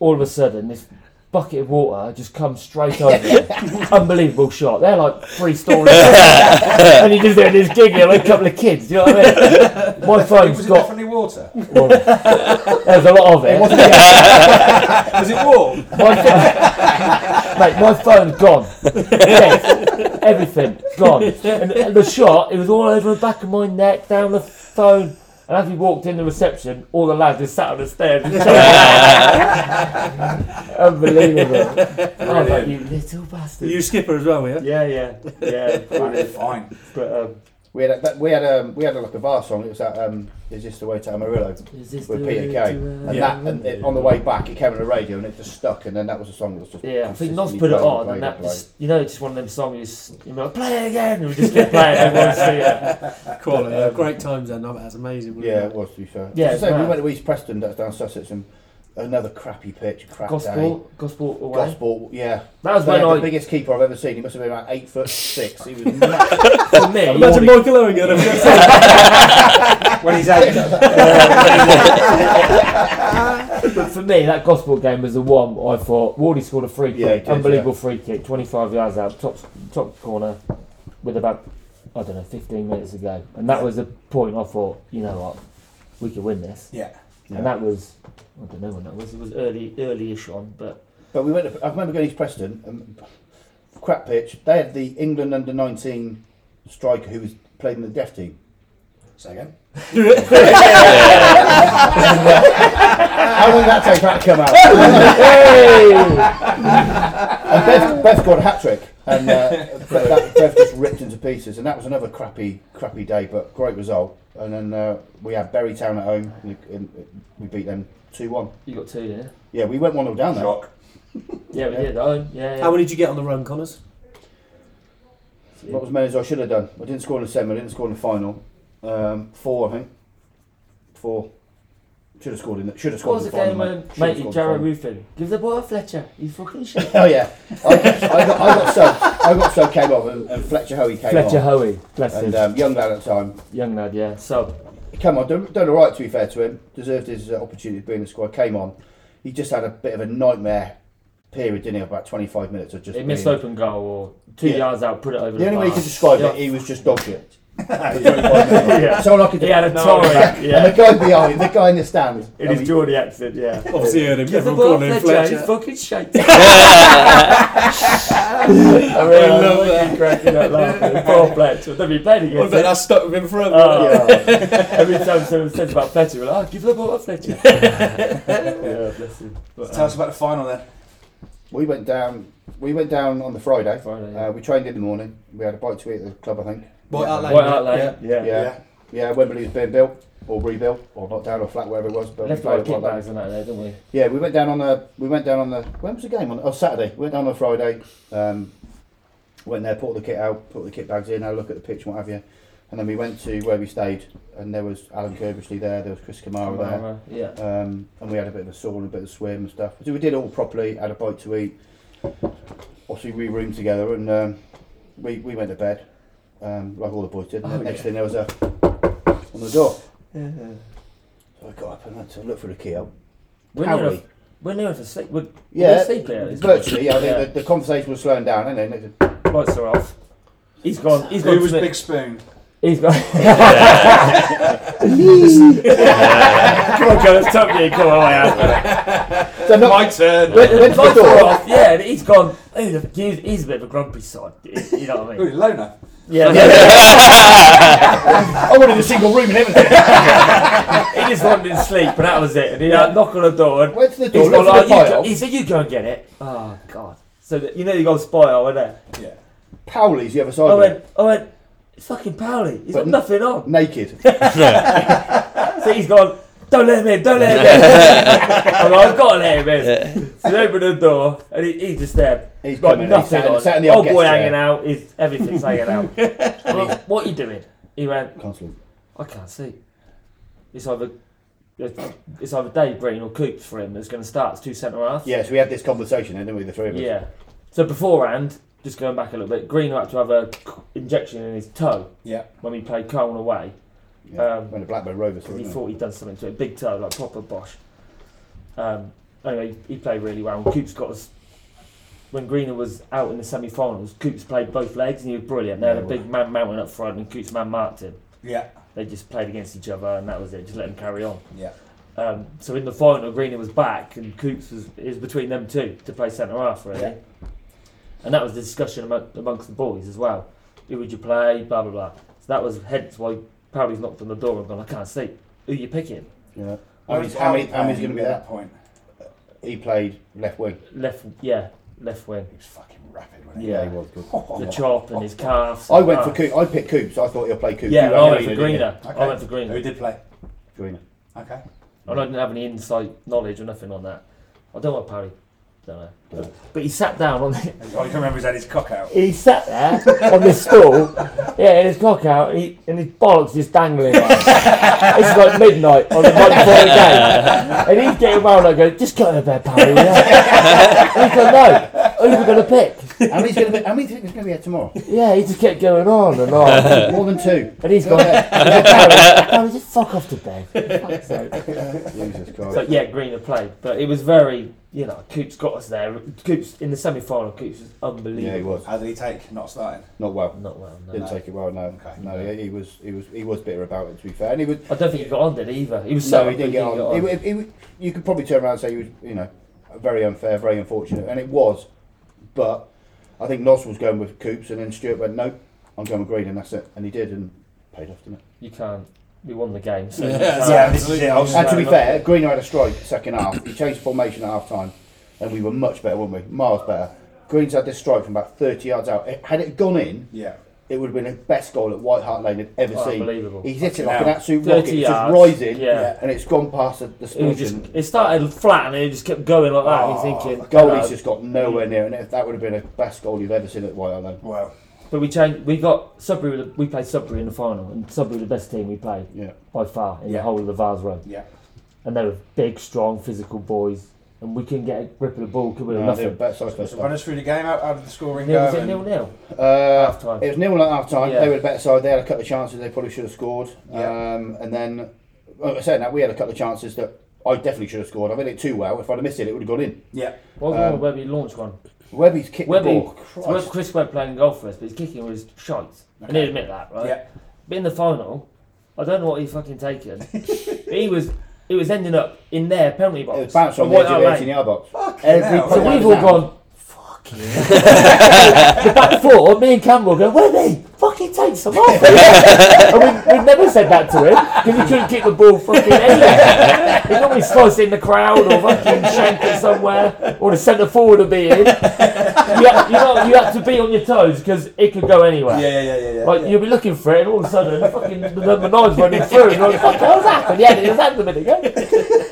Speaker 7: all of a sudden, this bucket of water just comes straight over. them. Unbelievable shot. They're like three stories. up. and you just hear this giggling like a couple of kids. Do you know what I mean? My
Speaker 4: It
Speaker 7: phone's
Speaker 4: was
Speaker 7: got.
Speaker 4: definitely water.
Speaker 7: Well, there's a lot of it.
Speaker 4: Was it warm?
Speaker 7: My phone, mate, my phone's gone. Yes, everything gone. And, and the shot, it was all over the back of my neck, down the phone. And as we walked in the reception, all the lads just sat on the stairs. and shouted. Unbelievable. I was like, you little bastard.
Speaker 5: You skipper as well, were you?
Speaker 7: yeah, yeah, yeah. brilliant.
Speaker 4: Fine.
Speaker 7: But, um,
Speaker 8: We had a, that, we had um we had a, like a bar song. It was that um is this the way to Amarillo
Speaker 7: is this
Speaker 8: with
Speaker 7: the
Speaker 8: Peter
Speaker 7: way
Speaker 8: Kay,
Speaker 7: to, uh,
Speaker 8: and that and it, on the way back it came on the radio and it just stuck and then that was a song that was just
Speaker 7: Yeah, I think Nos
Speaker 8: consistently
Speaker 7: put it
Speaker 8: played
Speaker 7: on,
Speaker 8: played
Speaker 7: and that
Speaker 8: played.
Speaker 7: just, you know, it's just one of them songs, you just, you're like, play it again, and we just keep playing, everyone's singing.
Speaker 5: Quality. Great times then. no, That's amazing. wasn't
Speaker 8: yeah
Speaker 5: it?
Speaker 8: it was to be fair
Speaker 7: Yeah,
Speaker 8: As I say, we
Speaker 7: mad.
Speaker 8: went to East Preston that's down Sussex and another crappy pitch crap day.
Speaker 7: Gospel, gospel away.
Speaker 8: Gospel, yeah.
Speaker 7: That was
Speaker 8: They had
Speaker 7: when
Speaker 8: the
Speaker 7: I,
Speaker 8: biggest keeper I've ever seen. He must have been about eight foot six. He was massive.
Speaker 7: for me,
Speaker 5: Imagine Michael Owen going to
Speaker 4: When he's out.
Speaker 7: But for me, that gospel game was the one I thought Wardy scored a free kick,
Speaker 8: Yeah, he did,
Speaker 7: unbelievable free kick, 25 yards out, top top corner, with about I don't know 15 minutes ago, and that was the point I thought, you know what, we could win this,
Speaker 4: Yeah.
Speaker 8: Yeah.
Speaker 7: and that was I don't know when that was, it was early early-ish on, but
Speaker 8: But we went. To, I remember going to East Preston, um, crap pitch. They had the England under nineteen striker who was played in the deaf team.
Speaker 4: Say again.
Speaker 8: How long did that take for that to come out? and Bev, Bev got a hat trick, and uh, Bev, that, Bev just ripped into pieces. And that was another crappy, crappy day, but great result. And then uh, we had Berrytown at home, and, and we beat them two one.
Speaker 7: you got two there.
Speaker 8: Yeah, we went one 0 down there.
Speaker 4: Shock.
Speaker 7: Yeah, we did. Oh, yeah, yeah.
Speaker 5: How many did you get on the run, Connors?
Speaker 8: Not as many as I should have done. I didn't score in the semi, I didn't score in the final. Um, four, I think. Four. Should have scored in the, should have
Speaker 7: What
Speaker 8: scored
Speaker 7: was
Speaker 8: in the
Speaker 7: the game
Speaker 8: final.
Speaker 7: when
Speaker 8: Should have
Speaker 7: matey
Speaker 8: scored in the
Speaker 7: Jared
Speaker 8: final.
Speaker 7: Ruffin? Give the ball to Fletcher. He's fucking shit.
Speaker 8: Oh yeah, I got, I got, I got so I got so came off and, and Fletcher Hoey came
Speaker 7: Fletcher
Speaker 8: off
Speaker 7: Hoey, bless him.
Speaker 8: and um, young lad at the time.
Speaker 7: Young lad, yeah. So,
Speaker 8: Come on, done, done all right to be fair to him. Deserved his uh, opportunity of being in the squad. Came on, he just had a bit of a nightmare period, didn't he? About twenty five minutes of just.
Speaker 7: he missed
Speaker 8: being-
Speaker 7: open goal or two
Speaker 8: Yeah.
Speaker 7: yards out, put it over
Speaker 8: The
Speaker 7: the
Speaker 8: only way you
Speaker 7: bar.
Speaker 8: could describe
Speaker 7: Yeah.
Speaker 8: it, he was just dog shit. For 25 minutes.
Speaker 7: Yeah.
Speaker 8: That's all I could do.
Speaker 7: He had a
Speaker 8: No,
Speaker 7: torrent,
Speaker 8: yeah.
Speaker 7: yeah.
Speaker 8: And the guy behind, the guy in the stand. um,
Speaker 7: It
Speaker 8: I
Speaker 7: is
Speaker 8: mean,
Speaker 7: Geordie accent, yeah.
Speaker 4: Obviously, heard him.
Speaker 7: Give the
Speaker 4: Everyone
Speaker 7: ball
Speaker 4: calling
Speaker 7: to
Speaker 4: him
Speaker 7: Fletcher.
Speaker 4: Fletcher.
Speaker 7: He's fucking shit. I really love that. cracking up laughing. Poor Fletcher. They'll be playing
Speaker 5: I
Speaker 7: against
Speaker 5: bet
Speaker 7: him.
Speaker 5: that stuck with him forever.
Speaker 7: Oh,
Speaker 8: yeah.
Speaker 7: Every time someone says about Fletcher, we're like, oh, give the ball to Fletcher. yeah, bless him. But,
Speaker 4: Tell
Speaker 7: um,
Speaker 4: us about the final then.
Speaker 8: We went down. We went down on the Friday.
Speaker 7: Friday, yeah.
Speaker 8: Uh, we trained in the morning. We had a bite to eat at the club, I think.
Speaker 5: White Hart Lane.
Speaker 7: White Hart Lane,
Speaker 5: Yeah.
Speaker 7: yeah.
Speaker 8: Yeah. yeah. Wembley was being built or rebuilt or knocked down or flat, wherever it was. But we
Speaker 7: Left
Speaker 8: tried
Speaker 7: by
Speaker 8: to block that.
Speaker 7: kickbacks and that there, didn't we?
Speaker 8: Yeah, we went down on the we went down on the when was the game on? Oh, Saturday. We went down on a Friday. Um, went there, put the kit out, put the kit bags in, had a look at the pitch, and what have you. And then we went to where we stayed, and there was Alan Kirbishley there, there was Chris Kamara there.
Speaker 7: Yeah.
Speaker 8: Um, and we had a bit of a sauna, a bit of swim and stuff. So we did it all properly, had a bite to eat. Obviously, we roomed together and um, we, we went to bed, um, like all the boys did. And
Speaker 7: Oh,
Speaker 8: the next
Speaker 7: yeah.
Speaker 8: thing there was a on the door.
Speaker 7: yeah.
Speaker 8: So I got up and had to look for the key out.
Speaker 7: When
Speaker 8: How
Speaker 7: you're
Speaker 8: we?
Speaker 7: a- when you're a sleep, would
Speaker 8: Yeah,
Speaker 7: sleep there.
Speaker 8: virtually. Yeah, I think The, the conversation was slowing down, and then
Speaker 7: lights are off. He's gone. He's gone.
Speaker 4: Who was
Speaker 7: to the-
Speaker 4: Big Spoon?
Speaker 7: He's gone. come on, go. Let's top you. Come on, I am.
Speaker 8: so not,
Speaker 4: My turn.
Speaker 8: went, went to the
Speaker 7: Lights are
Speaker 8: door.
Speaker 7: off. Yeah, and he's gone. Who the- He's, he's a bit of a grumpy sod. You know what I
Speaker 4: Ooh,
Speaker 7: mean?
Speaker 4: Lona.
Speaker 7: Yeah.
Speaker 8: I wanted a single room and everything.
Speaker 7: He just wanted to sleep, and that was it. And he like, knock on the door. And
Speaker 8: Went to the door.
Speaker 7: he's
Speaker 8: Looked for
Speaker 7: gone, like,
Speaker 8: the
Speaker 7: you go,
Speaker 8: pile.
Speaker 7: he said, "You go and get it." Oh God. So that, you know you got spoil, isn't it?
Speaker 4: Yeah.
Speaker 8: Powley's the other side.
Speaker 7: I
Speaker 8: of it,
Speaker 7: went. I went. Fucking Powley. He's got
Speaker 8: But-
Speaker 7: nothing on.
Speaker 8: Naked.
Speaker 7: So he's gone, don't let him in, don't let him in. I'm like, I've got to let him in. So they open the door and he, he's just there.
Speaker 8: He's
Speaker 7: got
Speaker 8: coming in, he's
Speaker 7: nothing
Speaker 8: sat in-
Speaker 7: on.
Speaker 8: sat in the old
Speaker 7: Old boy
Speaker 8: guest chair.
Speaker 7: hanging out, his, everything's hanging out. I'm like, what are you doing? He went,
Speaker 8: Constantly.
Speaker 7: I can't see. It's either it's either Dave Green or Coops for him that's going to start as two centre halves.
Speaker 8: Yeah, so we had this conversation, then, didn't we, the three of us?
Speaker 7: Yeah. So beforehand, just going back a little bit, Green had to have a injection in his toe
Speaker 4: Yeah.
Speaker 7: when we played Colne away.
Speaker 8: Yeah,
Speaker 7: Um,
Speaker 8: when the Blackburn Rovers.
Speaker 7: because he
Speaker 8: wasn't it?
Speaker 7: thought he'd done something to it. Big toe, like proper Bosch. Um, anyway, he played really well. And Coops got us. When Greener was out in the semi finals, Coops played both legs and he was brilliant. They had a
Speaker 8: Yeah,
Speaker 7: big man mountain up front and Coops man marked him.
Speaker 4: Yeah.
Speaker 7: They just played against each other and that was it. Just let him carry on.
Speaker 4: Yeah.
Speaker 7: Um, so in the final, Greener was back and Coops was is between them two to play centre half really,
Speaker 4: Yeah.
Speaker 7: and that was the discussion among, amongst the boys as well. Who would you play? Blah blah blah. So that was hence why Powley's knocked on the door and gone, I can't see. Who you picking?
Speaker 8: Yeah.
Speaker 4: Where
Speaker 8: How
Speaker 4: was
Speaker 8: many, how many,
Speaker 4: Powley
Speaker 8: how
Speaker 4: playing
Speaker 8: many's going to be
Speaker 4: at
Speaker 8: there?
Speaker 4: that point?
Speaker 8: He played left wing.
Speaker 7: Left, yeah, left wing.
Speaker 4: He was fucking rapid, wasn't he?
Speaker 7: Yeah,
Speaker 8: was good.
Speaker 7: the chop and his calves.
Speaker 8: Oh. I went for
Speaker 7: Ah.
Speaker 8: Coop. I picked Coop, so I thought he'll play Coop.
Speaker 7: Yeah,
Speaker 8: You
Speaker 7: I
Speaker 8: know
Speaker 7: went
Speaker 8: he
Speaker 7: for
Speaker 8: did, didn't
Speaker 7: Greener. I
Speaker 4: Okay.
Speaker 7: went for Greener.
Speaker 4: Who did play?
Speaker 8: you? Greener.
Speaker 4: Okay.
Speaker 7: And I didn't have any insight knowledge or nothing on that. I don't know Parry. Don't know. But, but he sat down on the.
Speaker 4: All you can remember is that his cock out.
Speaker 7: He sat there on the stool, yeah, and his cock out, and, he, and his bollocks just dangling. Like. it's like midnight on the night before the game, and he's getting wound up, going, "Just go to bed, Parry." will ya?" and he's like, "No, who are we gonna pick?"
Speaker 8: How many's going to be? How many think there's going to be here tomorrow?
Speaker 7: Yeah, he just kept going on and on.
Speaker 8: More than two.
Speaker 7: And he's
Speaker 8: Go
Speaker 7: gone,
Speaker 8: ahead.
Speaker 7: Barry, Barry, just fuck off to bed. Fuck's sake.
Speaker 8: Jesus Christ.
Speaker 7: But yeah, Green had played. But it was very, you know, Coops got us there. Coops, in the semi final, Coops was unbelievable.
Speaker 8: yeah, he was
Speaker 4: How did he take? Not starting.
Speaker 8: not well.
Speaker 7: Not well, no.
Speaker 8: Didn't take it well. No,
Speaker 4: Okay.
Speaker 8: no. yeah, He was. He was. He was bitter about it. To be fair, and he was.
Speaker 7: I don't think he got on, did he, either? He was so
Speaker 8: No, he didn't get on. He, wa- he, wa- you could probably turn around and say he was, you know, very unfair, very unfortunate, and it was. But I think Nos was going with Coops, and then Stuart went, no, I'm going with Green, and that's it. And he did, and paid off, didn't it?
Speaker 7: You can't. We won the game. So
Speaker 4: Yeah, this is it. I was-
Speaker 8: And Uh, to be
Speaker 7: no.
Speaker 8: fair, Greener had a strike second half. He changed formation at half time, and we were much better, weren't we? Miles better. Green's had this strike from about 30 yards out. It, had it gone in,
Speaker 4: Yeah.
Speaker 8: it would have been the best goal at White Hart Lane I've ever seen.
Speaker 7: Oh, Unbelievable.
Speaker 8: He's hit it like an absolute
Speaker 7: 30
Speaker 8: rocket, it's just
Speaker 7: yards,
Speaker 8: rising,
Speaker 7: yeah.
Speaker 8: and it's gone past the, the
Speaker 7: It, was just, it started flat and it just kept going like that.
Speaker 8: Oh,
Speaker 7: You're thinking,
Speaker 8: the goalie's
Speaker 7: "No."
Speaker 8: just got nowhere near, and if that would have been the best goal you've ever seen at White Hart Lane.
Speaker 4: Well,
Speaker 7: But we changed. We got Sudbury. were the- We played Sudbury in the final, and Sudbury were the best team we played
Speaker 8: Yeah,
Speaker 7: by far in
Speaker 4: Yeah.
Speaker 7: the whole of the Vars run.
Speaker 4: Yeah.
Speaker 7: And they were big, strong, physical boys, and we couldn't get a grip of the ball. Could we?
Speaker 8: no, they're
Speaker 7: nothing.
Speaker 8: better side for
Speaker 4: so run
Speaker 8: stuff.
Speaker 4: us through the game. How, how did the scoring
Speaker 7: Nil, was
Speaker 4: go?
Speaker 7: it
Speaker 4: and-
Speaker 7: nil nil?
Speaker 8: Uh,
Speaker 7: Half time.
Speaker 8: It was nil at half time.
Speaker 7: Yeah.
Speaker 8: They were the better side. They had a couple of chances they probably should have scored.
Speaker 4: Yeah.
Speaker 8: Um, and then, like I said, that we had a couple of chances that I definitely should have scored. I hit it too well. If I'd have missed it, it would have gone in.
Speaker 4: yeah.
Speaker 7: What was the one
Speaker 8: Um,
Speaker 7: Oh, where we launched one?
Speaker 8: Webby's kicked the
Speaker 7: Webby,
Speaker 8: ball.
Speaker 7: Web,
Speaker 8: Christ.
Speaker 7: Chris Webb playing golf for us, but his kicking was shite. And he'd admit that, right?
Speaker 4: Yeah.
Speaker 7: But in the final, I don't know what he fucking taken. he was he was ending up in their penalty box.
Speaker 8: It was bounced on
Speaker 7: And
Speaker 8: the
Speaker 7: what
Speaker 8: edge of
Speaker 7: are
Speaker 8: the
Speaker 7: they?
Speaker 8: 18 yard box.
Speaker 4: Fucking
Speaker 8: Every
Speaker 4: hell.
Speaker 8: point-
Speaker 7: So
Speaker 8: Yeah,
Speaker 7: we've
Speaker 8: it
Speaker 7: all
Speaker 8: was out.
Speaker 7: gone, fuck you. the back four, me and Campbell go, Webby, fucking take some off. and we, we've never said that to him because he couldn't kick the ball fucking anywhere. He'd normally slice it in the crowd or fucking shank it somewhere or the centre forward would be in. You had, you, know, you had to be on your toes because it could go anywhere.
Speaker 4: Yeah, yeah, yeah, yeah. yeah.
Speaker 7: Like you'll be looking for it, and all of a sudden, fucking the, the knives running through, and you're like, "Fuck, what's happened?" Yeah, it was happened a minute ago.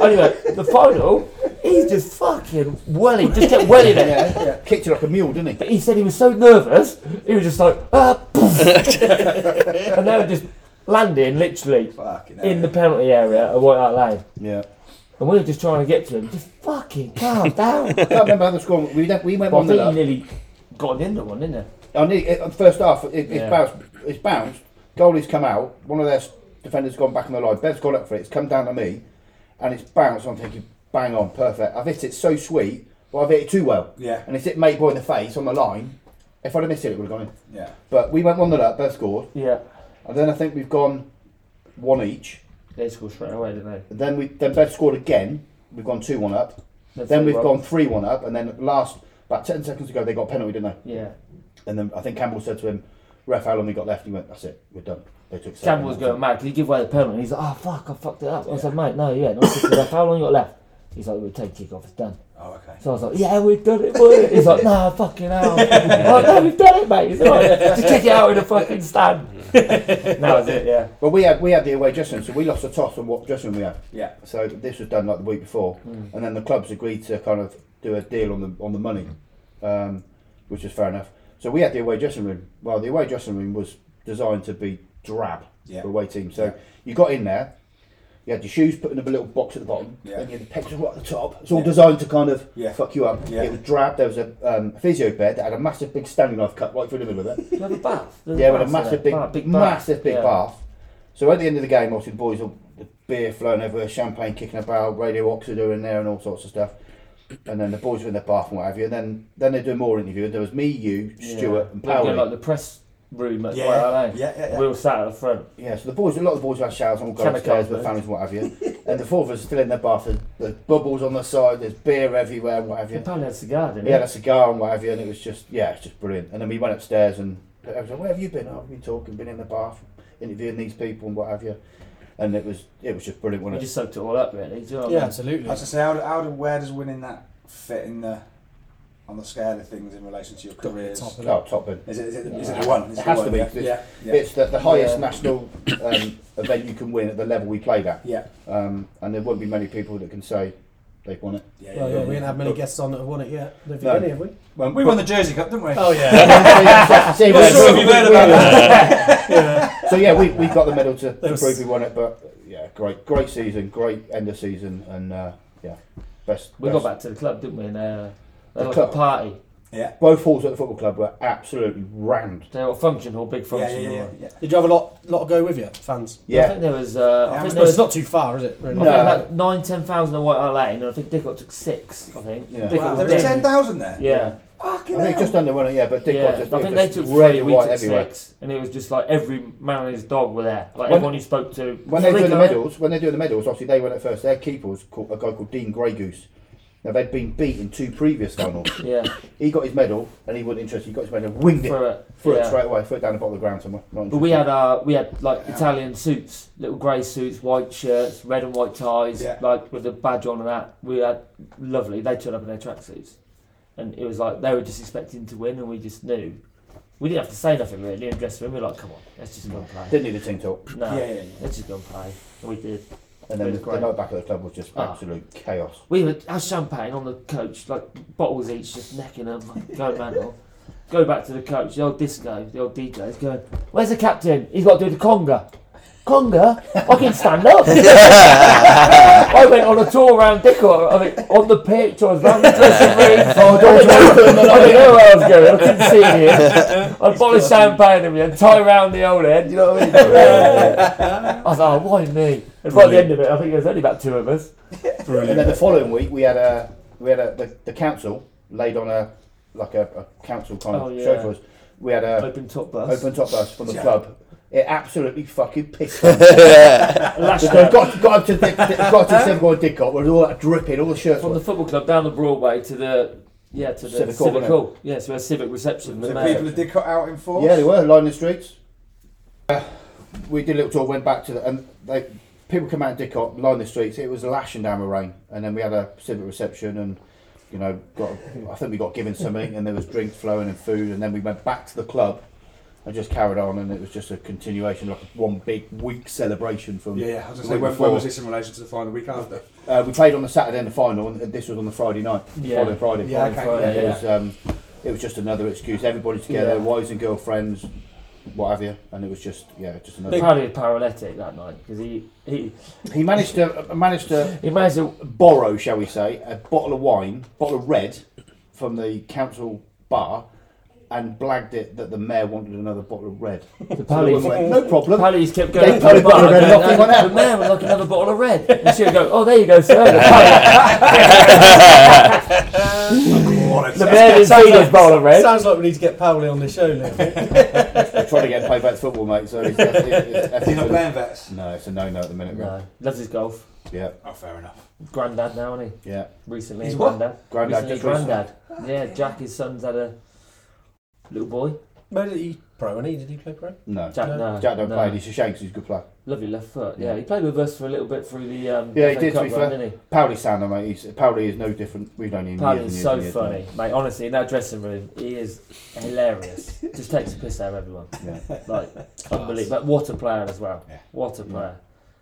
Speaker 7: Anyway, the final, he's just fucking welling, just kept welling it.
Speaker 8: Yeah, yeah. Kicked it like a mule, didn't he?
Speaker 7: But he said he was so nervous, he was just like, ah, poof. and they were just landing literally
Speaker 4: Fucking hell.
Speaker 7: in the penalty area at White Hart Lane.
Speaker 8: Yeah.
Speaker 7: And we were just trying to get to him, just fucking calm down.
Speaker 8: I can't remember how the score we, def- we went
Speaker 7: Well,
Speaker 8: 1
Speaker 7: I think
Speaker 8: 0.
Speaker 7: you nearly got in the one, didn't you?
Speaker 8: I need it, at first half. It, it's
Speaker 7: Yeah.
Speaker 8: bounced. It's bounced. Goalie's come out. One of their s- defenders gone back on the line. Ben's gone up for it. It's come down to me, and it's bounced. I'm thinking, bang on, perfect. I've hit it so sweet, but I've hit it too well.
Speaker 4: Yeah.
Speaker 8: And it's hit mate boy in the face on the line. If I'd have missed it, it would have gone in.
Speaker 4: Yeah.
Speaker 8: But we went one 0 up. Bev scored,
Speaker 7: Yeah.
Speaker 8: and then I think we've gone one each.
Speaker 7: They scored straight away, didn't they?
Speaker 8: And then we then Bev scored again. We've gone two one up.
Speaker 7: They
Speaker 8: Then
Speaker 7: thought,
Speaker 8: we've
Speaker 7: well,
Speaker 8: gone three one up, and then last about ten seconds ago they got a penalty, didn't they?
Speaker 7: Yeah.
Speaker 8: And then I think Campbell said to him, Ref, how long we got left? He went, That's it, we're done. They took seven.
Speaker 7: Campbell was going mad because he gave away the penalty. and He's like, oh fuck, I fucked it up. I said, mate, no, yeah, no, it's just left. How long you got left? He's like, we'll take kick off, it's done.
Speaker 4: Oh, okay.
Speaker 7: So I was like, yeah, we've done it, boy. He's like, nah, fucking hell. I'm like, no, we've done it, mate. He's like, just kick it out in the fucking stand. that was it, yeah.
Speaker 8: Well, we had we had the away dressing room, so we lost a toss on what dressing room we had.
Speaker 4: Yeah.
Speaker 8: So this was done like the week before,
Speaker 4: Hmm.
Speaker 8: and then the clubs agreed to kind of do a deal on the on the money, um, which is fair enough. So we had the away dressing room. Well, the away dressing room was designed to be drab
Speaker 4: Yeah.
Speaker 8: for away team. So you got in there, you had your shoes put in a little box at the bottom,
Speaker 4: Yeah.
Speaker 8: and you had the pegs right at the top. It's all
Speaker 4: Yeah.
Speaker 8: designed to kind of
Speaker 4: Yeah.
Speaker 8: fuck you up.
Speaker 4: Yeah.
Speaker 8: It was drab. There was a um, physio bed that had a massive big standing knife cut right through the middle of it.
Speaker 7: Do you have a bath? There's
Speaker 8: Yeah, with a
Speaker 7: bath in
Speaker 8: massive
Speaker 7: there.
Speaker 8: big,
Speaker 7: Bath, bath.
Speaker 8: massive big
Speaker 7: Yeah.
Speaker 8: bath. So at the end of the game, obviously the boys all the beer flowing everywhere, champagne kicking about, radio oxido in there, and all sorts of stuff. And then the boys were in the bath and what have you. And then then they do more interviews. There was me, you,
Speaker 7: Yeah.
Speaker 8: Stuart, and
Speaker 7: We were in,
Speaker 8: Powell.
Speaker 7: like the press room at
Speaker 4: Yeah.
Speaker 7: White Hart Lane.
Speaker 4: Yeah, yeah, yeah.
Speaker 7: We were sat at the front.
Speaker 8: yeah, so the boys, a lot of the boys had showers and all going
Speaker 7: Tennis
Speaker 8: upstairs
Speaker 7: club,
Speaker 8: with
Speaker 7: though.
Speaker 8: families and what have you. and the four of us are still in the bath. There's, there's bubbles on the side, there's beer everywhere and what have
Speaker 7: Yeah.
Speaker 8: you.
Speaker 7: Probably had a cigar, didn't
Speaker 8: He had a cigar and what have you, and it was just, yeah, it's just brilliant. And then we went upstairs and I was like, where have you been? Oh, I've been talking, been in the bath, interviewing these people and what have you. And it was, it was just brilliant.
Speaker 7: We
Speaker 8: Wasn't it?
Speaker 7: just soaked it all up, really. Do you know what
Speaker 5: Yeah,
Speaker 7: I mean?
Speaker 5: absolutely.
Speaker 4: As I say, how, do- how do, where does winning that fit in the on the scale of things in relation to your careers?
Speaker 5: top of
Speaker 8: Oh, top bin.
Speaker 4: Is it, is it, is it the one? Is
Speaker 8: It has
Speaker 4: the
Speaker 8: to
Speaker 4: one?
Speaker 8: be.
Speaker 4: Yeah. Yeah. yeah.
Speaker 8: It's the, the highest
Speaker 7: Yeah.
Speaker 8: national um, event you can win at the level we played at.
Speaker 4: Yeah.
Speaker 8: Um, and there won't be many people that can say they've won it.
Speaker 4: Yeah,
Speaker 5: Well, yeah, we
Speaker 4: yeah.
Speaker 5: didn't have many guests on that have won it yet. Don't think
Speaker 8: No.
Speaker 5: any, have we?
Speaker 4: Well, we won the Jersey Cup, didn't we?
Speaker 5: Oh yeah,
Speaker 8: See,
Speaker 4: I'm
Speaker 8: we-
Speaker 4: sure you've
Speaker 8: we-
Speaker 4: heard
Speaker 8: we-
Speaker 4: about
Speaker 8: So yeah, we, we got the medal to, to
Speaker 5: was-
Speaker 8: prove we won it, but yeah, great great season, great end of season, and uh, yeah, best.
Speaker 7: We
Speaker 8: best-
Speaker 7: got back to the club, didn't we? And uh,
Speaker 8: The
Speaker 7: they had like
Speaker 8: club.
Speaker 7: a party.
Speaker 8: Both halls at the football club were absolutely rammed.
Speaker 7: They were a function hall, big
Speaker 4: Yeah, yeah,
Speaker 7: function
Speaker 4: yeah,
Speaker 7: hall.
Speaker 4: yeah, yeah.
Speaker 5: did you have a lot, lot go with you, fans?
Speaker 7: I
Speaker 8: Yeah,
Speaker 7: think there was. Uh,
Speaker 4: Yeah,
Speaker 7: I
Speaker 4: I
Speaker 7: think
Speaker 4: suppose
Speaker 7: there was
Speaker 5: It's not too far, is it? Really?
Speaker 8: No.
Speaker 7: I think about nine, ten thousand at White Hart Lane, and I think Dickot took six. I think.
Speaker 8: Yeah.
Speaker 7: Dickott
Speaker 4: Wow,
Speaker 7: was
Speaker 4: there were
Speaker 7: dead.
Speaker 4: ten thousand there.
Speaker 7: Yeah,
Speaker 4: Fucking
Speaker 8: I think
Speaker 4: hell.
Speaker 8: just under one. Yeah, but Dick
Speaker 7: yeah.
Speaker 8: got just,
Speaker 7: I
Speaker 8: it
Speaker 7: think they
Speaker 8: was
Speaker 7: took
Speaker 8: just
Speaker 7: three,
Speaker 8: really
Speaker 7: we
Speaker 8: white
Speaker 7: took
Speaker 8: everywhere.
Speaker 7: six, and it was just like every man and his dog were there. Like
Speaker 8: When-
Speaker 7: everyone you spoke to.
Speaker 8: When they do the
Speaker 7: Dickott-
Speaker 8: medals, when they do the medals, obviously they went at first. Their keeper was called, a guy called Dean Grey Goose. Now they'd been beat in two previous finals.
Speaker 7: Yeah,
Speaker 8: He got his medal and he wasn't interested. He got his medal, winged it,
Speaker 7: for it.
Speaker 8: threw it
Speaker 7: yeah.
Speaker 8: straight away, threw it down the bottom of the ground somewhere. Not
Speaker 7: But we
Speaker 8: interested.
Speaker 7: had uh, we had like Italian suits, little grey suits, white shirts, red and white ties,
Speaker 4: Yeah.
Speaker 7: like with the badge on and that. We had lovely. They turned up in their tracksuits, and it was like they were just expecting to win, and we just knew we didn't have to say nothing really in the dressing room. We were like, come on, let's just go and play.
Speaker 8: Didn't need a team talk.
Speaker 7: No,
Speaker 4: Yeah, yeah, yeah.
Speaker 7: let's just go and play. And we did.
Speaker 8: And then
Speaker 7: It
Speaker 8: the,
Speaker 7: was
Speaker 8: the
Speaker 7: great.
Speaker 8: night back at the club was just
Speaker 7: Ah.
Speaker 8: absolute chaos.
Speaker 7: We would have champagne on the coach, like bottles each, just necking them, like, go mental. Go back to the coach, the old disco, the old DJ, is going, Where's the captain? He's got to do the conga. Conga? I can stand up. I went on a tour around Dickor, I mean, on the pitch, I was round the dressing room. I Oh, don't know- I don't know where I was going, I couldn't see it. I bought a champagne and we had tie round the old head, you know what I mean? I was like, oh, why me? And by the end of it, I think there was only about two of us.
Speaker 8: And then the following week, we had a we had a the, the council laid on a like a, a council kind of
Speaker 7: Oh, yeah.
Speaker 8: show for us. We had a
Speaker 7: Open top bus.
Speaker 8: open top bus from the club. It absolutely fucking pissed. off. Because
Speaker 7: Lashed out
Speaker 8: got got up to Dick, got to Seven Dick Cop, was all that dripping, all the shirts.
Speaker 7: from
Speaker 8: were-
Speaker 7: the football club down the Broadway to the yeah to the
Speaker 8: Civic
Speaker 7: civic,
Speaker 8: Hall, wasn't it?
Speaker 7: hall. Yeah, so we had civic reception. The
Speaker 3: So people
Speaker 7: mayor.
Speaker 3: that did cut out in force.
Speaker 8: Yeah, they were lining the streets. Uh, we did a little tour, went back to the and they people come out of Dickop, line the streets. It was lashing down with rain, and then we had a civic reception and. You know, got I think we got given something, and there was drinks flowing and food, and then we went back to the club and just carried on, and it was just a continuation, like one big week celebration from.
Speaker 3: Yeah, yeah. I was
Speaker 8: the
Speaker 3: going to say,
Speaker 8: week
Speaker 3: when, when
Speaker 8: before.
Speaker 3: was this in relation to the final week after?
Speaker 8: Uh, we played on the Saturday in the final, and this was on the Friday night.
Speaker 7: Yeah.
Speaker 8: Following Friday.
Speaker 3: Yeah,
Speaker 8: Friday,
Speaker 3: okay.
Speaker 8: Friday.
Speaker 7: Yeah,
Speaker 8: It was um, it was just another excuse. Everybody together,
Speaker 7: Yeah.
Speaker 8: wives and girlfriends, what have you, and it was just yeah, just another.
Speaker 7: Apparently, he was paralytic that night because he, he
Speaker 8: He managed to uh, managed to
Speaker 7: he managed to
Speaker 8: borrow, shall we say, a bottle of wine, bottle of red, from the council bar, and blagged it that the mayor wanted another bottle of red.
Speaker 7: the
Speaker 8: So we
Speaker 7: police.
Speaker 8: went, no problem.
Speaker 7: Apparently, he's kept
Speaker 8: They
Speaker 7: going.
Speaker 8: put a
Speaker 7: to the bar,
Speaker 8: bottle of red
Speaker 7: going,
Speaker 8: off, they
Speaker 7: "No,
Speaker 8: went out."
Speaker 7: The man would like another bottle of red. And she would go, "Oh, there you go, sir." The man didn't see this bottle of red.
Speaker 5: Sounds like we need to get Paoli on the show now.
Speaker 8: They're trying to get paid back to football, mate. So it's, it's, it's,
Speaker 3: You're not playing vets.
Speaker 8: no, it's a no-no at the minute. really.
Speaker 7: No, loves his golf.
Speaker 8: Yeah,
Speaker 3: Oh, fair enough.
Speaker 7: Granddad now, isn't he?
Speaker 8: yeah.
Speaker 7: Recently,
Speaker 3: He's what?
Speaker 7: granddad.
Speaker 8: Granddad
Speaker 7: Recently,
Speaker 8: just recently-
Speaker 7: granddad. Yeah, Jack, his son's had a little boy.
Speaker 5: Where did he pro? And he did he play pro?
Speaker 8: No.
Speaker 7: Jack,
Speaker 5: No.
Speaker 7: no,
Speaker 8: Jack don't
Speaker 7: no.
Speaker 8: play. and It's a shame 'cause he's a good player.
Speaker 7: Lovely left foot. Yeah,
Speaker 8: Yeah.
Speaker 7: he played with us for a little bit through the um,
Speaker 8: Yeah, he
Speaker 7: FA
Speaker 8: did, to
Speaker 7: Cup
Speaker 8: be
Speaker 7: run,
Speaker 8: fair.
Speaker 7: didn't he?
Speaker 8: Powley Sander, mate. He's, Powley is no different. We've known him years
Speaker 7: Paddy
Speaker 8: and
Speaker 7: is
Speaker 8: years
Speaker 7: so
Speaker 8: and years,
Speaker 7: funny,
Speaker 8: mate.
Speaker 7: mate. Honestly, in that dressing room, he is hilarious. Just takes a piss out of everyone.
Speaker 8: Yeah.
Speaker 7: Like unbelievable. But what a player as well.
Speaker 3: Yeah.
Speaker 7: What a
Speaker 8: Yeah.
Speaker 7: player.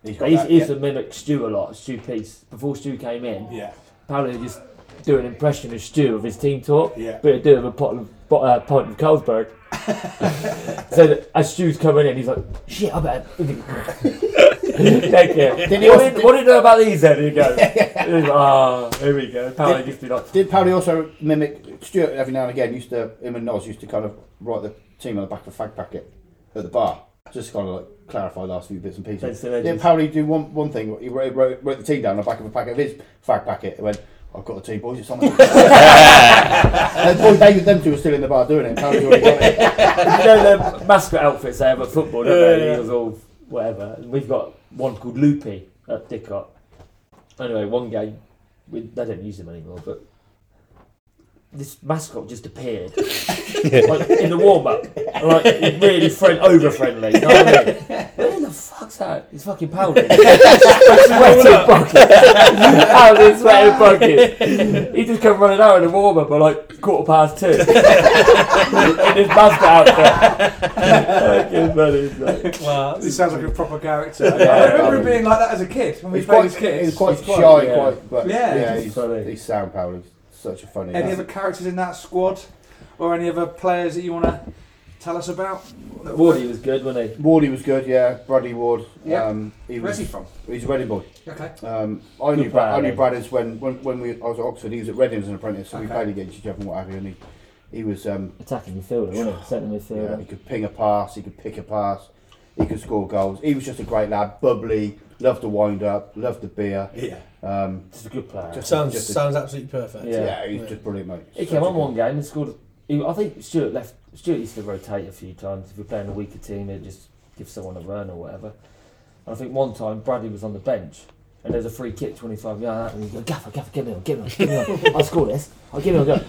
Speaker 8: He's
Speaker 7: But
Speaker 8: got
Speaker 7: he
Speaker 8: that,
Speaker 7: used
Speaker 8: yeah.
Speaker 7: to mimic Stu a lot. Stu Peace. Before Stu came in,
Speaker 3: Yeah.
Speaker 7: Paddy would just do an impression of Stu of his team talk.
Speaker 3: Yeah.
Speaker 7: But he'd do it with a pot of, pot, uh, pint of Carlsberg. so that as Stu's coming in, he's like, "Shit, I better." Take it.
Speaker 8: Did he
Speaker 7: what,
Speaker 8: also-
Speaker 7: did, what do you know about these? Then you go. Ah, here we go. Paddy just be like,
Speaker 8: Did Powley also mimic Stuart every now and again? Used to him and Nos used to kind of write the team on the back of a fag packet at the bar, just to kind of like clarify the last few bits and
Speaker 7: Thanks
Speaker 8: pieces.
Speaker 7: to legends.
Speaker 8: Did Powley do one one thing? He wrote, wrote, wrote the team down on the back of a packet of his fag packet. and went, "I've got the team, boys. It's on." and the boy, they, them two were still in the bar doing it. and Powley's already got it.
Speaker 7: you know the mascot outfits they have at football, don't
Speaker 5: Yeah,
Speaker 7: they?
Speaker 5: yeah.
Speaker 7: Eagles all whatever. And we've got one called Loopy at Dickot. Anyway, one game we, they don't use him anymore, but this mascot just appeared like, in the warm up, like really friend over friendly. You know what I mean? Where the fuck's that? It's fucking powder. sweaty bucket. Powder sweaty bucket. He just come running out in the warm up at like quarter past two in his mask outfit. Fucking funny, mate.
Speaker 5: Wow.
Speaker 3: This sounds like a proper character.
Speaker 8: Yeah.
Speaker 3: I remember him being like that as a kid when we
Speaker 8: He's
Speaker 3: played
Speaker 8: quite,
Speaker 3: as kids.
Speaker 8: he's quite
Speaker 7: He's
Speaker 8: shy,
Speaker 7: quite- yeah.
Speaker 8: quite. But
Speaker 3: Yeah,
Speaker 8: yeah,
Speaker 7: he's
Speaker 8: he's,
Speaker 7: funny.
Speaker 8: he's sound Powley. Such a funny.
Speaker 3: Any
Speaker 8: lad.
Speaker 3: other characters in that squad, or any other players that you want to tell us about?
Speaker 7: Wardy was good, wasn't he?
Speaker 8: Wardy was good, yeah. Bradley Ward.
Speaker 3: Yeah.
Speaker 8: Um, he
Speaker 3: Where's
Speaker 8: was,
Speaker 3: he from?
Speaker 8: he's a Reading boy.
Speaker 3: Okay.
Speaker 8: Um, I, knew
Speaker 7: Good
Speaker 8: Brad, I
Speaker 7: Bradley.
Speaker 8: knew Bradders when, when, when we, I was at Oxford. He was at Reading as an apprentice, so we
Speaker 3: Okay.
Speaker 8: played against each other and what have you. And he, he was, um,
Speaker 7: Attacking midfielder, wasn't he? Centre
Speaker 8: yeah, he
Speaker 7: midfielder.
Speaker 8: could ping a pass, he could pick a pass, he could score goals. He was just a great lad, bubbly, loved to wind up, loved the beer.
Speaker 3: Yeah.
Speaker 8: Um,
Speaker 7: Just a good player.
Speaker 8: Just-
Speaker 5: Sounds
Speaker 8: a-
Speaker 5: sounds absolutely perfect.
Speaker 7: Yeah.
Speaker 8: yeah. he's just brilliant, mate.
Speaker 7: He
Speaker 8: Such
Speaker 7: came
Speaker 8: a
Speaker 7: on
Speaker 8: good-
Speaker 7: one game and scored. He, I think Stuart left. Stuart used to rotate a few times. If you're playing a weaker team, it just give someone a run or whatever. And I think one time Bradley was on the bench and there's a free kick 25 yards out and he goes, Gaffer, Gaffer, give me on, give me on, give me on. I'll score this. I'll give me on, go.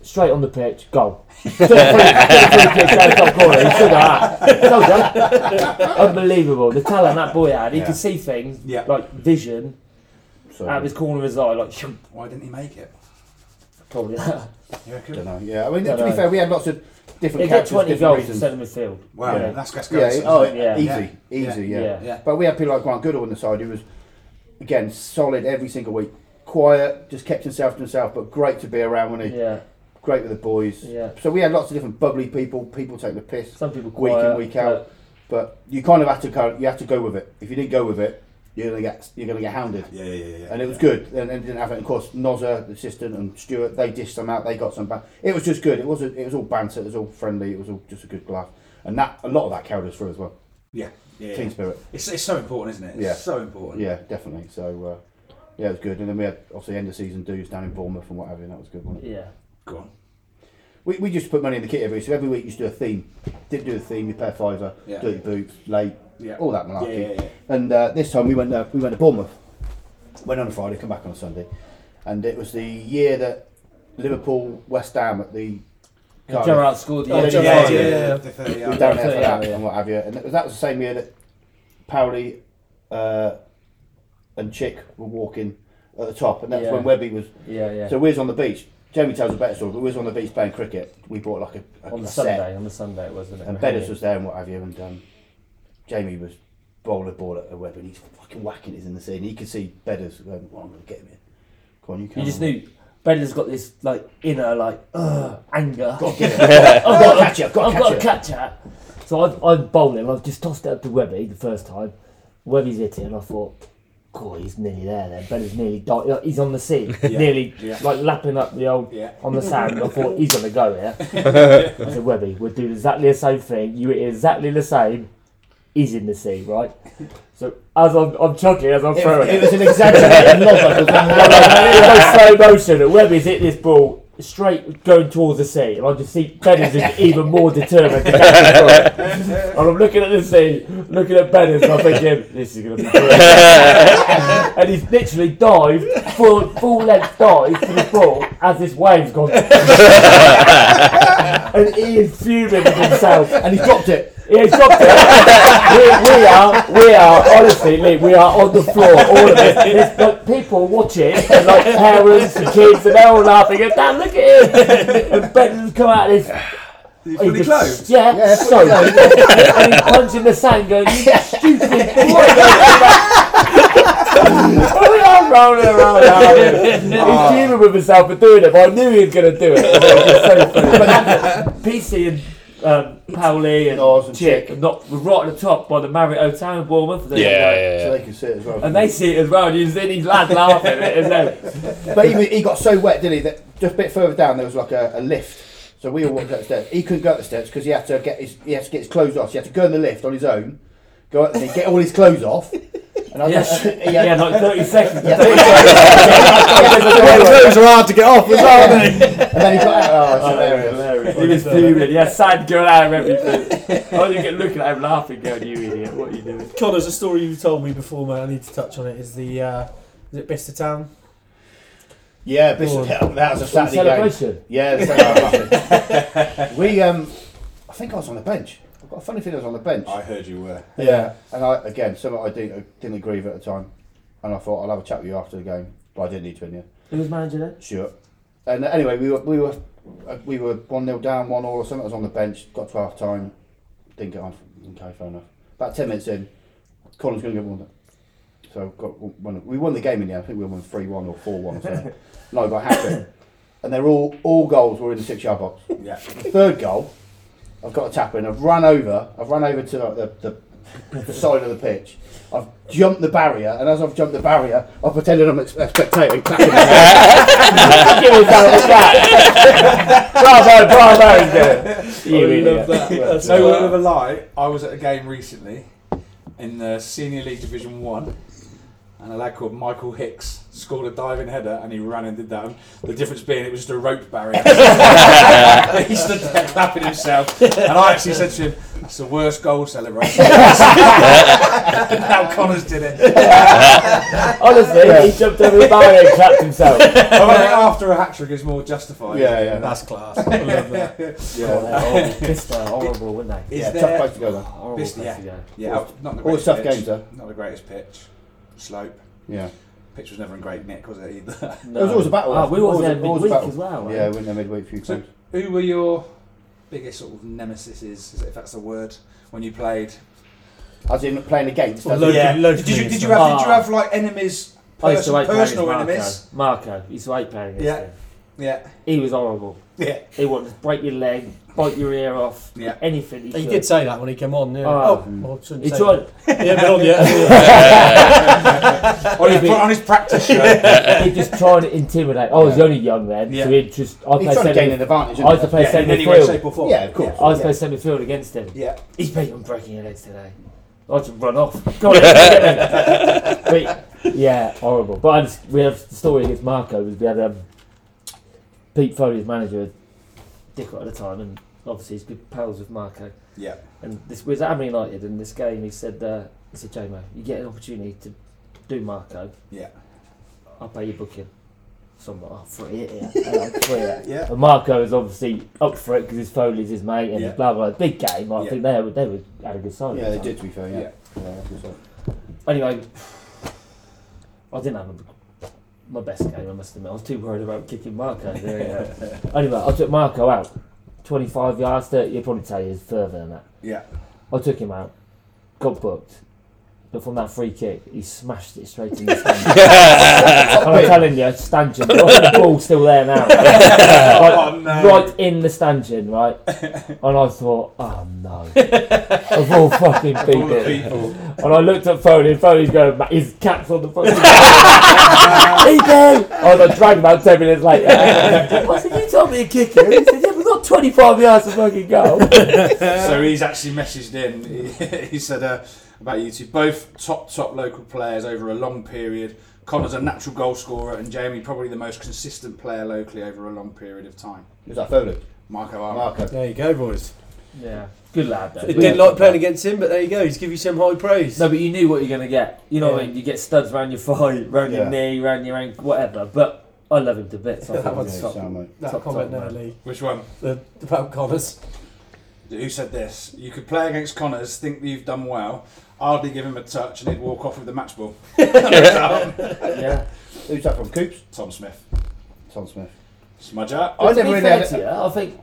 Speaker 7: Straight on the pitch, goal. Straight free, straight free kick, straight top corner. He should have that. So done. Unbelievable. The talent that boy had, he
Speaker 8: Yeah.
Speaker 7: could see things,
Speaker 3: Yeah.
Speaker 7: like vision,
Speaker 8: So,
Speaker 7: out of his corner of his eye, like, shoo,
Speaker 3: Why didn't he make it?
Speaker 7: probably
Speaker 3: You reckon?
Speaker 8: Dunno, yeah. I mean, to
Speaker 7: Dunno.
Speaker 8: be fair, we had lots of different
Speaker 3: They get
Speaker 8: characters,
Speaker 3: 20
Speaker 8: different
Speaker 3: goals in
Speaker 8: reasons.
Speaker 3: centre midfield.
Speaker 1: Wow,
Speaker 3: Yeah.
Speaker 1: that's that's
Speaker 8: Yeah,
Speaker 1: good.
Speaker 8: oh,
Speaker 3: Yeah.
Speaker 8: easy, easy, yeah.
Speaker 3: Yeah.
Speaker 1: Yeah.
Speaker 8: But we had people like Grant Goodall on the side who was, again, solid every single week. Quiet, just kept himself to himself, but great to be around when he,
Speaker 3: Yeah,
Speaker 8: great with the boys.
Speaker 3: yeah.
Speaker 8: So we had lots of different bubbly people. People take the piss,
Speaker 3: Some people
Speaker 8: Week in,
Speaker 3: quiet,
Speaker 8: week out. but you kind of had to go. You had to go with it. If you didn't go with it, you're gonna get you're gonna get hounded.
Speaker 1: Yeah, yeah, yeah, yeah.
Speaker 8: And it was good. And, and didn't have it. And of course, Nozza, the assistant, and Stuart, they dished some out. They got some back. It was just good. It wasn't. It was all banter. It was all friendly. It was all just a good laugh. And that a lot of that carried us through as well.
Speaker 1: Yeah, yeah.
Speaker 8: Team spirit.
Speaker 1: It's, it's so important, isn't it? It's
Speaker 8: Yeah.
Speaker 1: so important.
Speaker 8: Yeah, definitely. So uh, yeah, it was good. And then we had obviously end of season dues down in Bournemouth and what have you. And that was good, wasn't it?
Speaker 3: Yeah.
Speaker 1: Go on.
Speaker 8: We, we just put money in the kit every week. So every week you used to do a theme. Didn't do a theme. You pay a fiver.
Speaker 1: Yeah.
Speaker 8: Dirty boots. Late.
Speaker 1: Yeah.
Speaker 8: All that malarkey.
Speaker 1: Yeah, yeah, yeah.
Speaker 8: And uh, this time we went uh, we went to Bournemouth. Went on a Friday, come back on a Sunday, and it was the year that Liverpool West Ham at the
Speaker 3: And
Speaker 8: Cardiff-
Speaker 3: Gerrard scored the
Speaker 8: Oh,
Speaker 3: end.
Speaker 8: Gerrard,
Speaker 1: Yeah, yeah,
Speaker 8: yeah,
Speaker 1: yeah.
Speaker 5: yeah.
Speaker 1: The thirty,
Speaker 8: we
Speaker 1: yeah.
Speaker 8: were down there for
Speaker 3: Yeah.
Speaker 8: that and what have you. And that was, that was the same year that Powley uh, and Chick were walking at the top, and that's
Speaker 3: Yeah.
Speaker 8: when Webby was.
Speaker 3: Yeah, yeah.
Speaker 8: So we was on the beach. Jamie tells a better story, but we was on the beach playing cricket. We bought like a, a
Speaker 3: on the
Speaker 8: set.
Speaker 3: Sunday, on the Sunday it was, wasn't it?
Speaker 8: And Bettis was there and what have you, and um, Jamie was bowling a ball at a web, and he's fucking whacking it in the scene. He could see Bettis going, well, I'm going to get him in. Go on, you can.
Speaker 3: You just knew Bender's got this like inner like ugh, anger.
Speaker 8: Got to get him.
Speaker 3: I've got
Speaker 8: catch it, I've got to
Speaker 3: I've got to
Speaker 8: catch
Speaker 3: catch it. So I've, I've bowled him. I've just tossed it up to Webby the first time. Webby's hit it, and I thought, God, he's nearly there. Then Bender's nearly di- like, he's on the sea, nearly
Speaker 1: yeah.
Speaker 3: like lapping up the old
Speaker 1: Yeah.
Speaker 3: on the sand. I thought he's gonna go here. I said, Webby, we'll do exactly the same thing. You hit it exactly the same. He's in the sea, right? So as I'm, I'm chucking, as I'm
Speaker 8: It,
Speaker 3: throwing
Speaker 8: was- it was an exaggerated lob.
Speaker 3: and I go slow motion and Webby's hit this ball straight going towards the sea and I just see Benners is even more determined to catch it. and I'm looking at the sea looking at Benners and I'm thinking this is going to be good and he's literally dived full, full length dive for the ball as this wave's gone and he is fuming with himself
Speaker 8: And he dropped it.
Speaker 3: yeah, it's dropped it. we, we are, we are, honestly, Lee, we are on the floor, all of it. There's like, people watch it, and, like parents and kids, and they're all laughing. And Dad, look at him! And Benton's come out of this.
Speaker 1: fully
Speaker 3: he was-
Speaker 1: clothed?
Speaker 3: Yeah,
Speaker 8: Yeah,
Speaker 3: so. and he's punching the sand, going, you stupid boy! we are rolling around now. He's fuming with himself for doing it, but I knew he was going to do it. It was so funny. But that's- PC and um, Powley and
Speaker 8: Oz and
Speaker 3: Chick,
Speaker 8: Chick.
Speaker 3: and not we're right at the top by the Marriott Town in Bournemouth.
Speaker 6: Yeah, yeah,
Speaker 8: So
Speaker 6: yeah.
Speaker 8: they could see it as well.
Speaker 3: And they see it as well, and you see these lads laughing at it as well.
Speaker 8: But he, he got so wet, didn't he? That just a bit further down there was like a, a lift. So we all walked up the steps. He couldn't go up the steps because he had to get his he had to get his clothes off. So he had to go in the lift on his own, go up there, get all his clothes off. And I
Speaker 3: Yes.
Speaker 8: just, he had,
Speaker 3: Yeah, like 30 seconds.
Speaker 8: he had to- he had to go in the lift.
Speaker 6: Those are hard to get off as well, aren't they?
Speaker 8: and then he got out. Oh, it's hilarious.
Speaker 3: He was fuming, yeah, sad girl out of everything. I was just looking at him laughing, going, you idiot, what are you doing?
Speaker 5: Connor's a story you told me before, man. I need to touch on it. Is the uh, is it Bicester Town?
Speaker 8: Yeah, Bishop, that was a Saturday game.
Speaker 3: Celebration.
Speaker 8: Yeah, the same happened. we um, I think I was on the bench. I've got a funny feeling I was on the bench.
Speaker 1: I heard you were.
Speaker 8: Yeah, and I again, something I didn't, I didn't agree with at the time, and I thought I'll have a chat with you after the game, but I didn't need to in the end.
Speaker 3: Who was manager then?
Speaker 8: Sure. And anyway, we were we were uh, we were one 0 down, one all or something. I was on the bench, got to half time, didn't get on. Okay, fair enough. About ten minutes in, Colin's going to get one. So got one. We won the game in the end. I think we won three one or four one or something. and I got happy. And they're all all goals were in the six yard box.
Speaker 1: Yeah.
Speaker 8: The third goal, I've got a tap in. I've run over. I've run over to like, the, the, the side of the pitch. I've jumped the barrier, and as I've jumped the barrier, I've pretended I'm a spectator and clapping.
Speaker 3: Give me some of that. bravo, bravo, he's doing it. You idiot.
Speaker 5: That's
Speaker 1: no
Speaker 5: right.
Speaker 1: word of a lie. I was at a game recently in the Senior League Division One, and a lad called Michael Hicks scored a diving header, and he ran and did that. And the difference being it was just a rope barrier. he stood there clapping himself, and I actually said to him, "That's the worst goal celebration." now Connors did it.
Speaker 3: Honestly, he jumped over the barrier and clapped himself.
Speaker 1: But I think after a hat trick is more justified.
Speaker 8: Yeah, yeah.
Speaker 1: That's class. I love that.
Speaker 8: Yeah.
Speaker 3: They're horrible, Pista, horrible, weren't they?
Speaker 1: Is
Speaker 8: yeah, tough
Speaker 1: there,
Speaker 8: place to go though.
Speaker 3: Horrible
Speaker 1: Pista,
Speaker 3: place
Speaker 1: yeah.
Speaker 3: to go.
Speaker 1: yeah, not the
Speaker 8: All
Speaker 1: greatest
Speaker 8: tough
Speaker 1: pitch.
Speaker 8: games though.
Speaker 1: Not the greatest pitch. Slope.
Speaker 8: Yeah.
Speaker 1: Pitch was never in great nick, was it either?
Speaker 7: Oh,
Speaker 8: It was always a battle.
Speaker 3: Ah, we
Speaker 8: Always
Speaker 3: was
Speaker 8: a-
Speaker 3: there
Speaker 8: always a
Speaker 3: midweek
Speaker 8: battle.
Speaker 3: as well.
Speaker 8: Yeah, we went there midweek a few times.
Speaker 1: Who were your
Speaker 4: biggest sort of nemesis is, is if that's a word, when you played?
Speaker 8: As in playing against. as in-
Speaker 5: Local-
Speaker 7: Yeah.
Speaker 5: locally
Speaker 4: Did you,
Speaker 5: and
Speaker 4: did you
Speaker 5: stuff.
Speaker 4: have did you have like enemies,
Speaker 7: Ah. I used to
Speaker 4: person,
Speaker 7: hate playing against
Speaker 4: personal
Speaker 7: Marco.
Speaker 4: enemies?
Speaker 7: Marco, he used to hate playing against
Speaker 4: Yeah.
Speaker 7: him.
Speaker 4: Yeah,
Speaker 7: He was horrible.
Speaker 4: yeah,
Speaker 7: He wanted to break your leg, bite your ear off,
Speaker 4: yeah.
Speaker 7: anything he,
Speaker 5: He
Speaker 7: could.
Speaker 5: did say that when he came on. Yeah.
Speaker 7: Oh.
Speaker 5: well, I shouldn't
Speaker 7: He
Speaker 5: say
Speaker 7: tried.
Speaker 5: that. He hasn't been on yet.
Speaker 4: on, his, on his practice show.
Speaker 7: he just tried to intimidate. I was the only young then,
Speaker 4: Yeah.
Speaker 7: so he just. I
Speaker 8: He's
Speaker 7: played
Speaker 8: trying to gain
Speaker 7: centre.
Speaker 8: an advantage.
Speaker 7: I used to
Speaker 8: isn't
Speaker 7: play
Speaker 4: Yeah, in
Speaker 7: centre
Speaker 4: any way,
Speaker 7: field.
Speaker 4: shape or
Speaker 8: he?
Speaker 4: form.
Speaker 8: Yeah, of course.
Speaker 7: I was playing centre field against him.
Speaker 4: Yeah.
Speaker 7: He's beat on breaking your legs today. I just run off. Go on, get me. But, yeah, horrible. But I just, we have the story against Marco was we had um, Pete Foley's manager, Dick at the time, and obviously he's good pals with Marco.
Speaker 4: Yeah.
Speaker 7: And this was at Hammer United, and this game he said, uh, he said, Jamo, you get an opportunity to do Marco.
Speaker 4: Yeah.
Speaker 7: I'll pay your booking. So I'm like, oh, free it, yeah. yeah, free it.
Speaker 4: Yeah.
Speaker 7: And Marco is obviously up for it because his Foley's his mate and
Speaker 4: Yeah.
Speaker 7: blah blah. Big game. I
Speaker 4: Yeah.
Speaker 7: think they were, they were had a good sign.
Speaker 8: Yeah, they did, to be fair, yeah.
Speaker 4: Yeah.
Speaker 8: Yeah, that's good.
Speaker 7: Anyway, I didn't have a- my best game. I must admit, I was too worried about kicking Marco. anyway, I took Marco out. 25 yards, 30, you'll probably tell you it's further than that.
Speaker 4: Yeah.
Speaker 7: I took him out, got booked, but from that free kick, he smashed it straight in the stand. I'm telling you, stanchion, the ball's still there now. Like, Right in the stanchion, right? And I thought, oh no. of all fucking
Speaker 4: All the people.
Speaker 7: people. And I looked at Foley, and Foley's going, "Ma- his cat's on the fucking. Ego! I was like, dragged about 10 minutes later. I said, You told me to kick him. He said, Yeah, we've got 25 yards to fucking go.
Speaker 4: So he's actually messaged in. He, he said uh, about you two, both top top local players over a long period. Connor's a natural goal scorer, and Jamie probably the most consistent player locally over a long period of time.
Speaker 8: Was that Foley?
Speaker 4: Marco Armour.
Speaker 8: Marco.
Speaker 5: There you go, boys.
Speaker 7: Yeah, good lad, though.
Speaker 5: It didn't like playing against him, but there you go. He's give you some high praise.
Speaker 7: No, but you knew what you're going to get. You know what I
Speaker 5: Yeah.
Speaker 7: mean? You get studs round your thigh, round
Speaker 8: Yeah.
Speaker 7: your knee, round your ankle, whatever. But I love him to bits. I
Speaker 5: That
Speaker 7: think
Speaker 5: one's
Speaker 7: he's
Speaker 8: Yeah,
Speaker 7: top-
Speaker 8: sound, mate.
Speaker 5: that
Speaker 7: top,
Speaker 5: comment
Speaker 7: top,
Speaker 5: there,
Speaker 7: mate.
Speaker 5: Lee.
Speaker 4: Which one?
Speaker 5: The, about Connors.
Speaker 4: Who said this? You could play against Connors, think that you've done well, hardly give him a touch, and he'd walk off with the match ball.
Speaker 7: Yeah.
Speaker 8: Who's that from? Coops?
Speaker 4: Tom Smith.
Speaker 8: Tom Smith.
Speaker 4: Smudge up.
Speaker 8: I
Speaker 7: But to
Speaker 8: never
Speaker 7: be
Speaker 8: really
Speaker 7: fair
Speaker 8: had
Speaker 7: to you, I think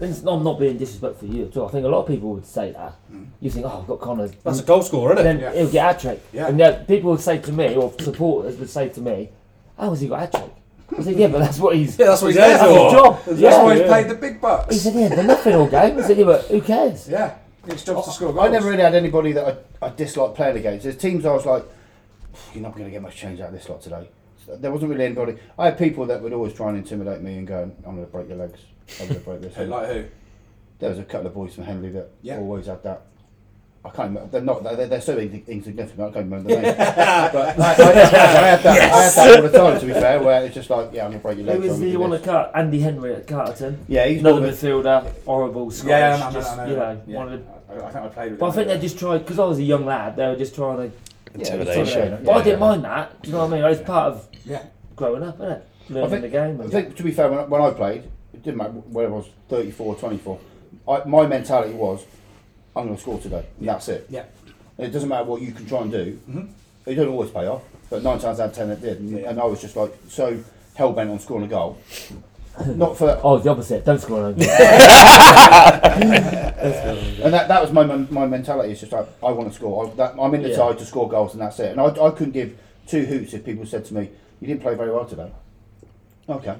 Speaker 7: it's- I'm not being disrespectful to you at all. I think a lot of people would say that. You think, oh, I've got Connors.
Speaker 5: That's a goal scorer,
Speaker 7: and
Speaker 5: isn't
Speaker 7: then
Speaker 5: it?
Speaker 4: Yeah.
Speaker 7: he'll get hat trick.
Speaker 4: Yeah.
Speaker 7: And yet people would say to me, or supporters would say to me, "How has he got hat trick?" I said, "Yeah, but that's what he's
Speaker 5: Yeah, that's what he's
Speaker 4: That's
Speaker 5: there
Speaker 7: that's
Speaker 5: for.
Speaker 7: his job."
Speaker 4: That's why
Speaker 7: yeah.
Speaker 4: he's played the big
Speaker 7: He
Speaker 4: bucks.
Speaker 7: said, "Yeah, but nothing all game." I said, "Yeah, but who cares?"
Speaker 4: Yeah, it's job to score goals.
Speaker 8: I never really had anybody that I, I disliked playing against. There's teams I was like, you're not going to get much change out of this lot today. So there wasn't really anybody. I had people that would always try and intimidate me and go, I'm going to break your legs. I'm going to break this.
Speaker 4: Who,
Speaker 8: leg."
Speaker 4: like who?
Speaker 8: there was a couple of boys from Henley that
Speaker 4: Yeah.
Speaker 8: always had that. I can't remember. They're not. They're, they're so in, insignificant. I can't remember the name. but I, I, I, had that, I had that all the time. To be fair, where it's just like, yeah, I'm going to break your
Speaker 7: Who
Speaker 8: legs.
Speaker 7: is
Speaker 8: I'm
Speaker 7: the
Speaker 8: gonna
Speaker 7: one
Speaker 8: do
Speaker 7: at Cart? Andy Henry at Carterton.
Speaker 8: this." Yeah, he's
Speaker 7: Another
Speaker 8: not the
Speaker 7: midfielder, horrible Scottish.
Speaker 4: Yeah, I know, I know,
Speaker 7: just,
Speaker 4: I know.
Speaker 7: you know,
Speaker 4: Yeah.
Speaker 7: one of the.
Speaker 4: I, I think I played with
Speaker 7: But I
Speaker 4: him.
Speaker 7: think they just tried because I was a young lad. They were just trying to.
Speaker 6: Intimidation.
Speaker 7: But I
Speaker 8: Yeah,
Speaker 7: didn't
Speaker 8: yeah.
Speaker 7: mind that. Do you know what I mean? It's part of
Speaker 4: Yeah.
Speaker 7: growing up, isn't it? Learning
Speaker 8: think-
Speaker 7: the game.
Speaker 8: I
Speaker 7: And,
Speaker 8: think, to be fair, when I, when I played, it didn't matter whether I was 34 or 24. I, my mentality was, I'm going to score today. And that's it.
Speaker 4: Yeah.
Speaker 8: And it doesn't matter what you can try and do.
Speaker 7: Mm-hmm.
Speaker 8: It doesn't always pay off, but nine times out of ten it did. And,
Speaker 4: Yeah.
Speaker 8: and I was just like so hell bent on scoring a goal. Not for,
Speaker 7: oh, the opposite. Don't score on.
Speaker 8: and that, that was my men- my mentality. It's just like I want to score. I, that, I'm in the
Speaker 7: Yeah.
Speaker 8: tide to score goals, and that's it. And I, I couldn't give two hoots if people said to me, "You didn't play very well today." Okay,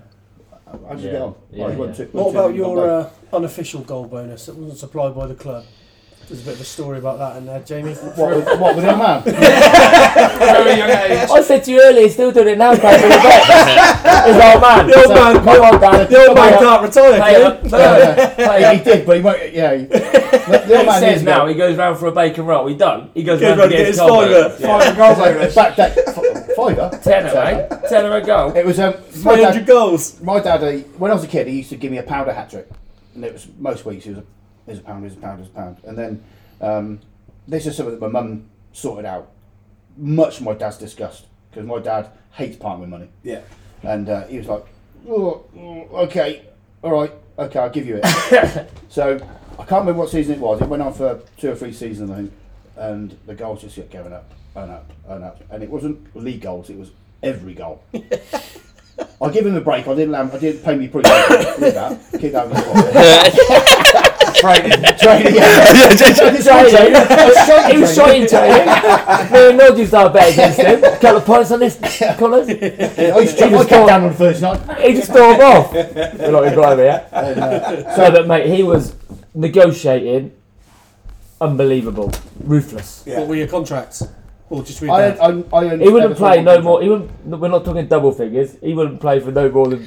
Speaker 8: I just get
Speaker 7: Yeah.
Speaker 8: on.
Speaker 7: Yeah,
Speaker 8: I just went
Speaker 7: yeah.
Speaker 8: to- went
Speaker 5: What
Speaker 8: to-
Speaker 5: about
Speaker 8: got
Speaker 5: your
Speaker 8: back.
Speaker 5: uh, unofficial goal bonus that wasn't supplied by the club? There's a bit of a story about that in there, Jamie.
Speaker 8: What, with- what with a man?
Speaker 4: very young age.
Speaker 7: I said to you earlier, he's still doing it now, guys. His old man.
Speaker 5: The old man-
Speaker 7: Come on, Dan.
Speaker 5: The old
Speaker 7: Play
Speaker 5: man
Speaker 7: up,
Speaker 5: can't retire,
Speaker 7: play
Speaker 5: can
Speaker 7: up, play up, play
Speaker 8: yeah,
Speaker 7: up.
Speaker 8: he did, but he won't. Yeah, he, the, the
Speaker 7: He
Speaker 8: old man
Speaker 7: says
Speaker 8: is
Speaker 7: now
Speaker 8: now.
Speaker 7: he goes round for a bacon roll. He don't. He goes
Speaker 5: Goes round
Speaker 7: round to
Speaker 5: to
Speaker 7: get
Speaker 5: get
Speaker 7: his
Speaker 5: his
Speaker 7: fiver.
Speaker 5: fiver.
Speaker 7: Yeah.
Speaker 8: Back day, f- fiver.
Speaker 7: Tenner, mate. Tenner a goal.
Speaker 8: It was um, my
Speaker 5: he? 300
Speaker 8: dad.
Speaker 5: goals.
Speaker 8: My dad, uh, when I was a kid, he used to give me a pounder hat trick, and it was most weeks it was a, here's a pound, here's a pound, here's a pound, and then um, this is something that my mum sorted out, much to my dad's disgust, because my dad hates parting with money.
Speaker 4: Yeah.
Speaker 8: And uh, he was like, oh, oh, okay, all right, okay, I'll give you it. so I can't remember what season it was. It went on for two or three seasons, I think. And the goals just kept going up and up and up. And it wasn't league goals, it was every goal. I give him a break. I didn't. allow him- I didn't pay me pretty. Keep that. Keep that. in his pocket.
Speaker 4: training.
Speaker 8: Training, yeah.
Speaker 6: Yeah, just-
Speaker 7: Training. He was shot in training. Me and Noddy's our bet against him. Couple of points on this colours. He
Speaker 8: I used to I got down on the first night.
Speaker 7: just stormed off. We're not even driving yet. So, but mate, he was negotiating. Unbelievable, ruthless.
Speaker 4: Yeah.
Speaker 5: What were your contracts? Or just read
Speaker 8: I,
Speaker 5: that?
Speaker 8: I, I earned
Speaker 7: He wouldn't
Speaker 8: every
Speaker 7: play
Speaker 8: single
Speaker 7: no more. He wouldn't. no, We're not talking double figures. He wouldn't play for no more than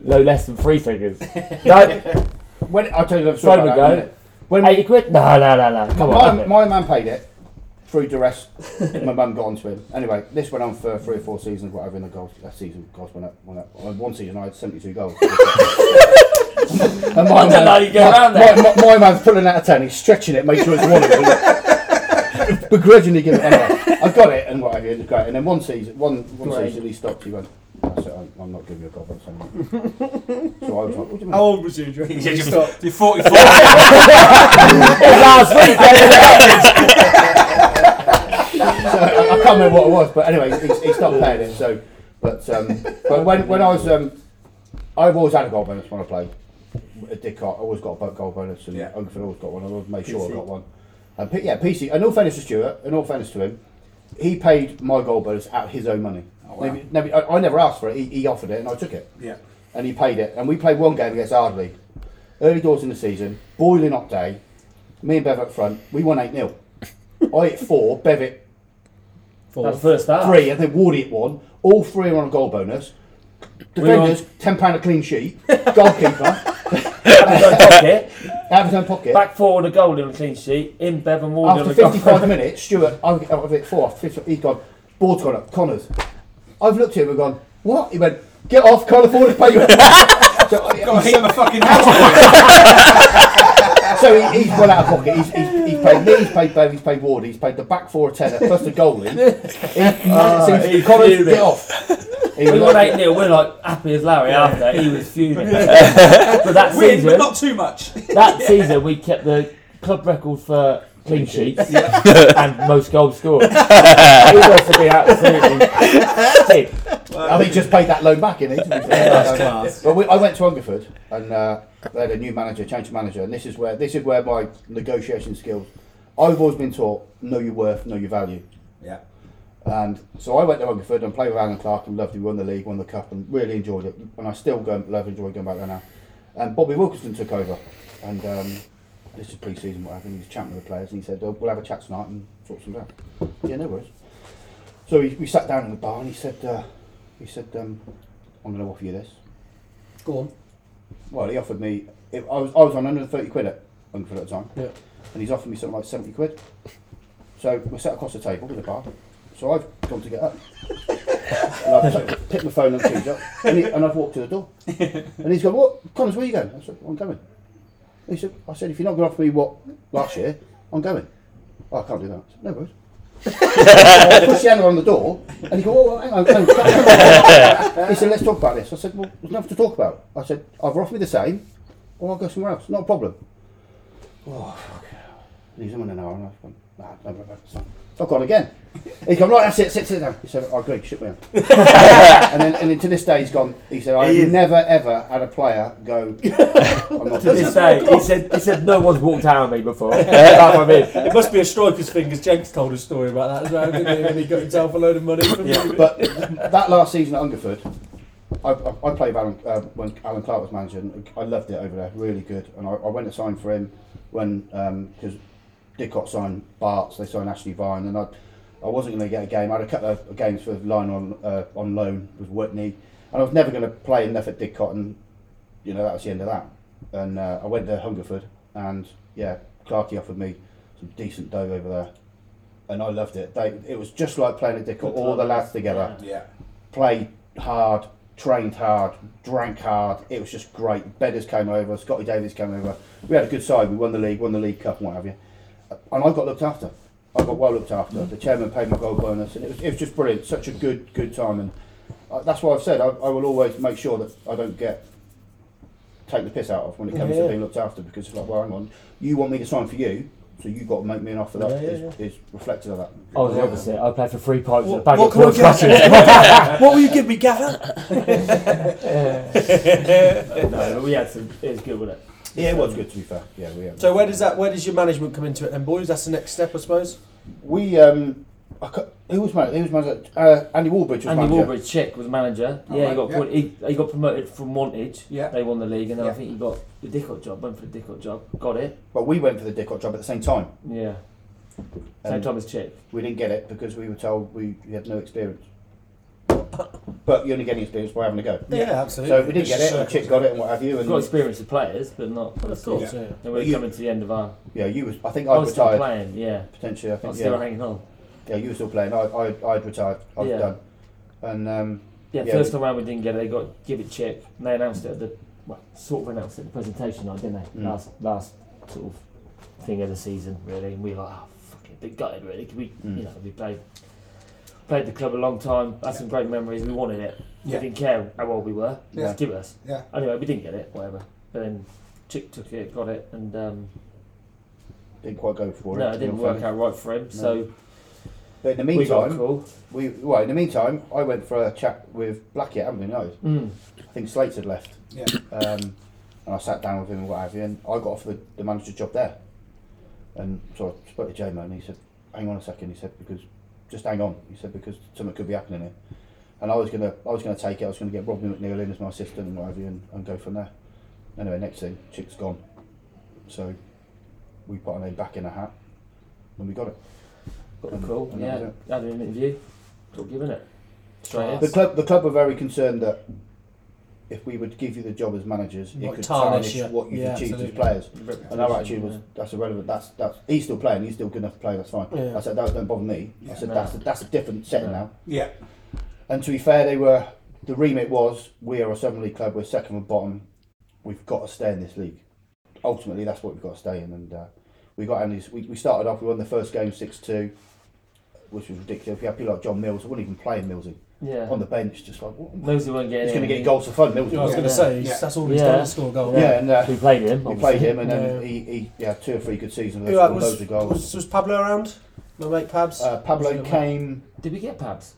Speaker 7: no less than three figures. No,
Speaker 8: contract. When, I'll tell you the
Speaker 7: Throw
Speaker 8: story
Speaker 7: him a
Speaker 8: about that in a minute.
Speaker 7: go.
Speaker 8: When
Speaker 7: Eighty quid? No, no, no, no. Come
Speaker 8: my,
Speaker 7: on.
Speaker 8: my man paid it through duress. my mum got onto him. Anyway, this went on for three or four seasons, whatever. In the goals that season, goals went up. Went up. On one season, I had seventy-two goals. and my
Speaker 7: I don't know how
Speaker 8: man,
Speaker 7: you get around
Speaker 8: my,
Speaker 7: that.
Speaker 8: my, my man's pulling out of ten. He's stretching it, making sure it's one. of them. Begrudgingly give it anyway. I got it and whatever. It was great. And then one season, one one
Speaker 7: Great.
Speaker 8: season, he stopped. He went. That's it. I'm, I'm not giving you a goal. anymore." so I was like, what do you mean?
Speaker 5: How old was you? do you reckon?
Speaker 4: Yeah, you're, you're 44.
Speaker 7: Last week,
Speaker 8: So I, I can't remember what it was, but anyway, he's, he's not paying it. So, but um, but when, when I was um, I've always had a goal bonus when I played. At Dickart, I always got a bo- goal bonus, and
Speaker 4: Yeah.
Speaker 8: yeah. Ungerford always got one. I always made sure I got one. And P- yeah, PC. In all fairness to Stuart, in all fairness to him, he paid my goal bonus out of his own money. Never- never- I, I never asked for it. He, he offered it, and I took it
Speaker 4: yeah.
Speaker 8: and he paid it. And we played one game against Ardley, early doors in the season, boiling hot day. Me and Bev up front, we won 8 0. I hit four, Bev hit
Speaker 7: That's first half.
Speaker 8: three, and then Ward hit one. All three are on a goal bonus. Defenders, £10 a clean sheet. Goalkeeper,
Speaker 7: Out of the pocket,
Speaker 8: out of his own pocket.
Speaker 7: back forward a goal in a clean sheet. In Bevan Ward on
Speaker 8: after
Speaker 7: a goal.
Speaker 8: 55 minutes, Stuart, I've out of it four, after 55, he's gone, board's gone up, Connors. I've looked at him and gone, what? He went, get off, can't afford to pay you. so, I-
Speaker 4: Got to hit him a fucking house.
Speaker 8: So he, he's well out of pocket. He's, he's, he's paid me, he's paid Dave, he's paid Ward, he's paid the back four of tenner, plus the goalie. He, uh,
Speaker 7: Ah, he's
Speaker 8: Collins,
Speaker 7: fuming.
Speaker 8: get off. He
Speaker 7: We
Speaker 8: was
Speaker 7: won
Speaker 8: like,
Speaker 7: 8 0, we're like happy as Larry after. He was fuming. but that
Speaker 4: Win, but
Speaker 7: season,
Speaker 4: not too much.
Speaker 7: that season, we kept the club record for clean sheets and most goals scored. it was to be absolutely sick.
Speaker 8: I think he just paid that loan back, in it. But we, I went to Hungerford and uh, they had a new manager, change of manager, and this is where this is where my negotiation skills. I've always been taught know your worth, know your value.
Speaker 4: Yeah.
Speaker 8: And so I went to Hungerford and played with Alan Clark and loved. We won the league, won the cup, and really enjoyed it. And I still go love and enjoy going back there now. And Bobby Wilkinson took over, and um, this is pre-season, whatever. And he was chatting with the players, and he said, oh, "We'll have a chat tonight and sort some out." Yeah, no worries. So we, we sat down in the bar, and he said, uh, "He said, um, I'm going to offer you this."
Speaker 5: Go on.
Speaker 8: Well, he offered me. It, I was I was on 130 quid at Hungerford at the time.
Speaker 5: Yeah.
Speaker 8: And he's offered me something like 70 quid. So we're sat across the table in a bar. So I've gone to get up. and I've t- picked my phone and keys up. And, he, and I've walked to the door. And he's gone, What? Connors, where are you going? I said, I'm going. And he said, I said, If you're not going to offer me what last year, I'm going. Oh, I can't do that. I said, no worries. I pushed the handle on the door and he goes, oh, well, hang on, hang on, hang on." He said, let's talk about this. I said, well, there's nothing to talk about. I said, either offer me the same or I'll go somewhere else. Not a problem. Oh, And he's on an hour and I've gone, nah, no, no, no, it's not. So I've gone again. He's gone, right, that's it, sit, sit down. He said, I agree, shit me up. and, then, and then to this day, he's gone, he said, I've never ever had a player go, I'm not
Speaker 7: To this day, he said, he said, no one's walked out on me before. That's what I mean.
Speaker 5: It must be a striker's fingers. Jenks told a story about that as well, didn't he? When he got himself a load of money from yeah.
Speaker 8: But that last season at Hungerford, I, I, I played with Alan, uh, when Alan Clark was manager, and I loved it over there, really good. And I, I went to sign for him when because Didcot signed Barts, they signed Ashley Vine, and I I wasn't going to get a game. I had a couple of games for line on uh, on loan with Whitney, and I was never going to play enough at Didcot, and you know that was the end of that. And uh, I went to Hungerford, and yeah, Clarkey offered me some decent dough over there. And I loved it. They, it was just like playing at Didcot, all the lads together
Speaker 4: Yeah.
Speaker 8: played hard, trained hard, drank hard. It was just great. Bedders came over, Scotty Davies came over. We had a good side. We won the league, won the League Cup, and what have you. And I got looked after. I got well looked after. The chairman paid my gold bonus, and it was, it was just brilliant. Such a good, good time. And uh, that's why I've said I, I will always make sure that I don't get take the piss out of when it comes
Speaker 5: Yeah.
Speaker 8: to being looked after because it's like, well, hang on, you want me to sign for you, so you've got to make me an offer that
Speaker 5: Yeah, yeah,
Speaker 8: is, is reflective of that.
Speaker 7: I was the opposite. I played for three pipes at a
Speaker 5: What,
Speaker 7: bag
Speaker 5: what
Speaker 7: of
Speaker 5: can I get?
Speaker 7: pork scratches.
Speaker 5: what, will you give me, Gaffer?
Speaker 7: No, but we had some, it was good, wasn't it?
Speaker 8: Yeah, it was good to be fair. Yeah, we.
Speaker 5: So where does that? Where does your management come into it then, boys? That's the next step, I suppose.
Speaker 8: We um, I ca- who was man? Who was man? Uh, Andy Warbridge was
Speaker 7: Andy
Speaker 8: manager.
Speaker 7: Walbridge, Czech, was manager.
Speaker 4: Oh,
Speaker 7: yeah,
Speaker 4: right,
Speaker 7: he got
Speaker 4: yeah.
Speaker 7: put- he, he got promoted from Wantage.
Speaker 4: Yeah.
Speaker 7: They won the league, and then
Speaker 4: Yeah.
Speaker 7: I think he got the Dickot job. Went for the Dickot job, got it.
Speaker 8: Well, we went for the Dickot job at the same time.
Speaker 7: Yeah. Same
Speaker 8: And-
Speaker 7: time as Czech.
Speaker 8: We didn't get it because we were told we, we had no experience. But you only get any experience by having a go.
Speaker 5: Yeah, absolutely.
Speaker 8: So we didn't get it, and the chick got it, and what have you.
Speaker 7: We've got
Speaker 8: And
Speaker 7: experience of players, but not.
Speaker 5: Of course, yeah.
Speaker 7: And we're
Speaker 8: You-
Speaker 7: coming to the end of our.
Speaker 8: yeah, you was. I think
Speaker 7: I
Speaker 8: I'd
Speaker 7: was still
Speaker 8: retired
Speaker 7: playing. Yeah.
Speaker 8: potentially. I
Speaker 7: I
Speaker 8: think
Speaker 7: was
Speaker 8: yeah,
Speaker 7: still hanging on.
Speaker 8: yeah, you were still playing. I I I'd retired. I was
Speaker 7: Yeah.
Speaker 8: done. And um,
Speaker 7: Yeah,
Speaker 8: Yeah,
Speaker 7: first
Speaker 8: we-
Speaker 7: time round we didn't get it. They got give it check. And they announced it at the well, sort of announced it at the presentation, night, didn't they?
Speaker 8: Mm.
Speaker 7: Last last sort of thing of the season, really. And we were like, oh, fucking a bit gutted, really. 'cause we,
Speaker 8: Mm.
Speaker 7: you know, we played played the club a long time. Had some great memories. We wanted it.
Speaker 4: Yeah.
Speaker 7: We didn't care how old we were.
Speaker 4: Yeah.
Speaker 7: Just give it us.
Speaker 4: Yeah.
Speaker 7: Anyway, we didn't get it. Whatever. But then Chick took it, got it, and um,
Speaker 8: didn't quite go for it.
Speaker 7: no,
Speaker 8: to
Speaker 7: it
Speaker 8: be
Speaker 7: didn't
Speaker 8: fair.
Speaker 7: work out right for him. So
Speaker 8: But in the
Speaker 7: we got a
Speaker 8: meantime,
Speaker 7: call.
Speaker 8: we well, in the meantime, I went for a chat with Blackie. I haven't been known.
Speaker 7: Mm.
Speaker 8: I think Slate had left.
Speaker 4: Yeah.
Speaker 8: Um, and I sat down with him and what have you, and I got offered the manager job there. And so I spoke to J-Mo and he said, hang on a second, he said, because, just hang on, he said, because something could be happening here. And I was going to I was gonna take it, I was going to get Robin McNeil in as my assistant and what have you, and, and go from there. Anyway, next thing, Chick's gone. So we put our name back in a hat and we got it.
Speaker 7: Got
Speaker 8: And-
Speaker 7: the call.
Speaker 8: and that was
Speaker 7: Yeah. Had an interview. Got given it. Straight in.
Speaker 8: The club, the club were very concerned that if we would give you the job as managers, it
Speaker 5: Might
Speaker 8: could tarnish
Speaker 5: tarnish you.
Speaker 8: what you've
Speaker 5: Yeah,
Speaker 8: achieved
Speaker 5: absolutely.
Speaker 8: as players. And that
Speaker 7: Yeah.
Speaker 8: actually was that's irrelevant. That's that's he's still playing. He's still good enough to play. That's fine.
Speaker 5: Yeah.
Speaker 8: I said that don't bother me. I said
Speaker 7: No.
Speaker 8: that's a, that's a different setting
Speaker 7: No.
Speaker 8: now.
Speaker 4: Yeah.
Speaker 8: And to be fair, they were the remit was we are a seven league club. We're second from bottom. We've got to stay in this league. Ultimately, that's what we've got to stay in. And uh, we got Andy's. We, we started off. We won the first game six two, which was ridiculous. We had people like John Mills. I wouldn't even play Millsy
Speaker 7: Yeah.
Speaker 8: on the bench. Just like what?
Speaker 7: Those who weren't getting
Speaker 8: he's going to
Speaker 7: in,
Speaker 8: get goals for fun. Millsy.
Speaker 5: I was
Speaker 8: Yeah.
Speaker 5: going to
Speaker 7: Yeah.
Speaker 5: say he's
Speaker 4: Yeah.
Speaker 5: that's all he's
Speaker 7: Yeah.
Speaker 5: done is score a goal.
Speaker 8: Yeah, and uh,
Speaker 7: We played him.
Speaker 8: we
Speaker 7: obviously.
Speaker 8: played him, and then
Speaker 5: Yeah.
Speaker 8: he, he yeah two or three good seasons.
Speaker 5: Who
Speaker 8: with
Speaker 5: that
Speaker 8: us,
Speaker 5: was,
Speaker 8: Loads of goals.
Speaker 5: was? Was Pablo around? My mate Pabs.
Speaker 8: Uh, Pablo came.
Speaker 7: Did we get Pabs?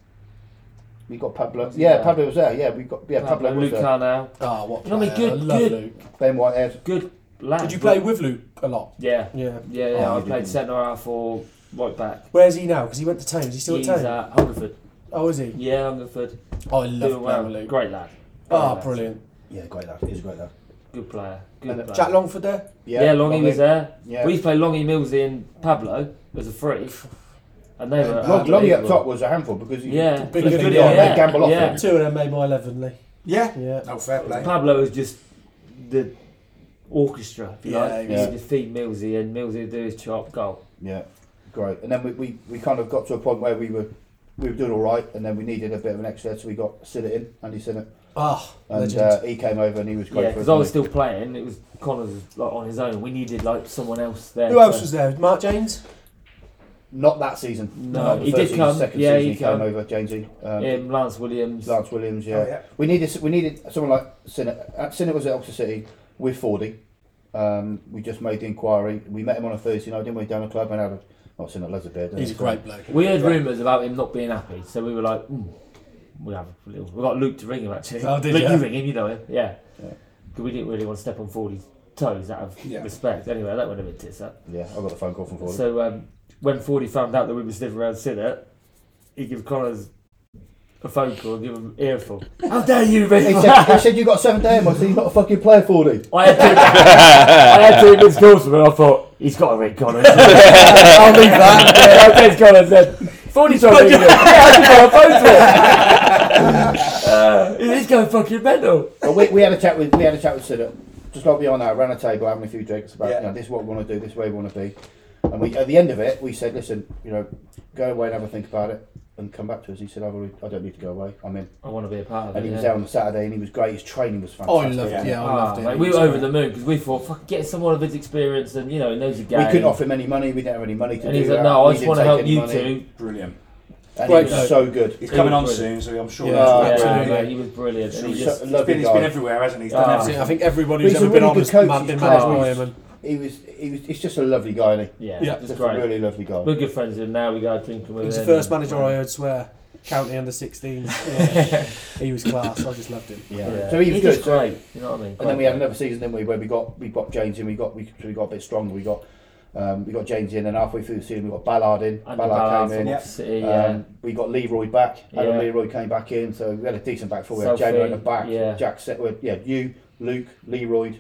Speaker 8: We got Pablo.
Speaker 7: Was he
Speaker 8: Yeah,
Speaker 7: there?
Speaker 8: Pablo was there. Yeah, we got. Yeah, Pablo, was
Speaker 7: Luke
Speaker 8: there.
Speaker 7: Carnell.
Speaker 5: Ah, what?
Speaker 7: You know, I mean,
Speaker 5: player.
Speaker 7: good-
Speaker 5: I love
Speaker 7: good-
Speaker 5: Luke.
Speaker 8: Ben Whitehead.
Speaker 7: Good lad.
Speaker 5: Did you play with Luke a lot?
Speaker 7: Yeah.
Speaker 5: Yeah.
Speaker 7: Yeah,
Speaker 8: Oh,
Speaker 7: yeah.
Speaker 8: you
Speaker 7: I played
Speaker 8: didn't.
Speaker 7: centre half or right back.
Speaker 5: Where's he now? Because he went to Thames. He's still
Speaker 7: He's
Speaker 5: at Thames.
Speaker 7: at Hungerford.
Speaker 5: oh, is he?
Speaker 7: Yeah, Hungerford.
Speaker 5: Oh, I
Speaker 7: Doing
Speaker 5: love
Speaker 7: well.
Speaker 5: playing with Luke.
Speaker 7: Great lad. Great
Speaker 5: Ah,
Speaker 7: lad.
Speaker 5: brilliant.
Speaker 8: Yeah, great lad. He's a great lad.
Speaker 7: Good player. Good
Speaker 8: And, uh,
Speaker 7: player.
Speaker 5: Jack Longford there.
Speaker 7: Yeah, Longy was there.
Speaker 8: Yeah.
Speaker 7: We played Longy, Millsy and Pablo as a free. And they were.
Speaker 8: Long, Longy up
Speaker 7: unbelievable.
Speaker 8: top was a handful because he,
Speaker 7: Yeah.
Speaker 5: Big
Speaker 7: He was
Speaker 5: good
Speaker 7: good
Speaker 5: guy.
Speaker 7: at-
Speaker 5: They
Speaker 7: yeah,
Speaker 8: gamble off
Speaker 7: yeah.
Speaker 8: him.
Speaker 5: Two of them made my eleven, Lee.
Speaker 4: Yeah.
Speaker 5: Yeah.
Speaker 4: No fair play.
Speaker 7: Pablo is just the orchestra, if you
Speaker 5: Yeah,
Speaker 7: like.
Speaker 5: he
Speaker 8: was-
Speaker 7: He just feed Millsy and Millsy would do his chop goal.
Speaker 8: yeah, great. And then we, we, we kind of got to a point where we were we were doing all right, and then we needed a bit of an extra, so we got Sinnott in, Andy Sinnott,
Speaker 5: Ah,
Speaker 8: and
Speaker 5: legend.
Speaker 8: uh, he came over and he was great.
Speaker 7: Yeah,
Speaker 8: for us,
Speaker 7: because I was
Speaker 8: wasn't
Speaker 7: still playing. It was Connors was, like on his own. We needed like someone else there.
Speaker 5: Who else was there? Mark James.
Speaker 8: he? not that season.
Speaker 7: No,
Speaker 8: Not the
Speaker 7: he
Speaker 8: first
Speaker 7: did
Speaker 8: season, the
Speaker 7: come.
Speaker 8: Second
Speaker 7: Yeah,
Speaker 8: season
Speaker 7: he
Speaker 8: he came
Speaker 7: come.
Speaker 8: over, Jamesy. Um,
Speaker 7: Um, Lance Williams.
Speaker 8: Lance Williams, yeah.
Speaker 4: Oh, yeah.
Speaker 8: We needed we needed someone like Sinnott. Uh, Sinnott was at Oxford City with Fordy. Um, we just made the inquiry. We met him on a Thursday night, didn't we? Down the club and had a not Sinnott Leatherbeard.
Speaker 5: He's a great bloke.
Speaker 7: We heard rumours about him not being happy, so we were like, mm, we have a little. We got Luke to ring him actually.
Speaker 5: Oh, did
Speaker 7: Luke,
Speaker 5: ya?
Speaker 7: you ring him, you know him. Yeah.
Speaker 8: Yeah.
Speaker 7: Because we didn't really want to step on Fordy's toes out of
Speaker 4: Yeah.
Speaker 7: respect. Anyway, that went a bit tits up.
Speaker 8: Yeah, I got the phone call from Fordy.
Speaker 7: So um, when Fordy found out that we were sniffing around Sinner, he gave Connors a phone call and gave him an earful. How dare
Speaker 8: he,
Speaker 7: you, ring
Speaker 8: said, he said you got seven day in. I said you're not a fucking player, Fordy.
Speaker 7: I had two. I had two missed calls from him. I thought he's got to ring Connors. I'll leave that. Yeah, I'll text Connors then. Forty times. Yeah, I just got a phone to him. Uh, he's going fucking mental.
Speaker 8: But we, we had a chat with we had a chat with Sinnott. Just like we are now, around a table having a few drinks about
Speaker 4: Yeah.
Speaker 8: you know, this is what we want to do, this is where we want to be. And we at the end of it, we said, listen, you know, go away and have a think about it and come back to us. He said, I've already, I don't need to go away. I'm in.
Speaker 7: I want to be a part of
Speaker 8: And
Speaker 7: it.
Speaker 8: he was
Speaker 7: yeah.
Speaker 8: there on the Saturday and he was great. His training was fantastic.
Speaker 5: Oh, I loved it. Yeah, I
Speaker 7: Ah,
Speaker 5: loved it.
Speaker 7: mate, we were over the moon because we thought, fuck, get someone of his experience and you know, he knows the game.
Speaker 8: We couldn't offer him any money. We didn't have any money to
Speaker 7: And
Speaker 8: do
Speaker 7: he's like,
Speaker 8: that.
Speaker 7: no,
Speaker 8: we
Speaker 7: I just
Speaker 8: didn't
Speaker 7: want to
Speaker 8: take
Speaker 7: help
Speaker 8: any
Speaker 7: you
Speaker 8: money.
Speaker 7: two.
Speaker 4: Brilliant.
Speaker 8: And
Speaker 5: Great
Speaker 8: he
Speaker 5: bloke.
Speaker 8: was so good.
Speaker 4: He's coming on
Speaker 7: Brilliant.
Speaker 4: soon, so I'm sure.
Speaker 5: Yeah.
Speaker 8: Oh,
Speaker 4: that's
Speaker 7: yeah,
Speaker 4: great.
Speaker 5: absolutely.
Speaker 7: mate, he was brilliant. And he
Speaker 8: He's
Speaker 7: just,
Speaker 8: so-
Speaker 4: He's
Speaker 8: lovely
Speaker 4: been, he's
Speaker 8: guy.
Speaker 4: been everywhere, hasn't he? He's done
Speaker 7: Ah.
Speaker 4: everything.
Speaker 5: I think everybody
Speaker 8: He's
Speaker 5: who's
Speaker 8: a
Speaker 5: ever been
Speaker 8: really
Speaker 5: on
Speaker 8: good
Speaker 5: has
Speaker 8: coach,
Speaker 5: man-
Speaker 8: he's
Speaker 5: been
Speaker 8: class.
Speaker 5: managed by him. And
Speaker 8: He was, he was, he's just a lovely guy, isn't
Speaker 7: yeah,
Speaker 5: Yeah.
Speaker 7: it
Speaker 8: he?
Speaker 7: was
Speaker 8: Just a
Speaker 7: great.
Speaker 8: really lovely guy.
Speaker 7: We're good friends with him now. We go drinking with
Speaker 5: he was
Speaker 7: him.
Speaker 5: the first manager I
Speaker 7: and-
Speaker 5: heard swear. county under 16s. Yeah. he was class. I just loved him.
Speaker 8: So he was good.
Speaker 7: just
Speaker 8: so-
Speaker 7: great. You know what I mean?
Speaker 8: and then we had another season, didn't we, where we got we got James in, we got we, so we got a bit stronger. We got um, we got James in, and halfway through the season we got Ballard in.
Speaker 7: And
Speaker 8: Ballard,
Speaker 7: Ballard
Speaker 8: came in.
Speaker 7: from
Speaker 3: Yep.
Speaker 7: City, yeah.
Speaker 8: Um, we got Leroy back. Adam
Speaker 7: Yeah.
Speaker 8: Leroy came back in, so we had a decent back four. We had
Speaker 7: Sophie,
Speaker 8: Jano at the back.
Speaker 7: yeah.
Speaker 8: Jack Setwood. Yeah, you, Luke, Leroy.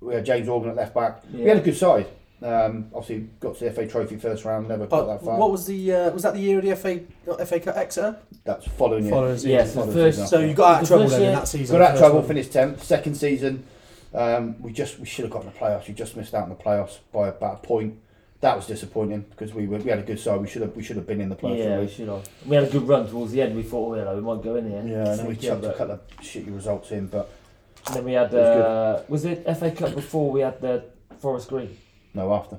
Speaker 8: We had James Organ at left back. We
Speaker 7: Yeah.
Speaker 8: had a good side. Um, obviously got to the FA Trophy first round. Never got
Speaker 5: But
Speaker 8: that far.
Speaker 5: what was the uh, was that the year of the FA not FA Cup Exeter?
Speaker 8: That's following year.
Speaker 5: Following season.
Speaker 7: Yes, the
Speaker 8: Following
Speaker 7: first-
Speaker 8: season
Speaker 5: So
Speaker 8: after.
Speaker 5: you got out of
Speaker 7: The
Speaker 5: trouble
Speaker 7: first
Speaker 5: then in
Speaker 7: year-
Speaker 5: that season.
Speaker 8: got out of
Speaker 5: first
Speaker 8: trouble,
Speaker 5: one.
Speaker 8: finished tenth. Second season, um, we just we should have gotten the playoffs. We just missed out on the playoffs by about a point. That was disappointing because we were, we had a good side. We should have we should have been in the playoffs.
Speaker 7: yeah, we
Speaker 8: really.
Speaker 7: should have. We had a good run towards the end. We thought, oh, yeah, we might go in here.
Speaker 8: yeah. And then we
Speaker 7: Yeah,
Speaker 8: chucked a
Speaker 7: but-
Speaker 8: couple of shitty results in, but
Speaker 7: And then we had,
Speaker 8: It was
Speaker 7: uh, was it FA Cup before we had the Forest Green?
Speaker 8: no after.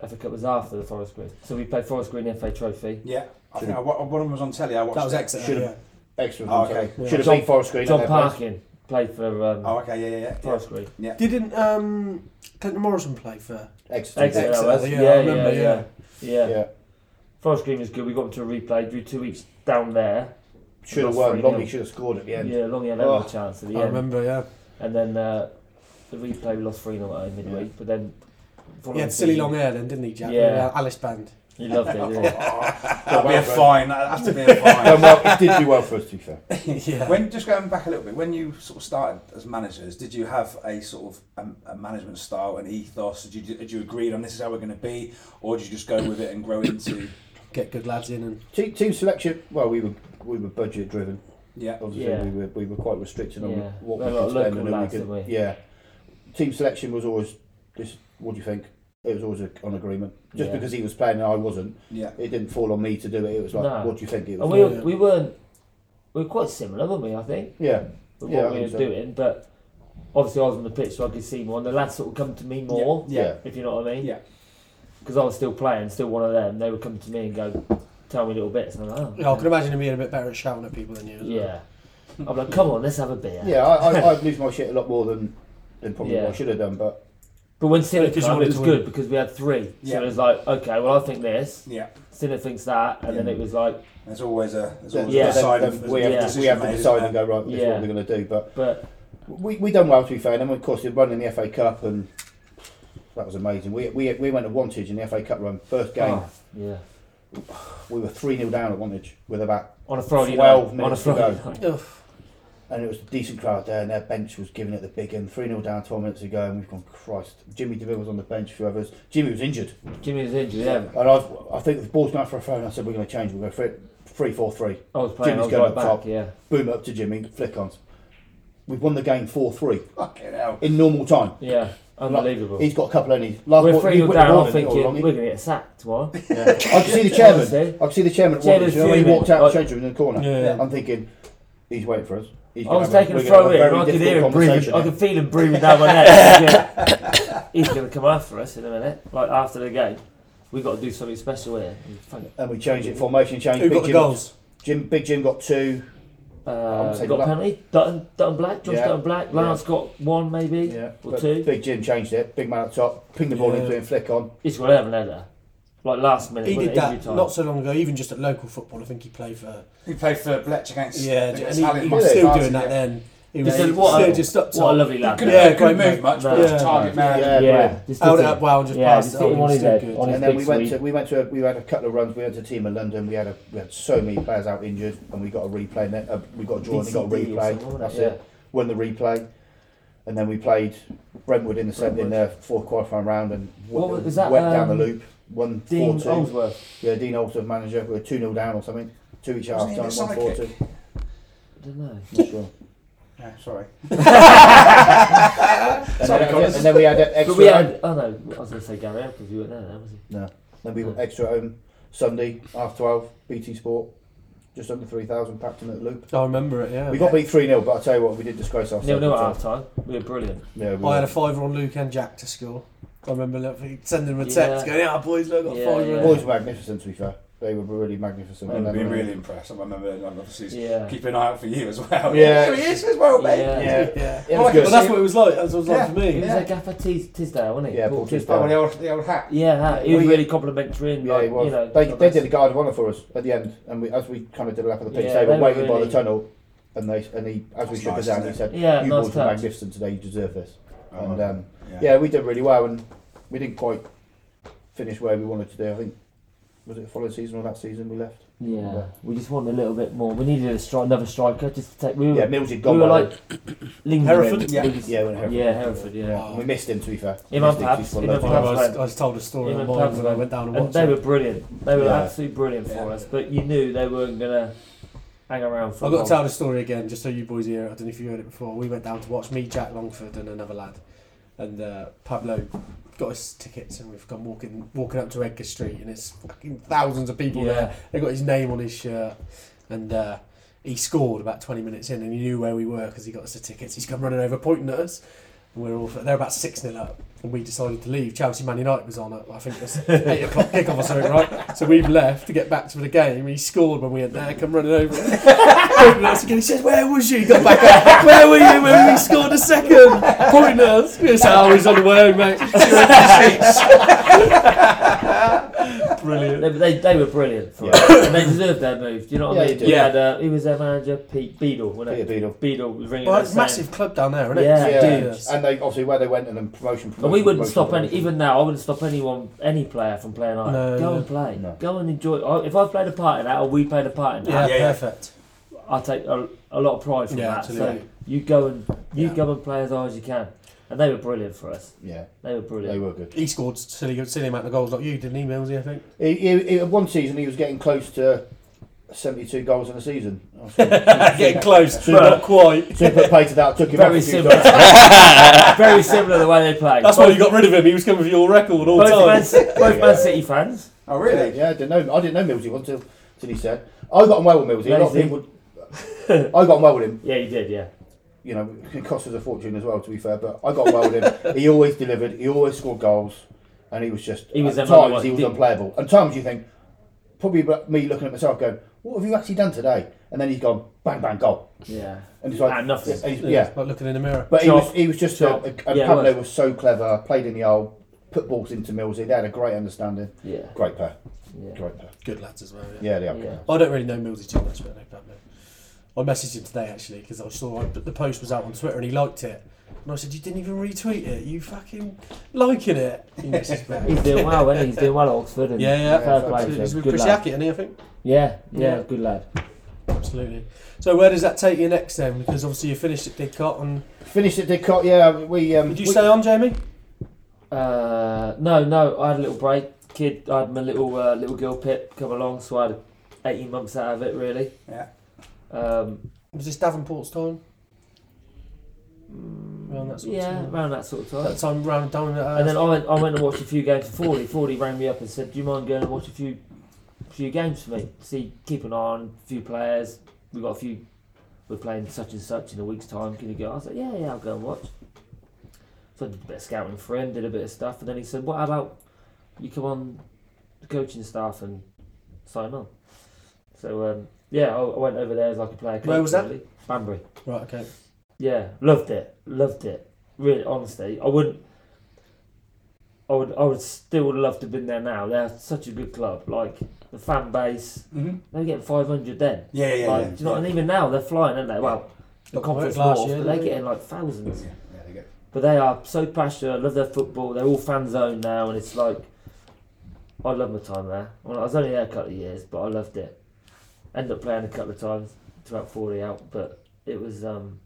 Speaker 7: FA Cup was after the Forest Green. So we played Forest Green FA Trophy.
Speaker 4: Yeah, I think I, wa- one of them was on telly. I watched.
Speaker 5: That was
Speaker 4: it.
Speaker 5: Exeter.
Speaker 8: Should've-
Speaker 5: Yeah.
Speaker 8: Extra.
Speaker 4: Oh, okay.
Speaker 5: Yeah.
Speaker 8: Should have
Speaker 7: John-
Speaker 8: been Forest Green. at
Speaker 7: John
Speaker 8: their place.
Speaker 7: Parkin played for um,
Speaker 4: Oh, okay. Yeah, yeah, yeah.
Speaker 7: Forest Green.
Speaker 5: Didn't um, Clinton Morrison play for?
Speaker 8: Exeter.
Speaker 7: Exeter,
Speaker 5: Exeter,
Speaker 7: that was-
Speaker 5: yeah, I remember,
Speaker 7: yeah, yeah.
Speaker 8: Yeah.
Speaker 7: Forest Green was good. We got them to a replay. Drew two weeks down there.
Speaker 8: Should have
Speaker 7: Lost
Speaker 8: won.
Speaker 7: 3-0.
Speaker 8: Longley should have scored at the
Speaker 7: Yeah,
Speaker 8: end.
Speaker 7: long had
Speaker 8: Oh,
Speaker 7: another chance at the
Speaker 5: I
Speaker 7: end.
Speaker 5: remember. Yeah.
Speaker 7: And then uh, the replay, we lost 3 0 at home midweek. But then.
Speaker 5: He had silly long hair then, didn't he, Jack?
Speaker 7: Yeah.
Speaker 5: Uh, Alice Band.
Speaker 7: He loved it, didn't he?
Speaker 4: That'd be a
Speaker 8: Well,
Speaker 4: fine. That has to be a fine.
Speaker 7: Um,
Speaker 8: Done well, it did do well for us, to be fair.
Speaker 5: yeah.
Speaker 4: When just going back a little bit, when you sort of started as managers, did you have a sort of um, a management style and ethos? Did you did you agree on this is how we're going to be, or did you just go with it and grow into?
Speaker 5: Get good lads in and
Speaker 8: Team, team selection. Well, we were we were budget driven.
Speaker 4: Yeah,
Speaker 8: obviously
Speaker 7: Yeah.
Speaker 8: we were we were quite restricted on
Speaker 7: Yeah.
Speaker 8: what
Speaker 7: There
Speaker 8: we
Speaker 7: were a
Speaker 8: could
Speaker 7: lot of
Speaker 8: spend and
Speaker 7: local
Speaker 8: who we
Speaker 7: lads,
Speaker 8: could.
Speaker 7: didn't we?
Speaker 8: Yeah, team selection was always this. What do you think? It was always a, on agreement. Just
Speaker 7: Yeah.
Speaker 8: because he was playing and I wasn't,
Speaker 4: yeah,
Speaker 8: it didn't fall on me to do it. It was like,
Speaker 7: No. Oh.
Speaker 8: what do you think? It
Speaker 7: And
Speaker 8: was
Speaker 7: we,
Speaker 8: like,
Speaker 5: Yeah.
Speaker 7: we weren't. We were quite similar, weren't we, I think?
Speaker 8: yeah,
Speaker 7: with
Speaker 8: Yeah, I
Speaker 7: what we were
Speaker 8: think so.
Speaker 7: doing, but obviously I was on the pitch, so I could see more. And the lads sort of come to me more,
Speaker 8: yeah,
Speaker 7: if you know what I mean.
Speaker 4: Yeah.
Speaker 7: Because I was still playing, still one of them. They would come to me and go, "Tell me little bits," and I'm like,
Speaker 5: Yeah, I
Speaker 7: "Oh,
Speaker 5: can imagine him being a bit better at shouting at people than you.
Speaker 7: yeah." I'm like, "Come on, let's have a beer."
Speaker 8: yeah. I, I, I'd lose my shit a lot more than than probably
Speaker 7: Yeah.
Speaker 8: what I should have done. But
Speaker 7: But when Sinner
Speaker 5: Because you
Speaker 7: came,
Speaker 5: wanted
Speaker 7: it was
Speaker 5: to
Speaker 7: good
Speaker 5: win.
Speaker 7: because we had three.
Speaker 4: Yeah.
Speaker 7: So it was like, "Okay, well, I think this."
Speaker 4: yeah.
Speaker 7: Sinner thinks that, and then
Speaker 4: Yeah.
Speaker 7: it was like,
Speaker 4: There's always a there's
Speaker 8: then,
Speaker 4: always
Speaker 7: Yeah.
Speaker 4: a side
Speaker 8: then
Speaker 4: of
Speaker 8: we,
Speaker 7: yeah.
Speaker 8: have to, we have to
Speaker 4: made,
Speaker 8: decide
Speaker 4: isn't
Speaker 8: and go right. This is
Speaker 7: Yeah.
Speaker 8: what we're going to do. But
Speaker 7: "But
Speaker 8: we we done well to be fair. And then of course, running the FA Cup and. That was amazing. We, we, we went to Wantage in the FA Cup run. First game,
Speaker 7: oh, yeah."
Speaker 8: we were 3 0 down at Wantage with about
Speaker 7: On a Friday
Speaker 8: 12
Speaker 7: night, on a
Speaker 8: minutes to
Speaker 7: Friday
Speaker 8: go.
Speaker 7: night.
Speaker 5: Ugh.
Speaker 8: and it was a decent crowd there, and their bench was giving it the big end. 3 0 down 12 minutes ago, and we've gone, Christ. Jimmy DeVille was on the bench for others. Jimmy was injured.
Speaker 7: Jimmy was injured. Yeah,
Speaker 8: And I, I think the ball's going out for a throw, and I said, We're going to change, we'll go for it. 3 4 3.
Speaker 7: I was playing.
Speaker 8: Jimmy's going
Speaker 7: I was right
Speaker 8: up
Speaker 7: back.
Speaker 8: top.
Speaker 7: Yeah,
Speaker 8: Boom up to Jimmy, flick ons. We've won the game 4 3
Speaker 4: it? Fucking hell.
Speaker 8: in normal time.
Speaker 7: yeah, unbelievable.
Speaker 8: He's got a couple of these. Last
Speaker 7: we're
Speaker 8: ball-
Speaker 7: three
Speaker 8: he
Speaker 7: nil
Speaker 8: wouldn't have
Speaker 7: down.
Speaker 8: won
Speaker 7: I'm
Speaker 8: it all
Speaker 7: thinking
Speaker 8: along.
Speaker 7: we're gonna get sacked tomorrow.
Speaker 8: Yeah. I could see the chairman.
Speaker 7: Honestly.
Speaker 8: I could see the chairman at
Speaker 7: Chairman's
Speaker 8: Wantage. You know, he
Speaker 7: fuming.
Speaker 8: walked out
Speaker 7: Like-
Speaker 8: of the change room in the corner.
Speaker 5: Yeah.
Speaker 8: I'm thinking, He's waiting for us. He's
Speaker 7: I
Speaker 8: gonna
Speaker 7: was
Speaker 8: have
Speaker 7: taking
Speaker 8: we're
Speaker 7: a
Speaker 8: gonna have
Speaker 7: throw in, and
Speaker 8: very
Speaker 7: I could hear him
Speaker 8: difficult
Speaker 7: breathing.
Speaker 8: conversation
Speaker 7: I
Speaker 8: here.
Speaker 7: could feel him breathing down my neck. Yeah. He's going to come after us in a minute, like after the game. We've got to do something special here. And fuck it.
Speaker 8: and we changed it formation change.
Speaker 5: Who
Speaker 8: Big
Speaker 5: got the
Speaker 8: Jim-
Speaker 5: goals?
Speaker 8: Jim, Big Jim got two.
Speaker 7: Uh,
Speaker 8: saying
Speaker 7: got a
Speaker 8: Black-
Speaker 7: penalty. Dutton, Dutton Black, Josh
Speaker 8: Yeah.
Speaker 7: Dutton Black. Lance got one maybe, or
Speaker 8: But
Speaker 7: two.
Speaker 8: Big Jim changed it. Big man up top, ping the ball
Speaker 5: Yeah.
Speaker 8: into him, flick on.
Speaker 7: He's got 11 header. Like last minute,
Speaker 5: He
Speaker 7: wasn't
Speaker 5: did
Speaker 7: it, injury
Speaker 5: that
Speaker 7: time.
Speaker 5: not so long ago, even just at local football. I think he played for.
Speaker 4: He played for Bletch against
Speaker 5: Yeah, and
Speaker 4: against
Speaker 5: he,
Speaker 4: Allen
Speaker 5: he was
Speaker 8: was
Speaker 4: Mustard
Speaker 5: still
Speaker 4: Party,
Speaker 5: doing
Speaker 4: yeah.
Speaker 5: that then. He
Speaker 7: He
Speaker 5: was
Speaker 7: said,
Speaker 5: still
Speaker 7: what a-
Speaker 5: just up
Speaker 7: What a
Speaker 5: top.
Speaker 7: lovely lad.
Speaker 4: Couldn't,
Speaker 5: Yeah,
Speaker 4: yeah, couldn't
Speaker 5: great
Speaker 4: move much, but
Speaker 7: No.
Speaker 4: was a target man.
Speaker 8: Yeah,
Speaker 7: yeah, just
Speaker 5: Held it
Speaker 7: did
Speaker 5: up
Speaker 7: it.
Speaker 5: well and just
Speaker 7: Yeah,
Speaker 5: passed
Speaker 7: just
Speaker 5: it
Speaker 7: hit
Speaker 5: on.
Speaker 7: him on
Speaker 5: He was
Speaker 7: his head,
Speaker 5: still good.
Speaker 7: on his-
Speaker 8: And then
Speaker 7: big
Speaker 8: we went
Speaker 7: sweep.
Speaker 8: to we went to we had a couple of runs. We had a team in London. We had a we had so many players out injured, and we got a replay. And then, uh, we got a draw and then got a
Speaker 7: DCD or something,
Speaker 8: replay.
Speaker 7: wasn't
Speaker 8: That's
Speaker 7: it?
Speaker 8: it. Won the replay, and then we played Brentwood in the seventh in their fourth qualifying round and
Speaker 7: What
Speaker 8: w-
Speaker 7: was that,
Speaker 8: went down the
Speaker 7: um,
Speaker 8: loop. One four
Speaker 7: Dean
Speaker 8: two.
Speaker 7: Oldsworth.
Speaker 8: Yeah, Dean Olsen manager. We were two 0 down or something. Two each half
Speaker 4: Wasn't he
Speaker 8: time.
Speaker 4: the
Speaker 8: One four two.
Speaker 4: sidekick?
Speaker 7: I don't know.
Speaker 8: Not sure.
Speaker 4: Yeah, sorry.
Speaker 8: And
Speaker 4: Sorry,
Speaker 8: then,
Speaker 4: Connors.
Speaker 8: and then we had extra.
Speaker 7: But we had, oh no, I was going to say Gary because you weren't there, then, was he?
Speaker 8: Then we were extra at home Sunday half twelve. BT Sport, just under three thousand packed in at the loop.
Speaker 5: I remember it, yeah.
Speaker 8: We got beat three 0 but I tell you what, we did disgrace ourselves.
Speaker 7: Nil nil at
Speaker 8: at
Speaker 7: half time. We were brilliant.
Speaker 8: the time. Yeah, we
Speaker 5: I had a
Speaker 8: were.
Speaker 5: fiver on Luke and Jack to score. I remember like, sending them a
Speaker 7: Yeah.
Speaker 5: text going, yeah, boys, look, I got a
Speaker 7: Yeah,
Speaker 5: fiver.
Speaker 7: yeah.
Speaker 5: on
Speaker 8: boys were magnificent to be fair. They were really magnificent. I
Speaker 4: I've been
Speaker 8: remember.
Speaker 4: really impressed. I remember, and obviously, he's
Speaker 7: Yeah.
Speaker 4: keeping an eye out for you as well.
Speaker 8: Yeah.
Speaker 4: Here he is as well, mate.
Speaker 8: Yeah,
Speaker 7: Yeah.
Speaker 5: Yeah.
Speaker 8: it was
Speaker 4: Well,
Speaker 8: good.
Speaker 5: But that's what it was like. That's what it was like
Speaker 4: Yeah.
Speaker 5: for me.
Speaker 7: He was
Speaker 4: Yeah.
Speaker 7: a gaffer Tis- Tisdale, wasn't he?
Speaker 8: Yeah,
Speaker 7: Paul
Speaker 8: Paul
Speaker 4: Oh,
Speaker 8: Tisdale.
Speaker 7: Tisdale.
Speaker 4: the old, the old hat.
Speaker 7: Yeah, that. He was
Speaker 8: Well,
Speaker 7: really complimentary and
Speaker 8: Yeah,
Speaker 7: like,
Speaker 8: it was.
Speaker 7: you know.
Speaker 8: they,
Speaker 7: like
Speaker 8: they
Speaker 7: that's-
Speaker 8: did the guard of honour for us at the end, and we, as we kind of did a lap of the pitch,
Speaker 7: Yeah,
Speaker 8: they were
Speaker 7: they were
Speaker 8: waiting by
Speaker 7: really-
Speaker 8: the tunnel, and they and he as we
Speaker 4: That's
Speaker 8: shook
Speaker 4: nice,
Speaker 8: us down,
Speaker 4: isn't
Speaker 8: he
Speaker 4: it?
Speaker 8: said,
Speaker 7: Yeah,
Speaker 8: "You
Speaker 7: nice
Speaker 8: boys were
Speaker 7: touch.
Speaker 8: magnificent today. You deserve this."
Speaker 4: Oh,
Speaker 8: and um,
Speaker 4: yeah.
Speaker 8: yeah, we did really well, and we didn't quite finish where we wanted to do. I think was it the following season or that season we left?
Speaker 7: Yeah, we just wanted a little bit more. We needed a stri- another striker just to take. We were,
Speaker 8: Yeah, Mills had
Speaker 7: we
Speaker 8: gone.
Speaker 7: were
Speaker 8: by
Speaker 7: like lingering.
Speaker 5: Hereford?
Speaker 7: We
Speaker 3: Yeah.
Speaker 7: just-
Speaker 8: Yeah, we were Hereford.
Speaker 7: yeah, Hereford. Yeah.
Speaker 8: then. we missed him to be fair. We
Speaker 7: Imam
Speaker 8: missed him 'cause he's
Speaker 7: Pabst,
Speaker 8: one
Speaker 7: Imam
Speaker 8: of
Speaker 5: I,
Speaker 8: those-
Speaker 7: Pabst.
Speaker 5: was, I was told a story
Speaker 7: Even
Speaker 5: of mine when I
Speaker 7: Pabst-
Speaker 5: went down and
Speaker 7: And
Speaker 5: watched
Speaker 7: they
Speaker 5: it.
Speaker 7: were brilliant. They were
Speaker 8: Yeah.
Speaker 7: absolutely brilliant for
Speaker 4: Yeah.
Speaker 7: us. But you knew they weren't gonna hang around for.
Speaker 5: I've got to
Speaker 7: long.
Speaker 5: tell the story again, just so you boys hear it. I don't know if you heard it before. We went down to watch me, Jack Longford, and another lad, and uh, Pablo got us tickets, and we've gone walking walking up to Edgar Street, and it's fucking thousands of people
Speaker 7: Yeah.
Speaker 5: there. They got his name on his shirt, and uh, he scored about twenty minutes in, and he knew where we were because he got us the tickets. He's come running over, pointing at us, and we we're all they're about six nil up. And we decided to leave. Chelsea Man United was on at I think it was eight o'clock kickoff or something, right? So we've left to get back to the game. He scored when we went there, come running over pointing at us again. He says, Where was you? He got back up. Where were you when we scored a second? Pointing at us. We said, Oh, he's on the way, home, mate.
Speaker 7: They,
Speaker 5: Brilliant.
Speaker 7: they, they were brilliant for
Speaker 8: Yeah.
Speaker 7: us. And they deserved their move. Do you know what
Speaker 8: Yeah,
Speaker 7: I
Speaker 8: you
Speaker 7: mean?
Speaker 8: do.
Speaker 7: We had, uh, who was their manager? Pete Beadle. Wasn't
Speaker 8: Peter
Speaker 7: it?
Speaker 8: Beadle.
Speaker 7: Beadle was ringing
Speaker 5: Well,
Speaker 7: us
Speaker 5: it's a
Speaker 7: saying-
Speaker 5: massive club down there, isn't it?
Speaker 7: Yeah,
Speaker 8: Yeah,
Speaker 7: dudes.
Speaker 8: and they obviously where they went and then promotion. promotion
Speaker 7: And we wouldn't
Speaker 8: promotion,
Speaker 7: stop any,
Speaker 8: promotion.
Speaker 7: even now, I wouldn't stop anyone, any player from playing like
Speaker 5: No,
Speaker 7: Go
Speaker 5: no.
Speaker 7: and play.
Speaker 8: No.
Speaker 7: Go and enjoy. I- If I played a part in that, or we played a part in
Speaker 5: Yeah,
Speaker 7: that,
Speaker 4: Yeah, yeah.
Speaker 5: perfect.
Speaker 7: I take a, a lot of pride from
Speaker 5: Yeah,
Speaker 7: that. So
Speaker 5: absolutely.
Speaker 7: you go and you
Speaker 5: Yeah.
Speaker 7: go and play as hard as you can. And they were brilliant for us.
Speaker 8: Yeah,
Speaker 7: They were brilliant.
Speaker 8: they were good.
Speaker 5: He scored silly, silly amount of goals like you, didn't he, Millsy, I think?
Speaker 8: He, he, he, one season he was getting close to 72 goals in a season. I was thinking-
Speaker 5: close,
Speaker 8: but not
Speaker 5: quite.
Speaker 8: So he put pay to that, took him
Speaker 7: Very
Speaker 8: off a few
Speaker 7: similar.
Speaker 8: times.
Speaker 7: Very similar the way they played.
Speaker 5: That's why you got rid of him. He was coming for your record all
Speaker 7: both, Man,
Speaker 5: time.
Speaker 7: Ci- both Man City fans.
Speaker 4: Oh, really?
Speaker 8: Yeah, I didn't know. I didn't know Millsy until, until he said. I got on well with Millsy. A lot of
Speaker 7: Lazy.
Speaker 8: people. I got on well with him.
Speaker 7: Yeah, you did. Yeah.
Speaker 8: You know, it cost us a fortune as well, to be fair. But I got on well with him. He always delivered. He always scored goals, and he was just.
Speaker 7: He was
Speaker 8: at
Speaker 7: another
Speaker 8: times
Speaker 7: one.
Speaker 8: he was
Speaker 7: Did-
Speaker 8: unplayable. And times you think, probably about me looking at myself going, "What have you actually done today?" And then he's gone bang bang goal,
Speaker 7: Yeah.
Speaker 8: and it's like
Speaker 7: Ah, nothing.
Speaker 8: and he's-
Speaker 5: Yeah,
Speaker 8: yeah,
Speaker 5: it's like looking in the mirror.
Speaker 8: But he
Speaker 7: Chop.
Speaker 8: was he was just a,
Speaker 7: Chop.
Speaker 8: a, and
Speaker 7: Yeah, it
Speaker 8: Pablo
Speaker 7: was.
Speaker 8: was. so clever. Played in the old, put balls into Millsy. They had a great understanding.
Speaker 7: Yeah.
Speaker 8: Great pair,
Speaker 7: Yeah.
Speaker 8: great pair.
Speaker 5: Good lads as well, yeah.
Speaker 8: Yeah, they are.
Speaker 7: Yeah.
Speaker 8: good.
Speaker 5: I don't really know Millsy too much, but I know Pablo. I messaged him today actually because I saw I, the post was out on Twitter and he liked it. And I said, You didn't even retweet it, you fucking liking it. He messaged back.
Speaker 7: He's doing well, isn't he? He's doing well at Oxford. And
Speaker 5: Yeah, yeah,
Speaker 7: Fair play
Speaker 5: absolutely.
Speaker 7: to
Speaker 5: He's
Speaker 7: him.
Speaker 5: with
Speaker 7: Good
Speaker 5: Chris
Speaker 7: lad.
Speaker 5: Yackett, isn't he, I think?
Speaker 7: Yeah, yeah,
Speaker 5: Yeah.
Speaker 7: good lad.
Speaker 5: Absolutely. So, where does that take you next then? Because obviously you finished at Didcot and.
Speaker 8: Finished at Didcot. Yeah, we. Um,
Speaker 5: Did you
Speaker 8: we-
Speaker 5: stay on, Jamie?
Speaker 7: Uh, no, no, I had a little break. Kid, I had my little uh, little girl Pip come along, so I had 18 months out of it, really.
Speaker 4: Yeah.
Speaker 7: Um,
Speaker 5: Was this Davenport's time? Around that sort of
Speaker 7: Mm, yeah,
Speaker 5: time.
Speaker 7: around that sort of time.
Speaker 5: That time round down at. Uh,
Speaker 7: and then I went, I went and watched a few games for 40. 40 rang me up and said, Do you mind going and watch a few few games for me? See, keep an eye on a few players. We've got a few, we're playing such and such in a week's time. Can you go? I was like, Yeah, yeah, I'll go and watch. So I did a bit of scouting for him, did a bit of stuff. And then he said, What about you come on the coaching staff and sign on? So, um, yeah, I, I went over there as like a player coach.
Speaker 5: Where was that?
Speaker 7: really. Banbury.
Speaker 5: right, okay.
Speaker 7: Yeah, loved it. Loved it. Really, honestly, I wouldn't. I would. I would still love to have been there now. They're such a good club. Like the fan base,
Speaker 4: Mm-hmm.
Speaker 7: they were getting five hundred then.
Speaker 4: Yeah, yeah,
Speaker 7: like,
Speaker 4: yeah.
Speaker 7: do you know? And even now they're flying, aren't they? Well, the
Speaker 5: Got
Speaker 7: conference
Speaker 5: work last
Speaker 7: north,
Speaker 5: year,
Speaker 7: but they're
Speaker 5: didn't they?
Speaker 7: getting like thousands.
Speaker 4: Yeah, yeah, they go.
Speaker 7: But they are so passionate. I love their football. They're all fan zone now, and it's like I love my time there. Well, I was only there a couple of years, but I loved it. Ended up playing a couple of times, it's about forty out, but it was um,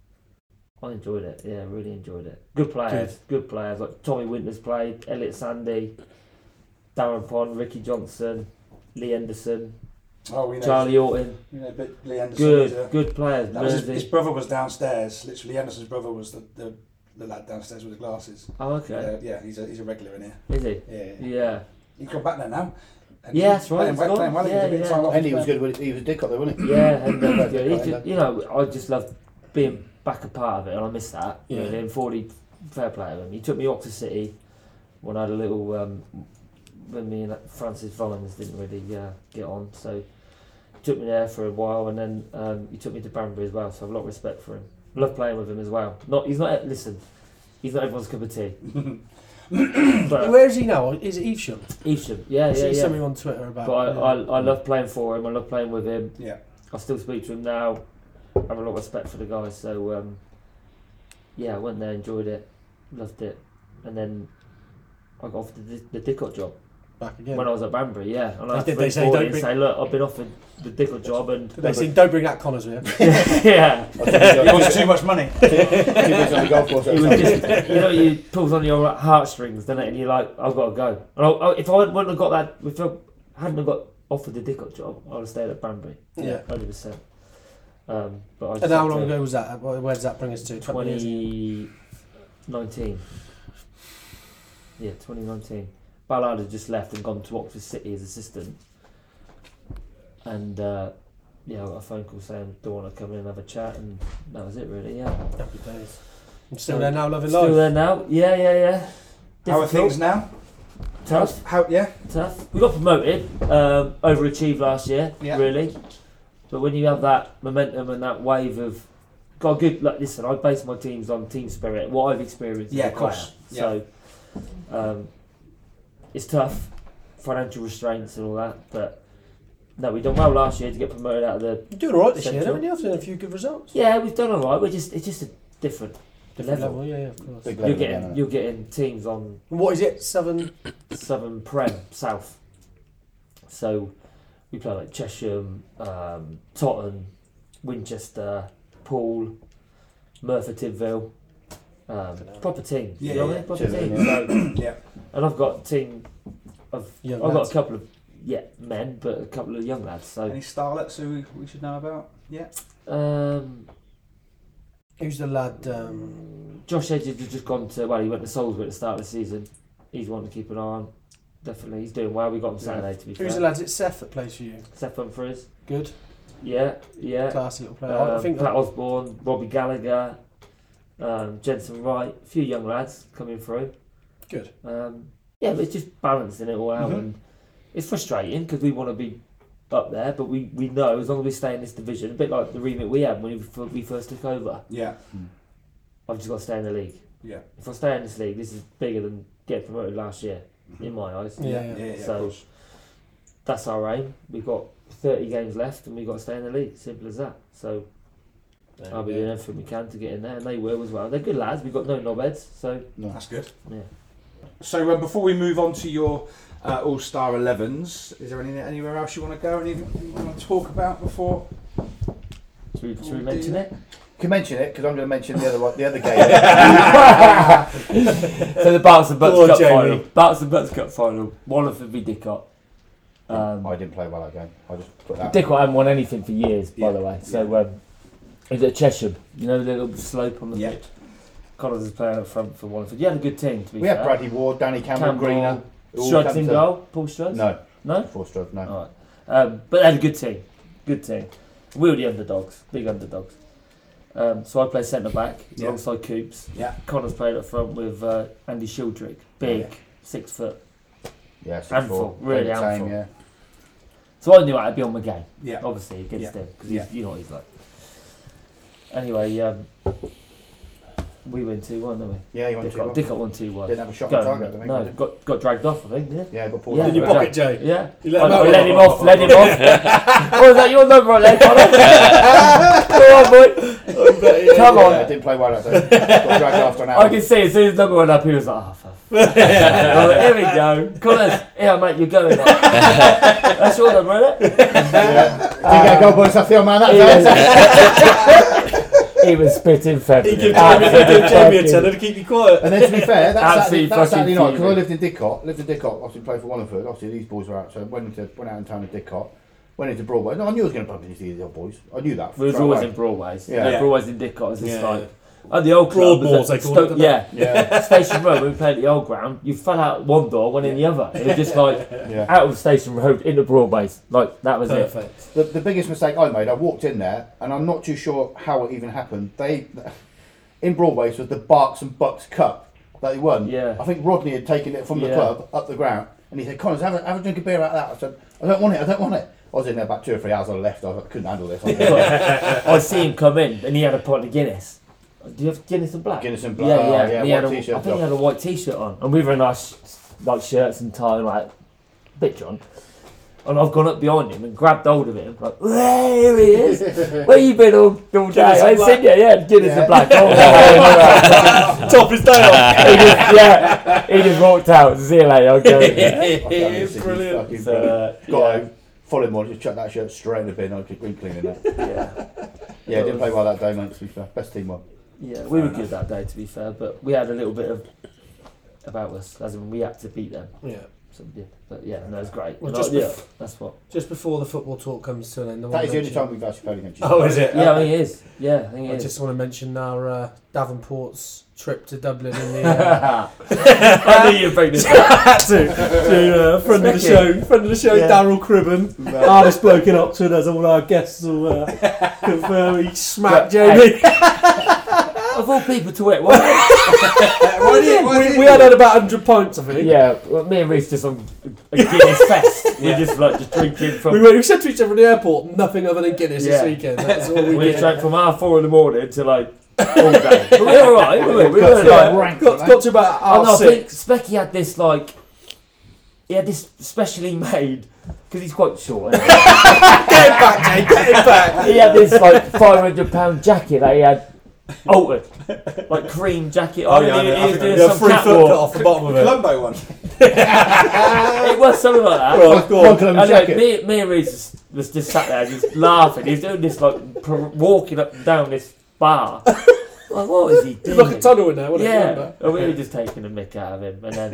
Speaker 7: I enjoyed it. Yeah, really enjoyed it. Good players, good, players. Like Tommy Winters played, Elliot Sandy, Darren Pond, Ricky Johnson, Lee Anderson,
Speaker 4: Oh, we know.
Speaker 7: Charlie Orton.
Speaker 4: You know, but Lee Anderson. is a-
Speaker 7: Good, good players.
Speaker 4: That was his, his
Speaker 7: Mersey.
Speaker 4: brother was downstairs. Literally, Anderson's brother was the, the, the lad downstairs with the glasses.
Speaker 7: Oh, okay.
Speaker 4: Uh, yeah, he's a, he's a regular in here.
Speaker 7: Is he?
Speaker 4: Yeah, yeah. yeah.
Speaker 7: Yeah.
Speaker 4: He's gone back there now. And
Speaker 7: Yeah, that's right,
Speaker 4: playing
Speaker 7: he's
Speaker 4: well-
Speaker 7: gone.
Speaker 4: playing well, he's a
Speaker 7: Yeah,
Speaker 4: bit
Speaker 7: yeah.
Speaker 4: time off
Speaker 8: and he
Speaker 4: his
Speaker 8: was
Speaker 4: back.
Speaker 8: good. With, he was Didcot, though, wasn't he?
Speaker 7: Yeah, and um,
Speaker 8: Right,
Speaker 7: yeah,
Speaker 8: right,
Speaker 7: it's
Speaker 8: right.
Speaker 7: ju- you know, I just love being back a part of it, and I miss that.
Speaker 5: Yeah.
Speaker 7: Really, and 40 fair play. to him. He took me Oxford City when I had a little um, when me and uh, Francis Rollins didn't really uh, get on. So he took me there for a while, and then um, he took me to Banbury as well. So I've a lot of respect for him. Love playing with him as well. Not he's not listen, he's not everyone's cup of tea. but
Speaker 5: Where is he now? Is it Evesham?
Speaker 7: Evesham, yeah,
Speaker 5: Is
Speaker 7: yeah,
Speaker 5: he
Speaker 7: yeah.
Speaker 5: something on Twitter about?
Speaker 7: But I,
Speaker 5: yeah.
Speaker 7: I, I love playing for him. I love playing with him.
Speaker 4: Yeah.
Speaker 7: I still speak to him now. I have a lot of respect for the guy. So um, yeah, I went there, enjoyed it, loved it, and then I got offered the, the Dickot job
Speaker 5: back again.
Speaker 7: when I was at Banbury. Yeah, and
Speaker 5: Did
Speaker 7: I had to
Speaker 5: they
Speaker 7: bring
Speaker 5: say,
Speaker 7: forward
Speaker 5: "Don't
Speaker 7: and
Speaker 5: bring-
Speaker 7: say, look, I've been offered the Dickot job, and
Speaker 5: They said, don't bring that Connors with you.
Speaker 7: yeah,
Speaker 8: I think
Speaker 4: It
Speaker 8: he's
Speaker 4: was too much money.
Speaker 8: got two bids on the golf course.
Speaker 7: it
Speaker 8: at
Speaker 7: was
Speaker 8: the time.
Speaker 7: just you know you pulls on your heartstrings, doesn't it? And you're like, I've got to go. And I, I, if I wouldn't have got that, if I hadn't have got offered the Dickot job, I'd have stayed at Banbury.
Speaker 5: Yeah.
Speaker 7: hundred percent. Um, but I just
Speaker 5: And how
Speaker 7: had
Speaker 5: long
Speaker 7: to-
Speaker 5: ago was that? Where where does that bring us to? 20 years?
Speaker 7: 2019. Yeah, 2019. Ballard had just left and gone to Oxford City as assistant. And uh, yeah, I got a phone call saying, Do you want to come in and have a chat? And that was it, really, yeah.
Speaker 5: Happy days. I'm still there now, loving
Speaker 7: Still
Speaker 5: life.
Speaker 7: there now? Yeah, yeah, yeah.
Speaker 4: How are
Speaker 7: Difficult.
Speaker 4: things now?
Speaker 7: Tough,
Speaker 4: How? Yeah.
Speaker 7: tough. We got promoted, um, overachieved last year,
Speaker 4: Yeah.
Speaker 7: really. But when you have that momentum and that wave of, got good. Like, listen, I base my teams on team spirit, what I've experienced.
Speaker 4: Yeah,
Speaker 7: as
Speaker 4: of
Speaker 7: a player.
Speaker 4: course. Yeah.
Speaker 7: So, um, it's tough, financial restraints and all that. But no, we done well last year to get promoted out of the.
Speaker 5: You're doing alright this year,
Speaker 7: Central.
Speaker 5: haven't you? I've seen a few good results.
Speaker 7: Yeah, we've done all right. We're just it's just a different.
Speaker 5: Different
Speaker 7: Level.
Speaker 5: level, yeah, yeah, of course.
Speaker 8: Big
Speaker 7: You're
Speaker 8: level again,
Speaker 7: getting
Speaker 8: isn't
Speaker 7: you're getting teams on
Speaker 5: And what is it? Seven?
Speaker 7: Southern Prem South. So we play like Chesham, um, Tottenham, Winchester, Poole, Merthyr Tydfil. Um, proper team,
Speaker 4: Yeah,
Speaker 7: you know what I
Speaker 4: yeah,
Speaker 7: mean? Proper
Speaker 8: yeah.
Speaker 7: team. So-
Speaker 4: Yeah.
Speaker 7: And I've got a team of
Speaker 5: Young
Speaker 7: I've got
Speaker 5: lads.
Speaker 7: a couple of yeah men, but a couple of young lads. So
Speaker 4: Any starlets who we- we should know about? Yeah.
Speaker 7: um,
Speaker 5: Who's the lad? Um,
Speaker 7: Josh Edges has just gone to well, he went to Salisbury at the start of the season. He's one to keep an eye on. Definitely, he's doing well. We got him Saturday to be
Speaker 5: who's the
Speaker 7: fair.
Speaker 5: lad? Is it Seth that plays for you?
Speaker 7: Seth Humphries.
Speaker 5: Good,
Speaker 7: Yeah, yeah.
Speaker 5: classy little player. I-
Speaker 7: Um,
Speaker 5: I think
Speaker 7: Pat Osborne, Robbie Gallagher, um, Jensen Wright, a few young lads coming through.
Speaker 5: Good. Mm-hmm.
Speaker 7: Um, yeah, but it's just balancing it all out, and it's frustrating because we want to be up there, but we, we know as long as we stay in this division, a bit like the remit we had when we, f- we first took over,
Speaker 4: Yeah.
Speaker 7: I've just got to stay in the league.
Speaker 4: Yeah.
Speaker 7: If I stay in this league, this is bigger than getting promoted last year, in my eyes.
Speaker 5: Yeah,
Speaker 4: Yeah. yeah,
Speaker 7: So-
Speaker 4: of course.
Speaker 7: That's our aim. We've got 30 games left, and we've got to stay in the league. Simple as that. So I'll be doing everything we can to get in there, and they will as well. They're good lads. We've got no knobheads, so
Speaker 4: That's good.
Speaker 7: Yeah.
Speaker 4: So um, before we move on to your uh, All Star 11s, is there any, anywhere else you want to go? Anything you want to talk about before?
Speaker 7: should we, should we mention it?
Speaker 8: You can mention it because I'm going to mention the other one, the other game.
Speaker 7: so the Barts and Butts
Speaker 5: Go on,
Speaker 7: Cup
Speaker 5: Jamie.
Speaker 7: final. Barts and Butts Cup final. Wallingford v Dickot. Um,
Speaker 8: I didn't play well that game. I just put that.
Speaker 7: Dickot hadn't won anything for years, by
Speaker 4: Yeah,
Speaker 7: the way. So um, it was at Chesham. You know the little slope on the
Speaker 4: Yeah.
Speaker 7: pitch. Collins is playing up front for Wallingford. You had a good team, to be
Speaker 8: We
Speaker 7: fair.
Speaker 8: had Bradley Ward, Danny Campbell,
Speaker 7: Campbell,
Speaker 8: Greener. who all
Speaker 7: Strudd's
Speaker 8: came
Speaker 7: in
Speaker 8: to-
Speaker 7: goal. Paul Strudd.
Speaker 8: No,
Speaker 7: No.
Speaker 8: four stroke. No.
Speaker 7: All right. Um, but they had a good team. Good team. We were the underdogs, big underdogs. Um, so I play centre back
Speaker 4: Yeah.
Speaker 7: alongside Coops.
Speaker 4: Yeah.
Speaker 7: Connors played up front with uh, Andy Shieldrick, big,
Speaker 8: Yeah.
Speaker 7: six foot.
Speaker 8: Yeah, six
Speaker 7: Handful,
Speaker 8: four.
Speaker 7: really
Speaker 8: Same,
Speaker 7: handful.
Speaker 8: Yeah.
Speaker 7: So I knew I'd be on my game,
Speaker 4: Yeah.
Speaker 7: obviously against him because
Speaker 4: Yeah.
Speaker 7: you know what he's like. Anyway, um, we win two one, didn't
Speaker 8: Yeah, you
Speaker 7: we?
Speaker 8: went
Speaker 7: Dickot,
Speaker 8: to.
Speaker 7: Dickot won two one.
Speaker 8: Didn't have a shot on target. I think,
Speaker 7: no,
Speaker 8: did he?
Speaker 7: got got dragged off, I think. Yeah.
Speaker 8: Yeah, but Paul.
Speaker 7: Yeah.
Speaker 5: in your
Speaker 7: Right.
Speaker 5: pocket, Joe.
Speaker 7: Yeah.
Speaker 5: You
Speaker 7: Let,
Speaker 5: let him out.
Speaker 7: let him off, let him off. oh, is that your number on there, Connor? Come on, boy. Come
Speaker 8: Yeah, I
Speaker 7: on. Oh,
Speaker 8: didn't play well that day. Got dragged after an hour.
Speaker 7: I can see as soon as number went up, he was like, oh, for fuck's sake." I was like, here we go. Connors, yeah, mate, you're going up. That's your number, isn't it?
Speaker 8: Yeah. Did you get a goal bonus off the old man that
Speaker 7: He
Speaker 8: day?
Speaker 7: was, he was spitting feathers.
Speaker 5: He gave Jamie, he gave Jamie a tenner to keep you quiet.
Speaker 8: And then to be fair, that Saturday,
Speaker 7: Absolute
Speaker 8: that
Speaker 7: fucking
Speaker 8: Saturday night,
Speaker 7: fuming.
Speaker 8: because I lived in Didcot, lived in Didcot, obviously played for Wallingford, obviously these boys were out, so went into went out in town to Didcot, went into Broadway. No, I knew I was going to bump into these old boys. I knew that.
Speaker 7: We was
Speaker 8: straight
Speaker 7: always
Speaker 8: away.
Speaker 7: in Broadways.
Speaker 8: Yeah.
Speaker 7: Yeah. No, Broadways in Dickot. It's just
Speaker 5: Yeah,
Speaker 7: like, at the old
Speaker 5: Broad
Speaker 7: club. was
Speaker 5: balls,
Speaker 7: at
Speaker 5: they call
Speaker 7: Stoke-
Speaker 5: it, don't
Speaker 7: Yeah.
Speaker 8: Yeah,
Speaker 7: Station Road, when we played at the old ground, you fell out one door, went in the other. It was just like
Speaker 8: yeah.
Speaker 7: out of Station Road into Broadways. Like that was it.
Speaker 5: Perfect.
Speaker 8: The, the biggest mistake I made, I walked in there, and I'm not too sure how it even happened. They, in Broadway, so the Barks and Bucks Cup that they won.
Speaker 7: Yeah.
Speaker 8: I think Rodney had taken it from the
Speaker 7: Yeah.
Speaker 8: club up the ground, And he said, Connors, have a, have a drink of beer out of that. I said, I don't want it, I don't want it. I was in there about two or three hours, I left, I couldn't handle this. I was like,
Speaker 7: I see him come in and he had a pint of Guinness. Do you have Guinness and black?
Speaker 8: Guinness and black,
Speaker 7: Yeah,
Speaker 8: oh,
Speaker 7: yeah.
Speaker 8: yeah,
Speaker 7: And he had
Speaker 8: white
Speaker 7: a- I
Speaker 8: t-shirt
Speaker 7: think
Speaker 8: on.
Speaker 7: he had a white t-shirt on, and we were in our sh- like shirts and tie, and like a bit drunk. And I've gone up behind him and grabbed hold of him, like, there he is. Where you been all, all day?
Speaker 1: Guinness
Speaker 7: I
Speaker 1: and
Speaker 7: ain't seen you. Yeah, Guinness
Speaker 8: Yeah.
Speaker 7: and black. Oh, yeah, yeah.
Speaker 9: Top his day off.
Speaker 7: he just, yeah, he just walked out. See you later. I'll go.
Speaker 8: I can't do this, this is
Speaker 1: Brilliant.
Speaker 8: fucking
Speaker 7: So,
Speaker 8: brilliant.
Speaker 7: uh,
Speaker 8: Got
Speaker 7: yeah.
Speaker 8: home, followed him on, just chucked that shirt straight in the bin, I could green cleaning it.
Speaker 7: yeah.
Speaker 8: Yeah, didn't play well that day, mate, to be fair. Best team won.
Speaker 7: Yeah, we were good that day to be fair, but we had a little bit of about us, as in we had to beat them.
Speaker 5: Yeah.
Speaker 7: So we did. But yeah, no, it's great.
Speaker 5: Well,
Speaker 7: And
Speaker 5: just
Speaker 7: I- yeah, that's what.
Speaker 5: Just before the football talk comes to an end, I
Speaker 8: That
Speaker 5: want
Speaker 8: is
Speaker 5: to
Speaker 8: the only
Speaker 5: mention-
Speaker 8: time we've actually played against you.
Speaker 5: Oh, is it?
Speaker 7: Yeah, I think it is. Yeah, I think
Speaker 5: I
Speaker 7: it is.
Speaker 5: just want to mention our uh, Davenport's trip to Dublin in the uh,
Speaker 7: I knew you'd bring this up.
Speaker 5: had to, to uh, friend of the show, friend of the show,
Speaker 7: Yeah.
Speaker 5: Daryl Cribben, hardest bloke in Oxford, as all our guests will uh, confirm. He smacked Jamie.
Speaker 7: Of all people to it, why?
Speaker 1: Why do you- why do
Speaker 5: we,
Speaker 1: you-
Speaker 5: we had had about hundred pints, I think.
Speaker 7: yeah, well, me and Reese just on a Guinness fest. We just like just drinking
Speaker 5: We,
Speaker 7: from.
Speaker 5: were, we said to each other in the airport, nothing other than Guinness this
Speaker 7: Yeah.
Speaker 5: weekend. That's all we
Speaker 7: We
Speaker 5: did.
Speaker 7: drank from half four in the morning to like all day. But we were alright, we were, we were like,
Speaker 5: got, got to about
Speaker 7: Oh,
Speaker 5: half
Speaker 7: no, I think
Speaker 5: six.
Speaker 7: Specky had this like he had this specially made because he's quite short. isn't he?
Speaker 5: Get it back, Jay, get it back.
Speaker 7: he had this like five hundred pound jacket that he had altered, like cream jacket.
Speaker 1: Oh,
Speaker 7: on,
Speaker 1: yeah, I
Speaker 7: and
Speaker 1: know,
Speaker 7: he,
Speaker 1: I
Speaker 7: he was
Speaker 1: think
Speaker 7: doing
Speaker 5: Yeah,
Speaker 7: some
Speaker 5: free foot cut
Speaker 7: catwalk.
Speaker 5: off the bottom of it.
Speaker 1: Columbo one.
Speaker 7: It was something like that.
Speaker 5: Right, go on.
Speaker 8: Club
Speaker 7: Anyway,
Speaker 8: jacket.
Speaker 7: me, me and Reece was, was just sat there just laughing. He was doing this like pr- walking up and down this bar. Like, what is he
Speaker 5: There's
Speaker 7: doing?
Speaker 5: like a tunnel in there, wasn't it?
Speaker 7: yeah,
Speaker 5: Remember?
Speaker 7: and we were just taking a mick out of him, and then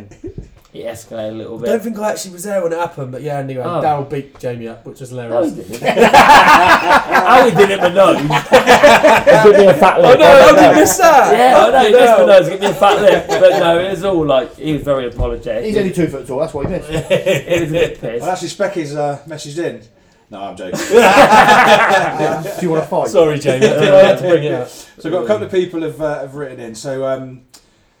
Speaker 7: it escalated a little
Speaker 5: I don't
Speaker 7: bit.
Speaker 5: think I actually was there when it happened, but yeah, anyway,
Speaker 7: Oh.
Speaker 5: Daryl beat Jamie up, which was
Speaker 7: No,
Speaker 5: hilarious.
Speaker 7: he didn't. How he did it with nose. Give me a fat
Speaker 5: Oh
Speaker 7: lip.
Speaker 5: no,
Speaker 7: I
Speaker 5: how
Speaker 7: don't
Speaker 5: did you
Speaker 7: know.
Speaker 5: miss that? Oh,
Speaker 7: Yeah, I know,
Speaker 5: Fucking
Speaker 7: he missed the
Speaker 5: hell.
Speaker 7: nose, give me a fat lip. But no, it was all like, he was very
Speaker 8: He's only
Speaker 7: apologetic.
Speaker 8: two foot tall, that's what he missed.
Speaker 7: He was a bit
Speaker 1: Well,
Speaker 7: pissed.
Speaker 1: actually, Specky's uh, messaged in. No, I'm joking.
Speaker 8: Do you want to fight?
Speaker 5: Sorry, Jamie. I had to bring it up.
Speaker 1: So we've got a couple of people have, uh, have written in. So um,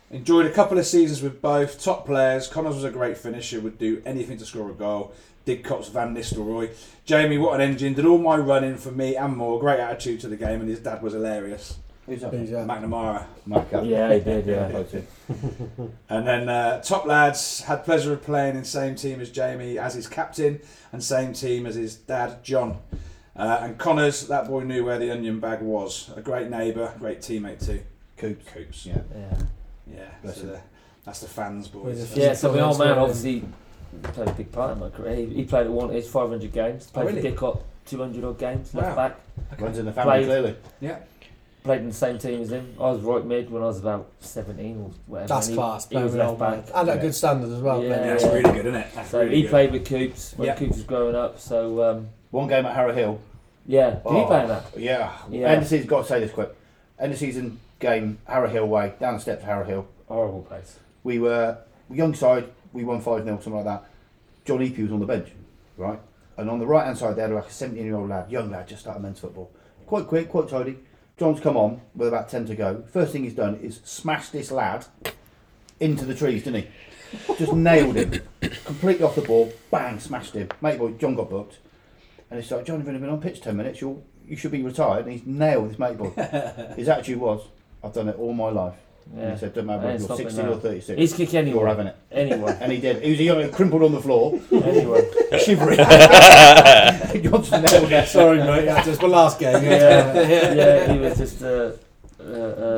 Speaker 1: enjoyed a couple of seasons with both top players. Connors was a great finisher, would do anything to score a goal. Did cops Van Nistelrooy. Jamie, what an engine! Did all my running for me and more. Great attitude to the game, and his dad was hilarious.
Speaker 8: Who's that?
Speaker 5: Who's that?
Speaker 1: McNamara.
Speaker 8: Mark Allen.
Speaker 7: Yeah, he did, yeah.
Speaker 8: Oh, two.
Speaker 1: And then uh, top lads had pleasure of playing in same team as Jamie as his captain and same team as his dad John. Uh, and Connors, that boy knew where the onion bag was. A great neighbour, great teammate too.
Speaker 8: Coops.
Speaker 1: Coops.
Speaker 8: Yeah.
Speaker 7: Yeah,
Speaker 1: Yeah,
Speaker 8: Bless
Speaker 1: so
Speaker 8: him.
Speaker 1: the- that's the fans,
Speaker 5: With
Speaker 1: boys.
Speaker 5: the-
Speaker 7: yeah so the old man obviously played a big part in my career. He, he played at Wanted 500 games, played
Speaker 1: Oh, really?
Speaker 7: for Dickop 200 odd games,
Speaker 1: Wow.
Speaker 7: left back.
Speaker 8: Runs in the family,
Speaker 7: Played.
Speaker 8: clearly.
Speaker 7: Played in the same team as him. I was right mid when I was about 17 or whatever.
Speaker 5: That's
Speaker 7: and he-
Speaker 5: class.
Speaker 7: He was
Speaker 5: playing
Speaker 7: left
Speaker 5: with old
Speaker 7: back.
Speaker 5: man. And at a good standard as well.
Speaker 7: Yeah.
Speaker 5: playing.
Speaker 1: that's really good, isn't it? That's
Speaker 7: So
Speaker 1: really
Speaker 7: he
Speaker 1: good.
Speaker 7: played with Coops when
Speaker 1: Yeah.
Speaker 7: Coops was growing up. So um,
Speaker 8: One game at Harrow Hill.
Speaker 7: yeah, did he
Speaker 8: Oh.
Speaker 7: play in that?
Speaker 8: Yeah.
Speaker 7: Yeah.
Speaker 8: End of season, got to say this quick. End of season game, Harrow Hill way, down the steps of Harrow Hill.
Speaker 7: Horrible place.
Speaker 8: We were young side, we won 5 0, something like that. John Epew was on the bench, right? And on the right hand side, they had like a 17 year old lad, young lad, just started men's football. Quite quick, quite tidy. John's come on with about 10 to go. First thing he's done is smashed this lad into the trees, didn't he? Just nailed him. Completely off the ball, bang, smashed him. Mate boy, John got booked. And it's like, John, you've only been on pitch 10 minutes, you're, you should be retired. And he's nailed his mate boy. his attitude was, I've done it all my life. And
Speaker 7: Yeah.
Speaker 8: he said, don't matter
Speaker 7: Yeah,
Speaker 8: whether
Speaker 7: it's
Speaker 8: you're
Speaker 7: not been
Speaker 8: 16
Speaker 7: that.
Speaker 8: or 36.
Speaker 7: He's kick
Speaker 8: You're
Speaker 7: anyone.
Speaker 8: having it.
Speaker 7: Anyone.
Speaker 8: And he did. He was a young, crumpled on the floor,
Speaker 7: anyone.
Speaker 8: shivering. Johnson nailed it.
Speaker 5: Sorry, mate. That was my last game.
Speaker 7: Yeah, yeah, he was just a, a,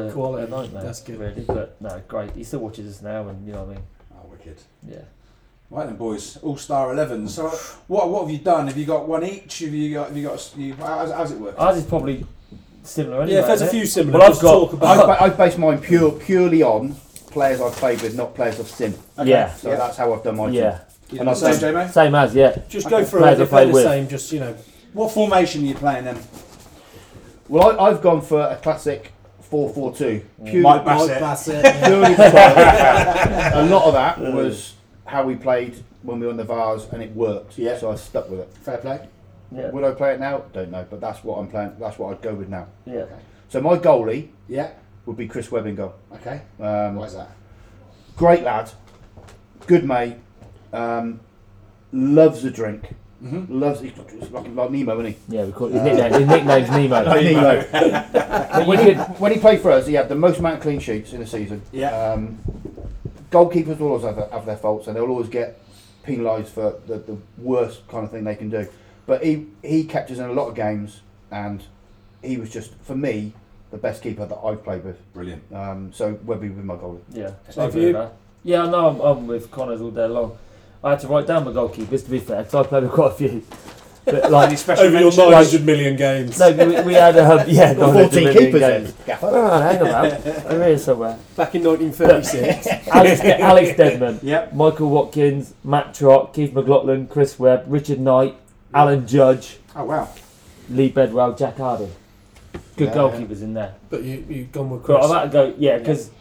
Speaker 7: a,
Speaker 5: Quality,
Speaker 7: a nightmare.
Speaker 5: that's good.
Speaker 7: Really, but no, great. He still watches us now, and you know what I mean.
Speaker 1: Oh, wicked.
Speaker 7: Yeah.
Speaker 1: Right then, boys. All star 11. So, uh, what what have you done? Have you got one each? Have you got have you got a s- you, how's, how's it work?
Speaker 7: Ours is probably similar anyway.
Speaker 5: Yeah, if there's a
Speaker 7: isn't it?
Speaker 5: few similar,
Speaker 7: Well, I've
Speaker 5: just
Speaker 7: got-
Speaker 5: talk
Speaker 8: I,
Speaker 5: about
Speaker 8: ba- I based mine pure, purely on players I've played with, not players I've seen.
Speaker 7: Yeah.
Speaker 8: So
Speaker 1: Yeah.
Speaker 8: that's how I've done my
Speaker 7: Yeah.
Speaker 1: You
Speaker 8: and
Speaker 1: do the
Speaker 8: I've
Speaker 1: same,
Speaker 8: done-
Speaker 1: J-Mo?
Speaker 7: Same as, yeah.
Speaker 5: Just go through
Speaker 7: Players
Speaker 5: it.
Speaker 7: I
Speaker 5: If they're
Speaker 7: played
Speaker 5: the
Speaker 7: with.
Speaker 5: same, just, you know.
Speaker 1: What formation are you playing then?
Speaker 8: team. Well, I, I've gone for a classic 4 4 2.
Speaker 1: Mike
Speaker 8: Purely,
Speaker 1: Bassett.
Speaker 5: That's it. yeah.
Speaker 8: purely because a lot of that was how we played when we were on the Vars and it worked.
Speaker 1: Yeah.
Speaker 8: So I stuck with it.
Speaker 1: Fair play.
Speaker 7: Yeah.
Speaker 8: Would I play it now? Don't know, but that's what I'm playing. That's what I'd go with now.
Speaker 7: Yeah.
Speaker 8: So my goalie
Speaker 1: Yeah.
Speaker 8: would be Chris Webbing goal.
Speaker 1: Okay.
Speaker 8: Um,
Speaker 1: Why is that?
Speaker 8: great lad, good mate, Um, loves a drink.
Speaker 3: Mhm.
Speaker 8: Loves he's like, like Nemo, isn't he?
Speaker 7: Yeah, we call his nickname.
Speaker 5: Uh,
Speaker 7: His nickname's Nemo.
Speaker 8: Nemo.
Speaker 7: But you could,
Speaker 8: when he played for us, he had the most amount of clean sheets in a season.
Speaker 3: Yeah.
Speaker 8: Um, goalkeepers will always have, have their faults, and they'll always get penalised for the, the worst kind of thing they can do. But he he kept us in a lot of games, and he was just for me the best keeper that I've played with.
Speaker 3: Brilliant.
Speaker 8: Um, so Webby with my goalie.
Speaker 7: yeah.
Speaker 3: So
Speaker 7: So
Speaker 3: if you-
Speaker 7: you... Yeah, I know I'm, I'm with Connors all day long. I had to write down my goalkeepers to be fair, because I played with quite a few. But
Speaker 3: Any
Speaker 7: like,
Speaker 3: special
Speaker 5: Over your
Speaker 3: mention?
Speaker 5: 900 million games.
Speaker 7: no, we, we had a hub. Yeah,
Speaker 8: Got 14 keepers then. Gaffer.
Speaker 7: Hang on, hang on, I'm here somewhere.
Speaker 5: Back in 1936.
Speaker 7: Alex, De- Alex Deadman,
Speaker 3: Yep.
Speaker 7: Michael Watkins, Matt Trott, Keith McLaughlin, Chris Webb, Richard Knight, Alan Judge,
Speaker 3: Oh wow.
Speaker 7: Lee Bedwell, Jack Hardy. Good
Speaker 8: Yeah.
Speaker 7: goalkeepers in there.
Speaker 5: but you, you've gone with
Speaker 7: But
Speaker 5: Chris.
Speaker 7: I've had to go, yeah, because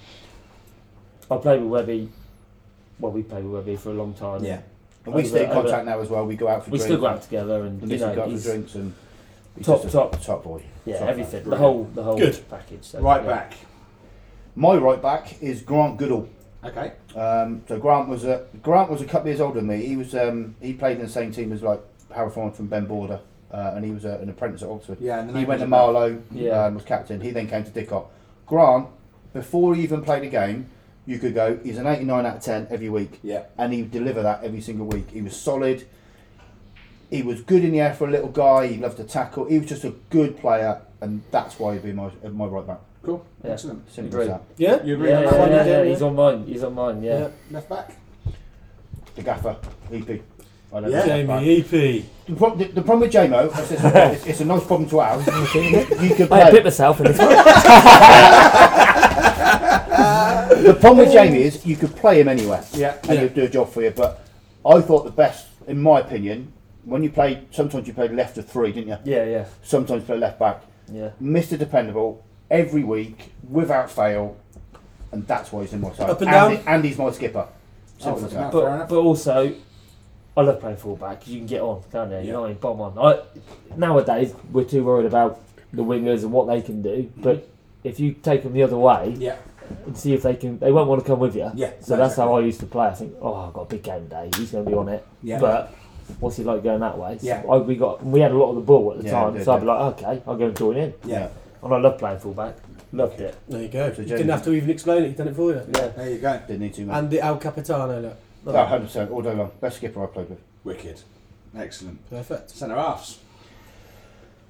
Speaker 7: I played with Webby. Well, we played with Webby for a long time.
Speaker 3: Yeah.
Speaker 8: And we
Speaker 7: Over-
Speaker 8: stay in
Speaker 7: over-
Speaker 8: contact now as well. We go out for
Speaker 7: We
Speaker 8: drinks.
Speaker 7: still go out together
Speaker 8: And
Speaker 7: and you
Speaker 8: this
Speaker 7: know,
Speaker 8: go out for
Speaker 7: he's-
Speaker 8: drinks and he's
Speaker 7: Top,
Speaker 8: just a
Speaker 7: top.
Speaker 8: top boy.
Speaker 7: yeah,
Speaker 8: top
Speaker 7: everything,
Speaker 8: man.
Speaker 7: the whole, the whole
Speaker 5: Good.
Speaker 7: package. So,
Speaker 3: Right
Speaker 7: yeah.
Speaker 3: back.
Speaker 8: My right back is Grant Goodall.
Speaker 3: Okay.
Speaker 8: Um, so Grant was a Grant was a couple years older than me. He was um, he played in the same team as like Harry Thorne from Ben Border, uh, and he was a, an apprentice at Oxford.
Speaker 3: Yeah. And the
Speaker 8: He
Speaker 3: name
Speaker 8: went to
Speaker 3: was-
Speaker 8: Marlow,
Speaker 7: Yeah.
Speaker 8: um, was captain. He then came to Dickop. Grant, before he even played a game, you could go. He's an 89 out of 10 every week,
Speaker 3: Yeah.
Speaker 8: and he would deliver that every single week. He was solid. He was good in the air for a little guy. He loved to tackle. He was just a good player, and that's why he'd be my my right back.
Speaker 3: Cool.
Speaker 7: Yeah.
Speaker 3: Excellent.
Speaker 8: Simple as
Speaker 7: Agreed.
Speaker 8: that.
Speaker 5: yeah?
Speaker 3: You agree
Speaker 7: Yeah,
Speaker 3: on
Speaker 7: yeah,
Speaker 3: that one?
Speaker 7: yeah,
Speaker 5: you
Speaker 7: yeah,
Speaker 5: do,
Speaker 7: he's on mine. He's on mine. Yeah.
Speaker 5: Yeah.
Speaker 3: Left back.
Speaker 8: The gaffer, EP. I don't
Speaker 3: Yeah.
Speaker 8: know.
Speaker 5: Jamie E EP.
Speaker 8: The, pro- the, the problem with JMO, it's, it's, it's a nice problem to have. you could
Speaker 7: I had
Speaker 8: play.
Speaker 7: bit myself in this one.
Speaker 8: the problem with Jamie is you could play him anywhere,
Speaker 3: Yeah.
Speaker 8: and he'll do a job for you. But I thought the best, in my opinion, when you played, sometimes you played left of three, didn't you?
Speaker 7: yeah, yeah,
Speaker 8: Sometimes you play left back.
Speaker 7: yeah.
Speaker 8: Mister Dependable every week without fail, and that's why he's in my side.
Speaker 5: Up and down?
Speaker 8: he- and he's my skipper. Simple
Speaker 3: Oh,
Speaker 8: as that.
Speaker 3: Fair
Speaker 7: But,
Speaker 3: enough.
Speaker 7: but also, I love playing fullback 'cause you can get on, can't you? You
Speaker 3: Yeah.
Speaker 7: know what I mean? Bomb on. I, nowadays, we're too worried about the wingers and what they can do, but if you take them the other way
Speaker 3: Yeah.
Speaker 7: and see if they can, they won't want to come with you.
Speaker 3: Yeah,
Speaker 7: So that's how I used to play. I think, oh, I've got a big game day. He's going to be on it.
Speaker 3: Yeah.
Speaker 7: But what's he like going that way? So
Speaker 3: Yeah.
Speaker 7: I, we got we had a lot of the ball at the
Speaker 8: Yeah,
Speaker 7: time,
Speaker 8: yeah,
Speaker 7: so I'd be
Speaker 8: yeah.
Speaker 7: like, okay, I'll go and join in.
Speaker 3: Yeah.
Speaker 7: And I love playing fullback. Loved it.
Speaker 5: There you go.
Speaker 8: So
Speaker 5: you
Speaker 8: Jamie-
Speaker 5: didn't have to even explain it, you done it for you.
Speaker 7: Yeah.
Speaker 3: There you go.
Speaker 8: Didn't need too much.
Speaker 5: And the Al Capitano look.
Speaker 8: No, 100% all day long. Best skipper I played with.
Speaker 3: Wicked. Excellent.
Speaker 5: Perfect.
Speaker 3: Centre halves.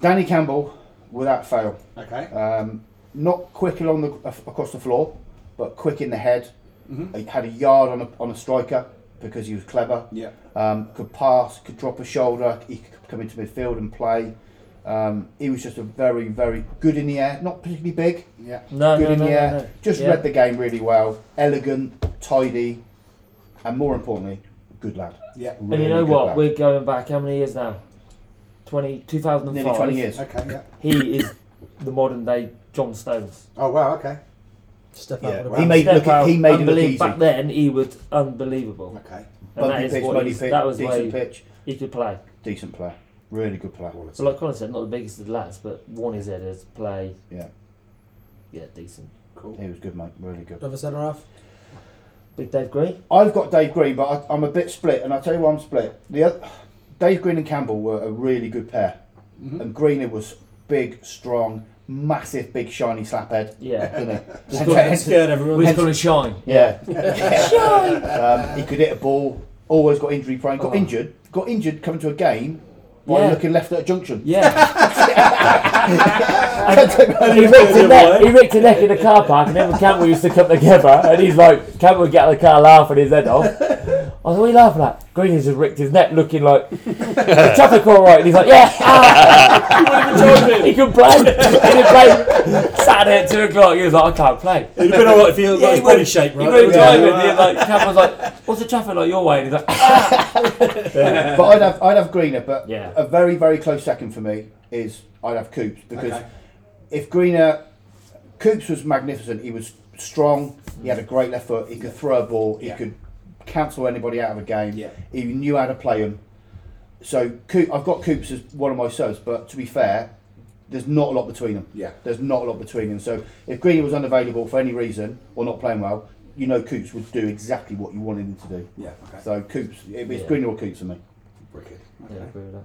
Speaker 8: Danny Campbell, without fail.
Speaker 3: Okay.
Speaker 8: Um, not quick along the af- across the floor, but quick in the head.
Speaker 3: Mhm.
Speaker 8: He had a yard on a, on a striker because he was clever.
Speaker 3: Yeah.
Speaker 8: Um, could pass, could drop a shoulder. He could come into midfield and play. Um, he was just a very, very good in the air. Not particularly big,
Speaker 3: Yeah.
Speaker 7: No,
Speaker 8: good
Speaker 7: no,
Speaker 8: in
Speaker 7: no,
Speaker 8: the
Speaker 7: no,
Speaker 8: air.
Speaker 7: no.
Speaker 8: Just
Speaker 7: Yeah.
Speaker 8: read the game really well. Elegant, tidy, and more importantly, good lad.
Speaker 3: Yeah.
Speaker 7: And you know
Speaker 8: Really good
Speaker 7: what?
Speaker 8: lad.
Speaker 7: We're going back how many years now? 20, 2005.
Speaker 8: nearly 20 years.
Speaker 3: Okay. Yeah.
Speaker 7: He is the modern day John Stones.
Speaker 3: Oh wow. Okay.
Speaker 5: Step
Speaker 8: Yeah,
Speaker 5: out.
Speaker 8: he
Speaker 5: Yeah,
Speaker 8: made
Speaker 7: Step
Speaker 8: look-
Speaker 7: out,
Speaker 8: he made it look
Speaker 7: unbelie-
Speaker 8: easy.
Speaker 7: Back then, he was unbelievable.
Speaker 3: Okay.
Speaker 7: And that
Speaker 8: Bumpy
Speaker 7: is
Speaker 8: pitch,
Speaker 7: what
Speaker 8: muddy
Speaker 7: he's,
Speaker 8: pitch,
Speaker 7: that was where
Speaker 8: decent
Speaker 7: he,
Speaker 8: pitch,
Speaker 7: he could play.
Speaker 8: decent player. Really good player.
Speaker 7: So, like Colin said, not the biggest of the lads, but one is headers, play.
Speaker 8: Yeah.
Speaker 7: Yeah, decent.
Speaker 3: Cool.
Speaker 8: He was good, mate. Really good.
Speaker 5: Another centre half.
Speaker 7: Big Dave Green?
Speaker 8: I've got Dave Green, but I, I'm a bit split, and I'll tell you why I'm split. The other, Dave Green and Campbell were a really good pair,
Speaker 7: Mm-hmm.
Speaker 8: and Greener was big, strong, massive, big, shiny slaphead.
Speaker 7: Yeah.
Speaker 8: Didn't he?
Speaker 7: Just got-
Speaker 5: Scared everyone.
Speaker 7: We're going to shine.
Speaker 8: yeah, um, he could hit a ball. Always got injury prone. Got injured. Got injured coming to a game by
Speaker 7: Oh. Yeah.
Speaker 8: looking left at a junction.
Speaker 7: Yeah.
Speaker 5: And
Speaker 7: he
Speaker 5: he
Speaker 7: ripped, a
Speaker 5: did
Speaker 7: neck,
Speaker 5: it,
Speaker 7: he ripped a neck in the car park, and him and Campbell used to come together, and he's like, Campbell would get out of the car laughing his head off. I was like, what are you laughing at? Green has just ripped his neck looking like, the traffic all right? And he's like, yeah. he can play. He can play. Saturday at 2 o'clock, he was like, I can't play.
Speaker 5: It'd have been alright if he looked
Speaker 7: Yeah,
Speaker 5: like
Speaker 7: he
Speaker 5: his body
Speaker 7: would.
Speaker 5: shape,
Speaker 7: He
Speaker 5: right?
Speaker 7: couldn't
Speaker 5: Yeah.
Speaker 7: drive it. and he was like, Campbell's like, what's the traffic like your way? And he's like,
Speaker 8: but I'd have I'd have Greener, but
Speaker 7: Yeah.
Speaker 8: a very very close second for me is I'd have Coops because
Speaker 3: Okay.
Speaker 8: if Greener, Coops was magnificent. He was strong. He had a great left foot. He could throw a ball. He
Speaker 3: Yeah.
Speaker 8: could cancel anybody out of a game.
Speaker 3: Yeah.
Speaker 8: He knew how to play him. So Coop, I've got Coops as one of my subs, but to be fair, there's not a lot between them.
Speaker 3: Yeah.
Speaker 8: There's not a lot between them. So if Greener was unavailable for any reason or not playing well, you know Coops would do exactly what you wanted him to do.
Speaker 3: Yeah, okay.
Speaker 8: So Coops, it- it's
Speaker 7: Yeah.
Speaker 8: Green or Coops for me.
Speaker 3: Wicked.
Speaker 7: Yeah, I agree with that.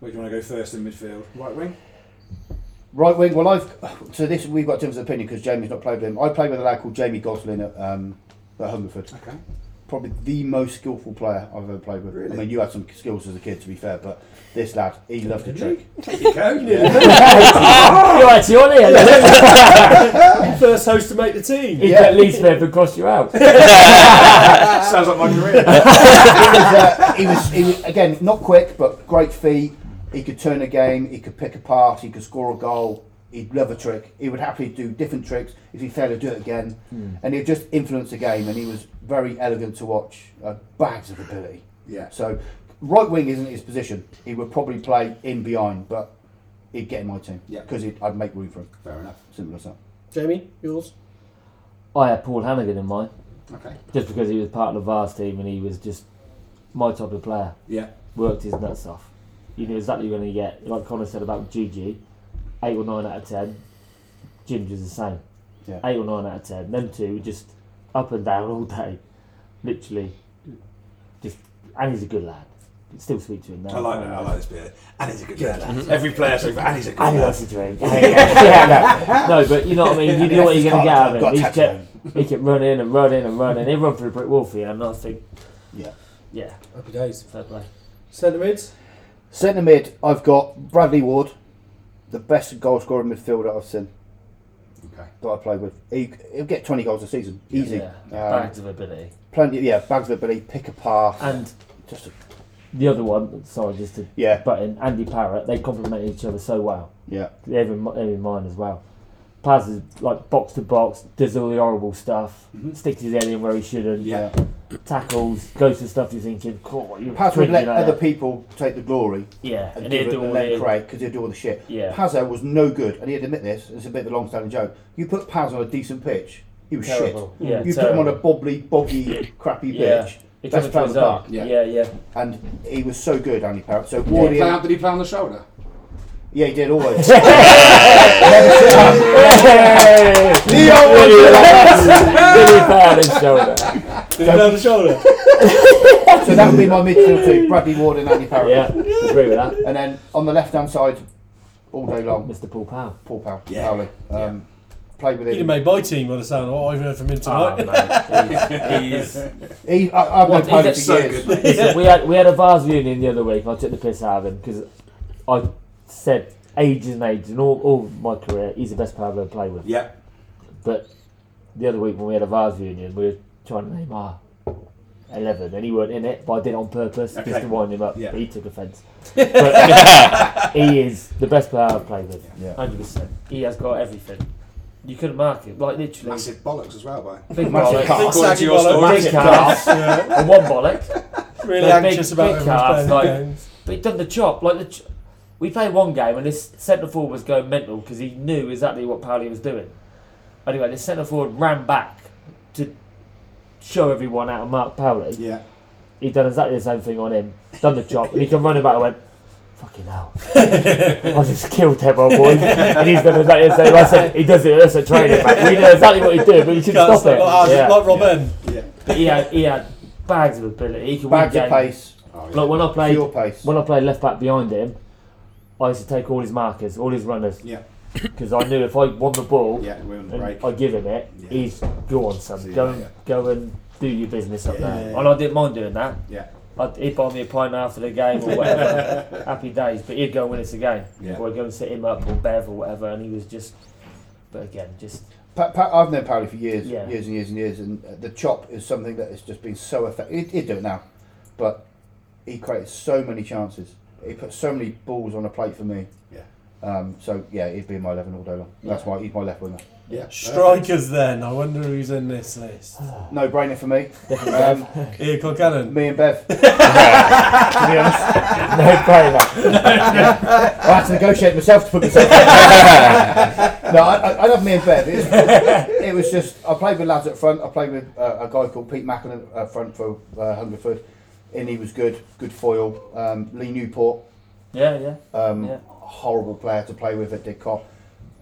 Speaker 3: Where do you want to go first in midfield? Right wing?
Speaker 8: Right wing. Well, I've so this we've got a different opinion because Jamie's not played with him. I played with a lad called Jamie Goslin at, um, at Hungerford.
Speaker 3: Okay.
Speaker 8: Probably the most skillful player I've ever played with. I
Speaker 3: Really?
Speaker 8: mean, you had some skills as a kid, to be fair, but this lad, he loved to trick.
Speaker 3: There you go.
Speaker 7: You're actually on here. Yeah.
Speaker 5: First host to make the team.
Speaker 7: He's at least there for cross you out.
Speaker 3: Sounds like my career.
Speaker 8: he was, uh, he was, he was again not quick, but great feet. He could turn a game. He could pick a pass. He could score a goal. He'd love a trick. He would happily do different tricks if he failed to do it again,
Speaker 3: Hmm.
Speaker 8: and he'd just influence the game. And he was very elegant to watch. Uh, bags of ability.
Speaker 3: Yeah.
Speaker 8: So right wing isn't his position. He would probably play in behind, but he'd get in my team
Speaker 3: Yeah.
Speaker 8: because I'd make room for him.
Speaker 3: Fair enough.
Speaker 8: Simple as that.
Speaker 5: Jamie, yours.
Speaker 7: I had Paul Hannigan in mind,
Speaker 3: Okay.
Speaker 7: just because he was part of the Vars team and he was just my type of player.
Speaker 3: Yeah.
Speaker 7: worked his nuts off. You knew exactly what you were going to get. Like Connor said about Gigi, 8 or 9 out of 10. Ginger's the same.
Speaker 8: Yeah.
Speaker 7: 8 or 9 out of 10. Them two were just up and down all day. Literally. just And he's a good lad. Still speak to him now.
Speaker 3: I like that. I like this beer. And he's a good lad. Every player says, and he's a good
Speaker 7: And he
Speaker 3: lad.
Speaker 7: loves to drink. Yeah, no. no, but you know what I mean? You know what you're going to get out of
Speaker 8: Got
Speaker 7: him.
Speaker 8: a
Speaker 7: He
Speaker 8: tattoo on
Speaker 7: kept,
Speaker 8: him.
Speaker 7: he kept running and running and running. He'd run through a brick wall for you. And I think,
Speaker 8: Yeah.
Speaker 7: yeah,
Speaker 5: Happy days.
Speaker 7: fair play.
Speaker 5: Centre mids.
Speaker 8: Centre mid, I've got Bradley Ward, the best goal scorer midfielder I've seen.
Speaker 3: Okay.
Speaker 8: That I played with. He, he'll get 20 goals a season, easy.
Speaker 7: Yeah,
Speaker 8: Um,
Speaker 7: bags of ability.
Speaker 8: plenty, yeah, bags of ability, pick a pass.
Speaker 7: And
Speaker 8: just a,
Speaker 7: the other one, sorry, just to
Speaker 8: yeah,
Speaker 7: But in Andy Parrott, they complement each other so well.
Speaker 8: yeah,
Speaker 7: They have in, they have in mind as well. Paz is like box to box, does all the horrible stuff,
Speaker 8: Mm-hmm.
Speaker 7: sticks his head in where he shouldn't, uh,
Speaker 3: Yeah.
Speaker 7: tackles, goes to stuff you're thinking, cool, you're
Speaker 8: Paz would let
Speaker 7: like
Speaker 8: other
Speaker 7: that."
Speaker 8: people take the glory
Speaker 7: Yeah,
Speaker 8: and,
Speaker 7: and
Speaker 8: give
Speaker 7: he'll
Speaker 8: it
Speaker 7: do
Speaker 8: and
Speaker 7: all
Speaker 8: let
Speaker 7: the
Speaker 8: Craig because he'd do all the shit.
Speaker 7: Yeah.
Speaker 8: Pazzo was no good, and he'd admit this. It's a bit of a long-standing joke. You put Paz on a decent pitch, he was
Speaker 7: terrible.
Speaker 8: shit.
Speaker 7: Yeah,
Speaker 8: you
Speaker 7: terrible.
Speaker 8: put him on a bobbly, boggy, crappy
Speaker 7: Yeah.
Speaker 8: pitch,
Speaker 7: He
Speaker 8: best player
Speaker 7: comes to
Speaker 8: in
Speaker 7: his
Speaker 8: the
Speaker 7: own.
Speaker 8: park,
Speaker 3: Yeah.
Speaker 7: Yeah, yeah.
Speaker 8: and he was so good, Andy Parrott. So
Speaker 3: Did
Speaker 8: Ward,
Speaker 3: he,
Speaker 8: he-
Speaker 3: play on, did he play on the shoulder?
Speaker 8: yeah, he did always.
Speaker 7: Really bad his shoulder.
Speaker 8: So that would be my midfield two, Bradley Ward and Andy Parrott.
Speaker 7: Yeah, agree with that.
Speaker 8: And then on the left hand side, all day long,
Speaker 7: Mr. Paul Powell.
Speaker 8: Paul Powell.
Speaker 3: Yeah.
Speaker 8: Powley. Um, Played with
Speaker 5: He'd have
Speaker 8: him.
Speaker 5: made my team on the sound of what I've heard from him
Speaker 7: Oh,
Speaker 5: tonight.
Speaker 7: man. He's, he's,
Speaker 8: He, I, I've
Speaker 7: What,
Speaker 8: known Powley for
Speaker 7: he's
Speaker 3: so
Speaker 8: years.
Speaker 3: good, mate.
Speaker 7: Listen, we had we had a Vars reunion the other week. and I took the piss out of him because I said ages and ages and all, all my career he's the best player I've ever played with.
Speaker 3: Yeah.
Speaker 7: But the other week when we had a Vars reunion, we were trying to name our eleven, and he weren't in it, but I did it on purpose
Speaker 3: Okay.
Speaker 7: just to wind him up.
Speaker 3: Yeah.
Speaker 7: But he took offence. But he is the best player I've played with.
Speaker 8: Yeah.
Speaker 7: Hundred percent. He has got everything. You couldn't mark him, like literally.
Speaker 3: Massive bollocks as well, by.
Speaker 7: Big
Speaker 8: massive
Speaker 7: bollocks,
Speaker 8: calf.
Speaker 3: According to your story.
Speaker 7: Oh, big calf, and one bollock.
Speaker 5: Really
Speaker 7: They're big-
Speaker 5: anxious about
Speaker 7: big
Speaker 5: him playing
Speaker 7: calves, like-
Speaker 5: games.
Speaker 7: But he done the chop. Like the, ch- we played one game and this centre forward was going mental because he knew exactly what Pauli was doing. Anyway, the centre forward ran back to show everyone out of Mark Pauli.
Speaker 3: Yeah.
Speaker 7: He done exactly the same thing on him. Done the chop and he come running back and went. Fucking hell. I just killed him, my boy. And he's done exactly the same. I said, he does it, that's a training back. We know exactly what he's doing, but he should
Speaker 5: Can't
Speaker 7: stop it.
Speaker 5: like ours,
Speaker 7: Yeah.
Speaker 5: Like Robin.
Speaker 7: But he, had, he had bags of ability. He could win
Speaker 8: Bags of
Speaker 7: games.
Speaker 8: pace,
Speaker 3: Oh, yeah.
Speaker 7: Like when I played
Speaker 8: pure pace.
Speaker 7: when I played left back behind him, I used to take all his markers, all his runners,
Speaker 3: Yeah.
Speaker 7: because I knew if I won the ball
Speaker 3: Yeah, we're on the
Speaker 7: and
Speaker 3: break.
Speaker 7: I give him it,
Speaker 3: Yeah.
Speaker 7: he's go on, son,
Speaker 3: See you
Speaker 7: go and
Speaker 3: later.
Speaker 7: go and do your business up
Speaker 3: Yeah,
Speaker 7: there.
Speaker 3: yeah, yeah.
Speaker 7: And I didn't mind doing that.
Speaker 3: Yeah.
Speaker 7: I'd, he'd buy me a pint after the game or whatever, happy days. But he'd go and win us a game,
Speaker 3: Yeah.
Speaker 7: or I'd go and sit him up or Bev or whatever, and he was just. But again, just
Speaker 8: Pa- Pa- I've known Powley for years,
Speaker 7: Yeah.
Speaker 8: years and years and years, and uh, the chop is something that has just been so effective. He'd, he'd do it now, but he created so many chances. He put so many balls on a plate for me.
Speaker 3: Yeah.
Speaker 8: Um, so yeah, he'd be in my eleven all day long. That's why he's my left winger.
Speaker 3: Yeah.
Speaker 5: Strikers then. I wonder who's in this list.
Speaker 8: No brainer for me. um,
Speaker 5: Ian Kilcannon.
Speaker 8: me and Bev. to be honest.
Speaker 7: no brainer.
Speaker 8: I had to negotiate myself to put myself. no, I, I, I love me and Bev. It was, it was just I played with lads at front. I played with uh, a guy called Pete Mackin at at front for uh, Hungerford, and he was good, good foil. Um, Lee Newport,
Speaker 7: Yeah, yeah.
Speaker 8: um,
Speaker 7: Yeah.
Speaker 8: horrible player to play with at Dick Cop.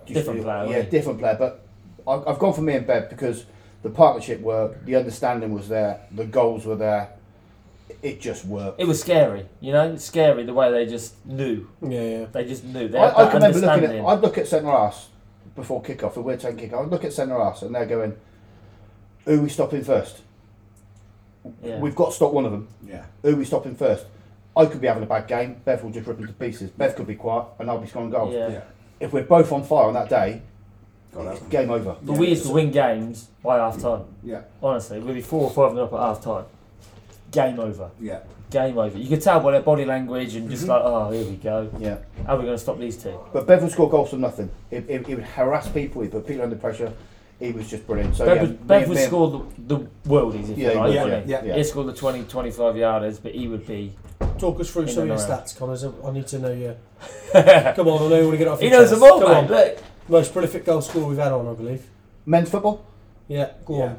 Speaker 7: Different player,
Speaker 8: Yeah,
Speaker 7: wasn't he?
Speaker 8: different player. But I've, I've gone for me and Bev because the partnership worked, the understanding was there, the goals were there. It just worked.
Speaker 7: It was scary, you know. It's scary the way they just knew.
Speaker 5: Yeah, yeah.
Speaker 7: They just knew. They
Speaker 8: I,
Speaker 7: had
Speaker 8: I
Speaker 7: that
Speaker 8: can remember looking at.
Speaker 7: understanding.
Speaker 8: I'd look at centre arse before kickoff, and we're taking kickoff. I'd look at centre arse, and they're going, "Who we stopping first?
Speaker 7: yeah.
Speaker 8: We've got to stop one of them.
Speaker 3: Yeah.
Speaker 8: Who we stopping first? I could be having a bad game. Bev will just rip them to pieces. Bev could be quiet, and I'll be scoring goals.
Speaker 7: yeah.
Speaker 3: Yeah.
Speaker 8: If we're both on fire on that day,
Speaker 3: Got
Speaker 8: it's
Speaker 3: that.
Speaker 8: game over.
Speaker 7: But we used to win games by half time.
Speaker 3: Yeah.
Speaker 7: Honestly, we'd be four or five nil up at half time. Game over.
Speaker 3: Yeah.
Speaker 7: Game over. You could tell by their body language and
Speaker 8: Mhm.
Speaker 7: just like, oh, here we go.
Speaker 8: Yeah.
Speaker 7: How are we going to stop these two?
Speaker 8: But Bev would score goals from nothing. He, he, he would harass people. He put people under pressure. He was just brilliant. So
Speaker 7: Bev,
Speaker 8: yeah,
Speaker 7: was-
Speaker 8: me and-
Speaker 7: Bev would
Speaker 8: me and-
Speaker 7: score the, the worldies if
Speaker 8: Yeah,
Speaker 7: you
Speaker 8: he
Speaker 7: like,
Speaker 8: would,
Speaker 7: wouldn't
Speaker 8: yeah,
Speaker 7: he?
Speaker 8: yeah.
Speaker 7: He'd score the 20, 25 yarders, but he would be.
Speaker 5: Talk us through
Speaker 7: In
Speaker 5: some of
Speaker 7: and
Speaker 5: your
Speaker 7: around.
Speaker 5: stats, Connors. I I need to know you.
Speaker 7: he
Speaker 5: Come on, I know you want to get it off. your
Speaker 7: knows
Speaker 5: chest.
Speaker 7: them all,
Speaker 5: Come
Speaker 7: mate.
Speaker 5: on.
Speaker 7: Look.
Speaker 5: Most prolific goal scorer we've had on, I believe.
Speaker 8: men's football.
Speaker 5: Yeah, go
Speaker 3: Yeah.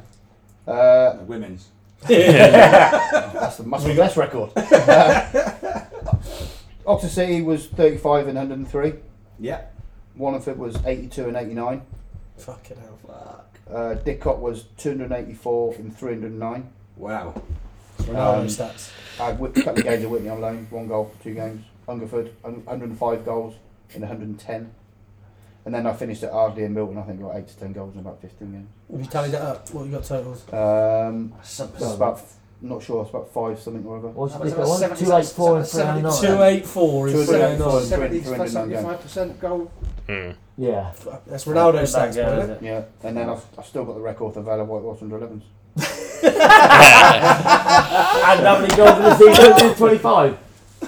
Speaker 5: on.
Speaker 8: Uh,
Speaker 3: No, women's.
Speaker 8: that's the must be best record. Oxford City was 35 and 103.
Speaker 3: Yeah.
Speaker 8: Wallingford was 82 and 89.
Speaker 5: Fucking hell.
Speaker 8: Uh, Didcot was 284 and 309.
Speaker 3: Wow.
Speaker 5: Ronaldo
Speaker 8: Um,
Speaker 5: stats.
Speaker 8: I had a couple of games at Whitney on loan, one goal, two games. Hungerford, un- 105 goals in 110. And then I finished at Ardley and Milton, I think, like 8 to 10 goals in about 15 games.
Speaker 5: Have you tallied that up? What you got totals?
Speaker 8: Um,
Speaker 3: Something.
Speaker 8: it's about, not sure, it's about 5 something or other.
Speaker 7: What
Speaker 3: That
Speaker 7: did
Speaker 3: was
Speaker 7: you pick?
Speaker 3: about
Speaker 7: One,
Speaker 3: 70,
Speaker 7: two, eight, four, and three,
Speaker 3: seventy-
Speaker 7: nine, nine.
Speaker 5: Two eight four
Speaker 8: Two
Speaker 5: is
Speaker 8: eight
Speaker 5: three nine.
Speaker 8: four.
Speaker 3: percent goal.
Speaker 7: Yeah.
Speaker 5: Fuck, That's Ronaldo
Speaker 7: That's
Speaker 5: stats,
Speaker 7: that guy,
Speaker 5: man.
Speaker 7: isn't it?
Speaker 8: Yeah, and then I've, I've still got the record for Valor White Watch under 11s.
Speaker 7: And how many goals in the season? 25.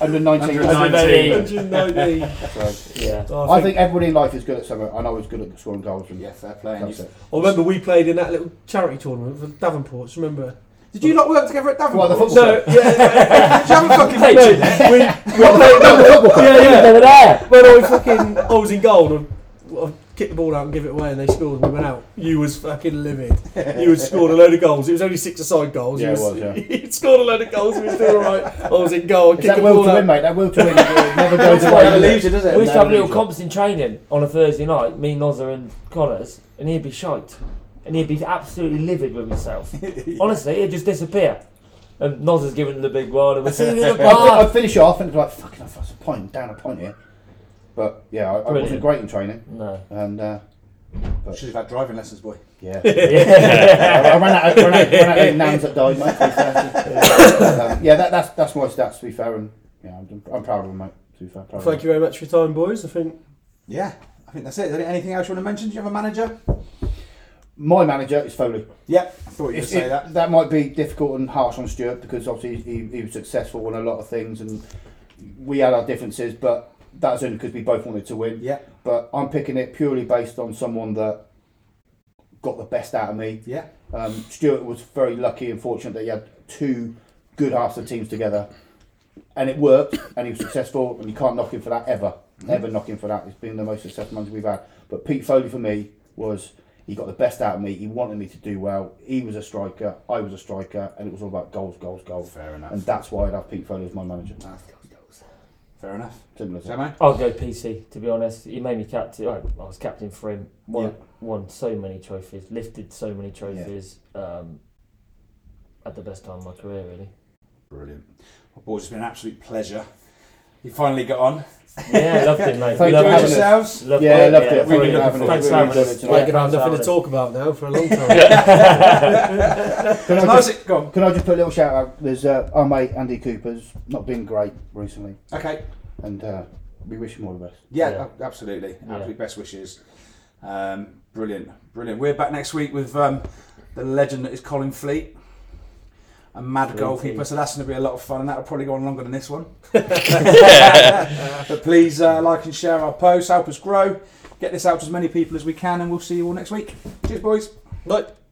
Speaker 8: Under 19.
Speaker 3: Under
Speaker 8: under-
Speaker 3: 19.
Speaker 5: 190.
Speaker 8: so,
Speaker 7: Yeah.
Speaker 5: Oh,
Speaker 8: I think everybody in life is good at something, and I was good at scoring goals. And
Speaker 3: Yeah, fair play. And
Speaker 8: that's
Speaker 3: you-
Speaker 8: it.
Speaker 5: I remember we played in that little charity tournament for Davenport's. Remember?
Speaker 3: Did you not work together at Davenport?
Speaker 8: Well, the football
Speaker 5: No, yeah,
Speaker 3: Did you have a fucking
Speaker 7: Hey,
Speaker 3: picture there?
Speaker 5: yeah, we,
Speaker 7: yeah, yeah. They were there.
Speaker 5: when I fucking I was in goal and I, I kicked the ball out and give it away and they scored and we went out. You was fucking livid. You had scored a load of goals. It was only six aside goals.
Speaker 8: Yeah,
Speaker 5: you
Speaker 8: it was, yeah.
Speaker 5: You'd scored a load of goals. It was doing all right. I was in goal. I
Speaker 8: It's
Speaker 5: kicked the
Speaker 8: that will
Speaker 5: ball
Speaker 8: to
Speaker 5: out.
Speaker 8: win, mate. That will to win never goes
Speaker 7: That's why
Speaker 8: away. does
Speaker 7: I
Speaker 8: it?
Speaker 7: believe
Speaker 3: Leaves you, does
Speaker 7: We used to have little
Speaker 8: Manager.
Speaker 7: comps in training on a Thursday night, me, Nozza, and Connors, and he'd be shite. And he'd be absolutely livid with himself. Honestly, he'd just disappear. And Nozza's giving him the big one, and we're sitting in the
Speaker 8: I'd,
Speaker 7: bar.
Speaker 8: I'd finish it off and be like, fucking, I've lost a point, down a point here. But yeah, I, I wasn't
Speaker 7: Brilliant.
Speaker 8: great in training,
Speaker 7: No.
Speaker 8: and uh,
Speaker 3: Should have had driving lessons, boy.
Speaker 8: yeah, I,
Speaker 7: Yeah.
Speaker 8: I ran out, ran out, ran out of nans that died, mate. to be fair. um, yeah, that, that's that's my stats. To be fair, and yeah, I'm, I'm proud of them, mate. To be fair, proud
Speaker 5: Thank you very much for your time, boys. I think
Speaker 3: Yeah. I think that's it. Is there anything else you want to mention? Do you have a manager?
Speaker 8: My manager is Foley.
Speaker 3: Yep. I thought you were going to
Speaker 8: It's-
Speaker 3: say
Speaker 8: it-
Speaker 3: that.
Speaker 8: might be difficult and harsh on Stuart because obviously he, he was successful in a lot of things, and we had our differences, but that's only because we both wanted to win.
Speaker 3: Yeah.
Speaker 8: but I'm picking it purely based on someone that got the best out of me.
Speaker 3: Yeah.
Speaker 8: Um, Stuart was very lucky and fortunate that he had two good halves of teams together, and it worked, and he was successful, and you can't knock him for that ever,
Speaker 3: Mm-hmm.
Speaker 8: ever knock him for that. It's been the most successful manager we've had. But Pete Foley for me was he got the best out of me. He wanted me to do well. He was a striker. I was a striker, and it was all about goals, goals, goals.
Speaker 3: Fair enough.
Speaker 8: And that's why I'd have Pete Foley as my manager.
Speaker 3: Fair enough.
Speaker 8: Simple as that.
Speaker 3: Sam,
Speaker 7: I'll go PC, to be honest. He made me captain. I, I was captain for him. Won,
Speaker 3: Yeah.
Speaker 7: won so many trophies, lifted so many trophies. Um, at the best time of my career, really.
Speaker 3: Brilliant. Well, boys, it's been an absolute pleasure. You finally got on.
Speaker 7: Yeah, loved it, mate.
Speaker 8: Thank
Speaker 7: Loved
Speaker 8: you. having
Speaker 7: it.
Speaker 3: Enjoyed
Speaker 8: us.
Speaker 3: yourselves.
Speaker 7: Loved
Speaker 8: Yeah,
Speaker 7: it.
Speaker 8: loved
Speaker 7: yeah,
Speaker 8: it.
Speaker 7: really
Speaker 8: Really
Speaker 7: looking
Speaker 8: having
Speaker 7: forward-
Speaker 8: us.
Speaker 7: Thanks for
Speaker 8: Really
Speaker 7: having
Speaker 8: enjoyed
Speaker 7: us.
Speaker 8: it
Speaker 7: Yeah,
Speaker 8: tonight.
Speaker 5: we're going to have
Speaker 7: thanks for
Speaker 5: nothing
Speaker 7: having
Speaker 5: to
Speaker 7: us.
Speaker 5: talk about now for a long time.
Speaker 8: Can I
Speaker 3: It's
Speaker 8: just-
Speaker 3: nice. Go on.
Speaker 8: Can I just put a little shout out? There's uh, our mate Andy Cooper's not been great recently,
Speaker 3: Okay.
Speaker 8: and uh, we wish him all the best.
Speaker 3: Yeah,
Speaker 7: Yeah.
Speaker 3: a- absolutely. Absolutely. Best wishes. Um, brilliant. Brilliant. We're back next week with um, the legend that is Colin Fleet. A mad
Speaker 7: Fleety.
Speaker 3: goalkeeper, so that's going to be a lot of fun, and that'll probably go on longer than this one. but please uh, like and share our posts, help us grow, get this out to as many people as we can, and we'll see you all next week. Cheers, boys.
Speaker 5: Right.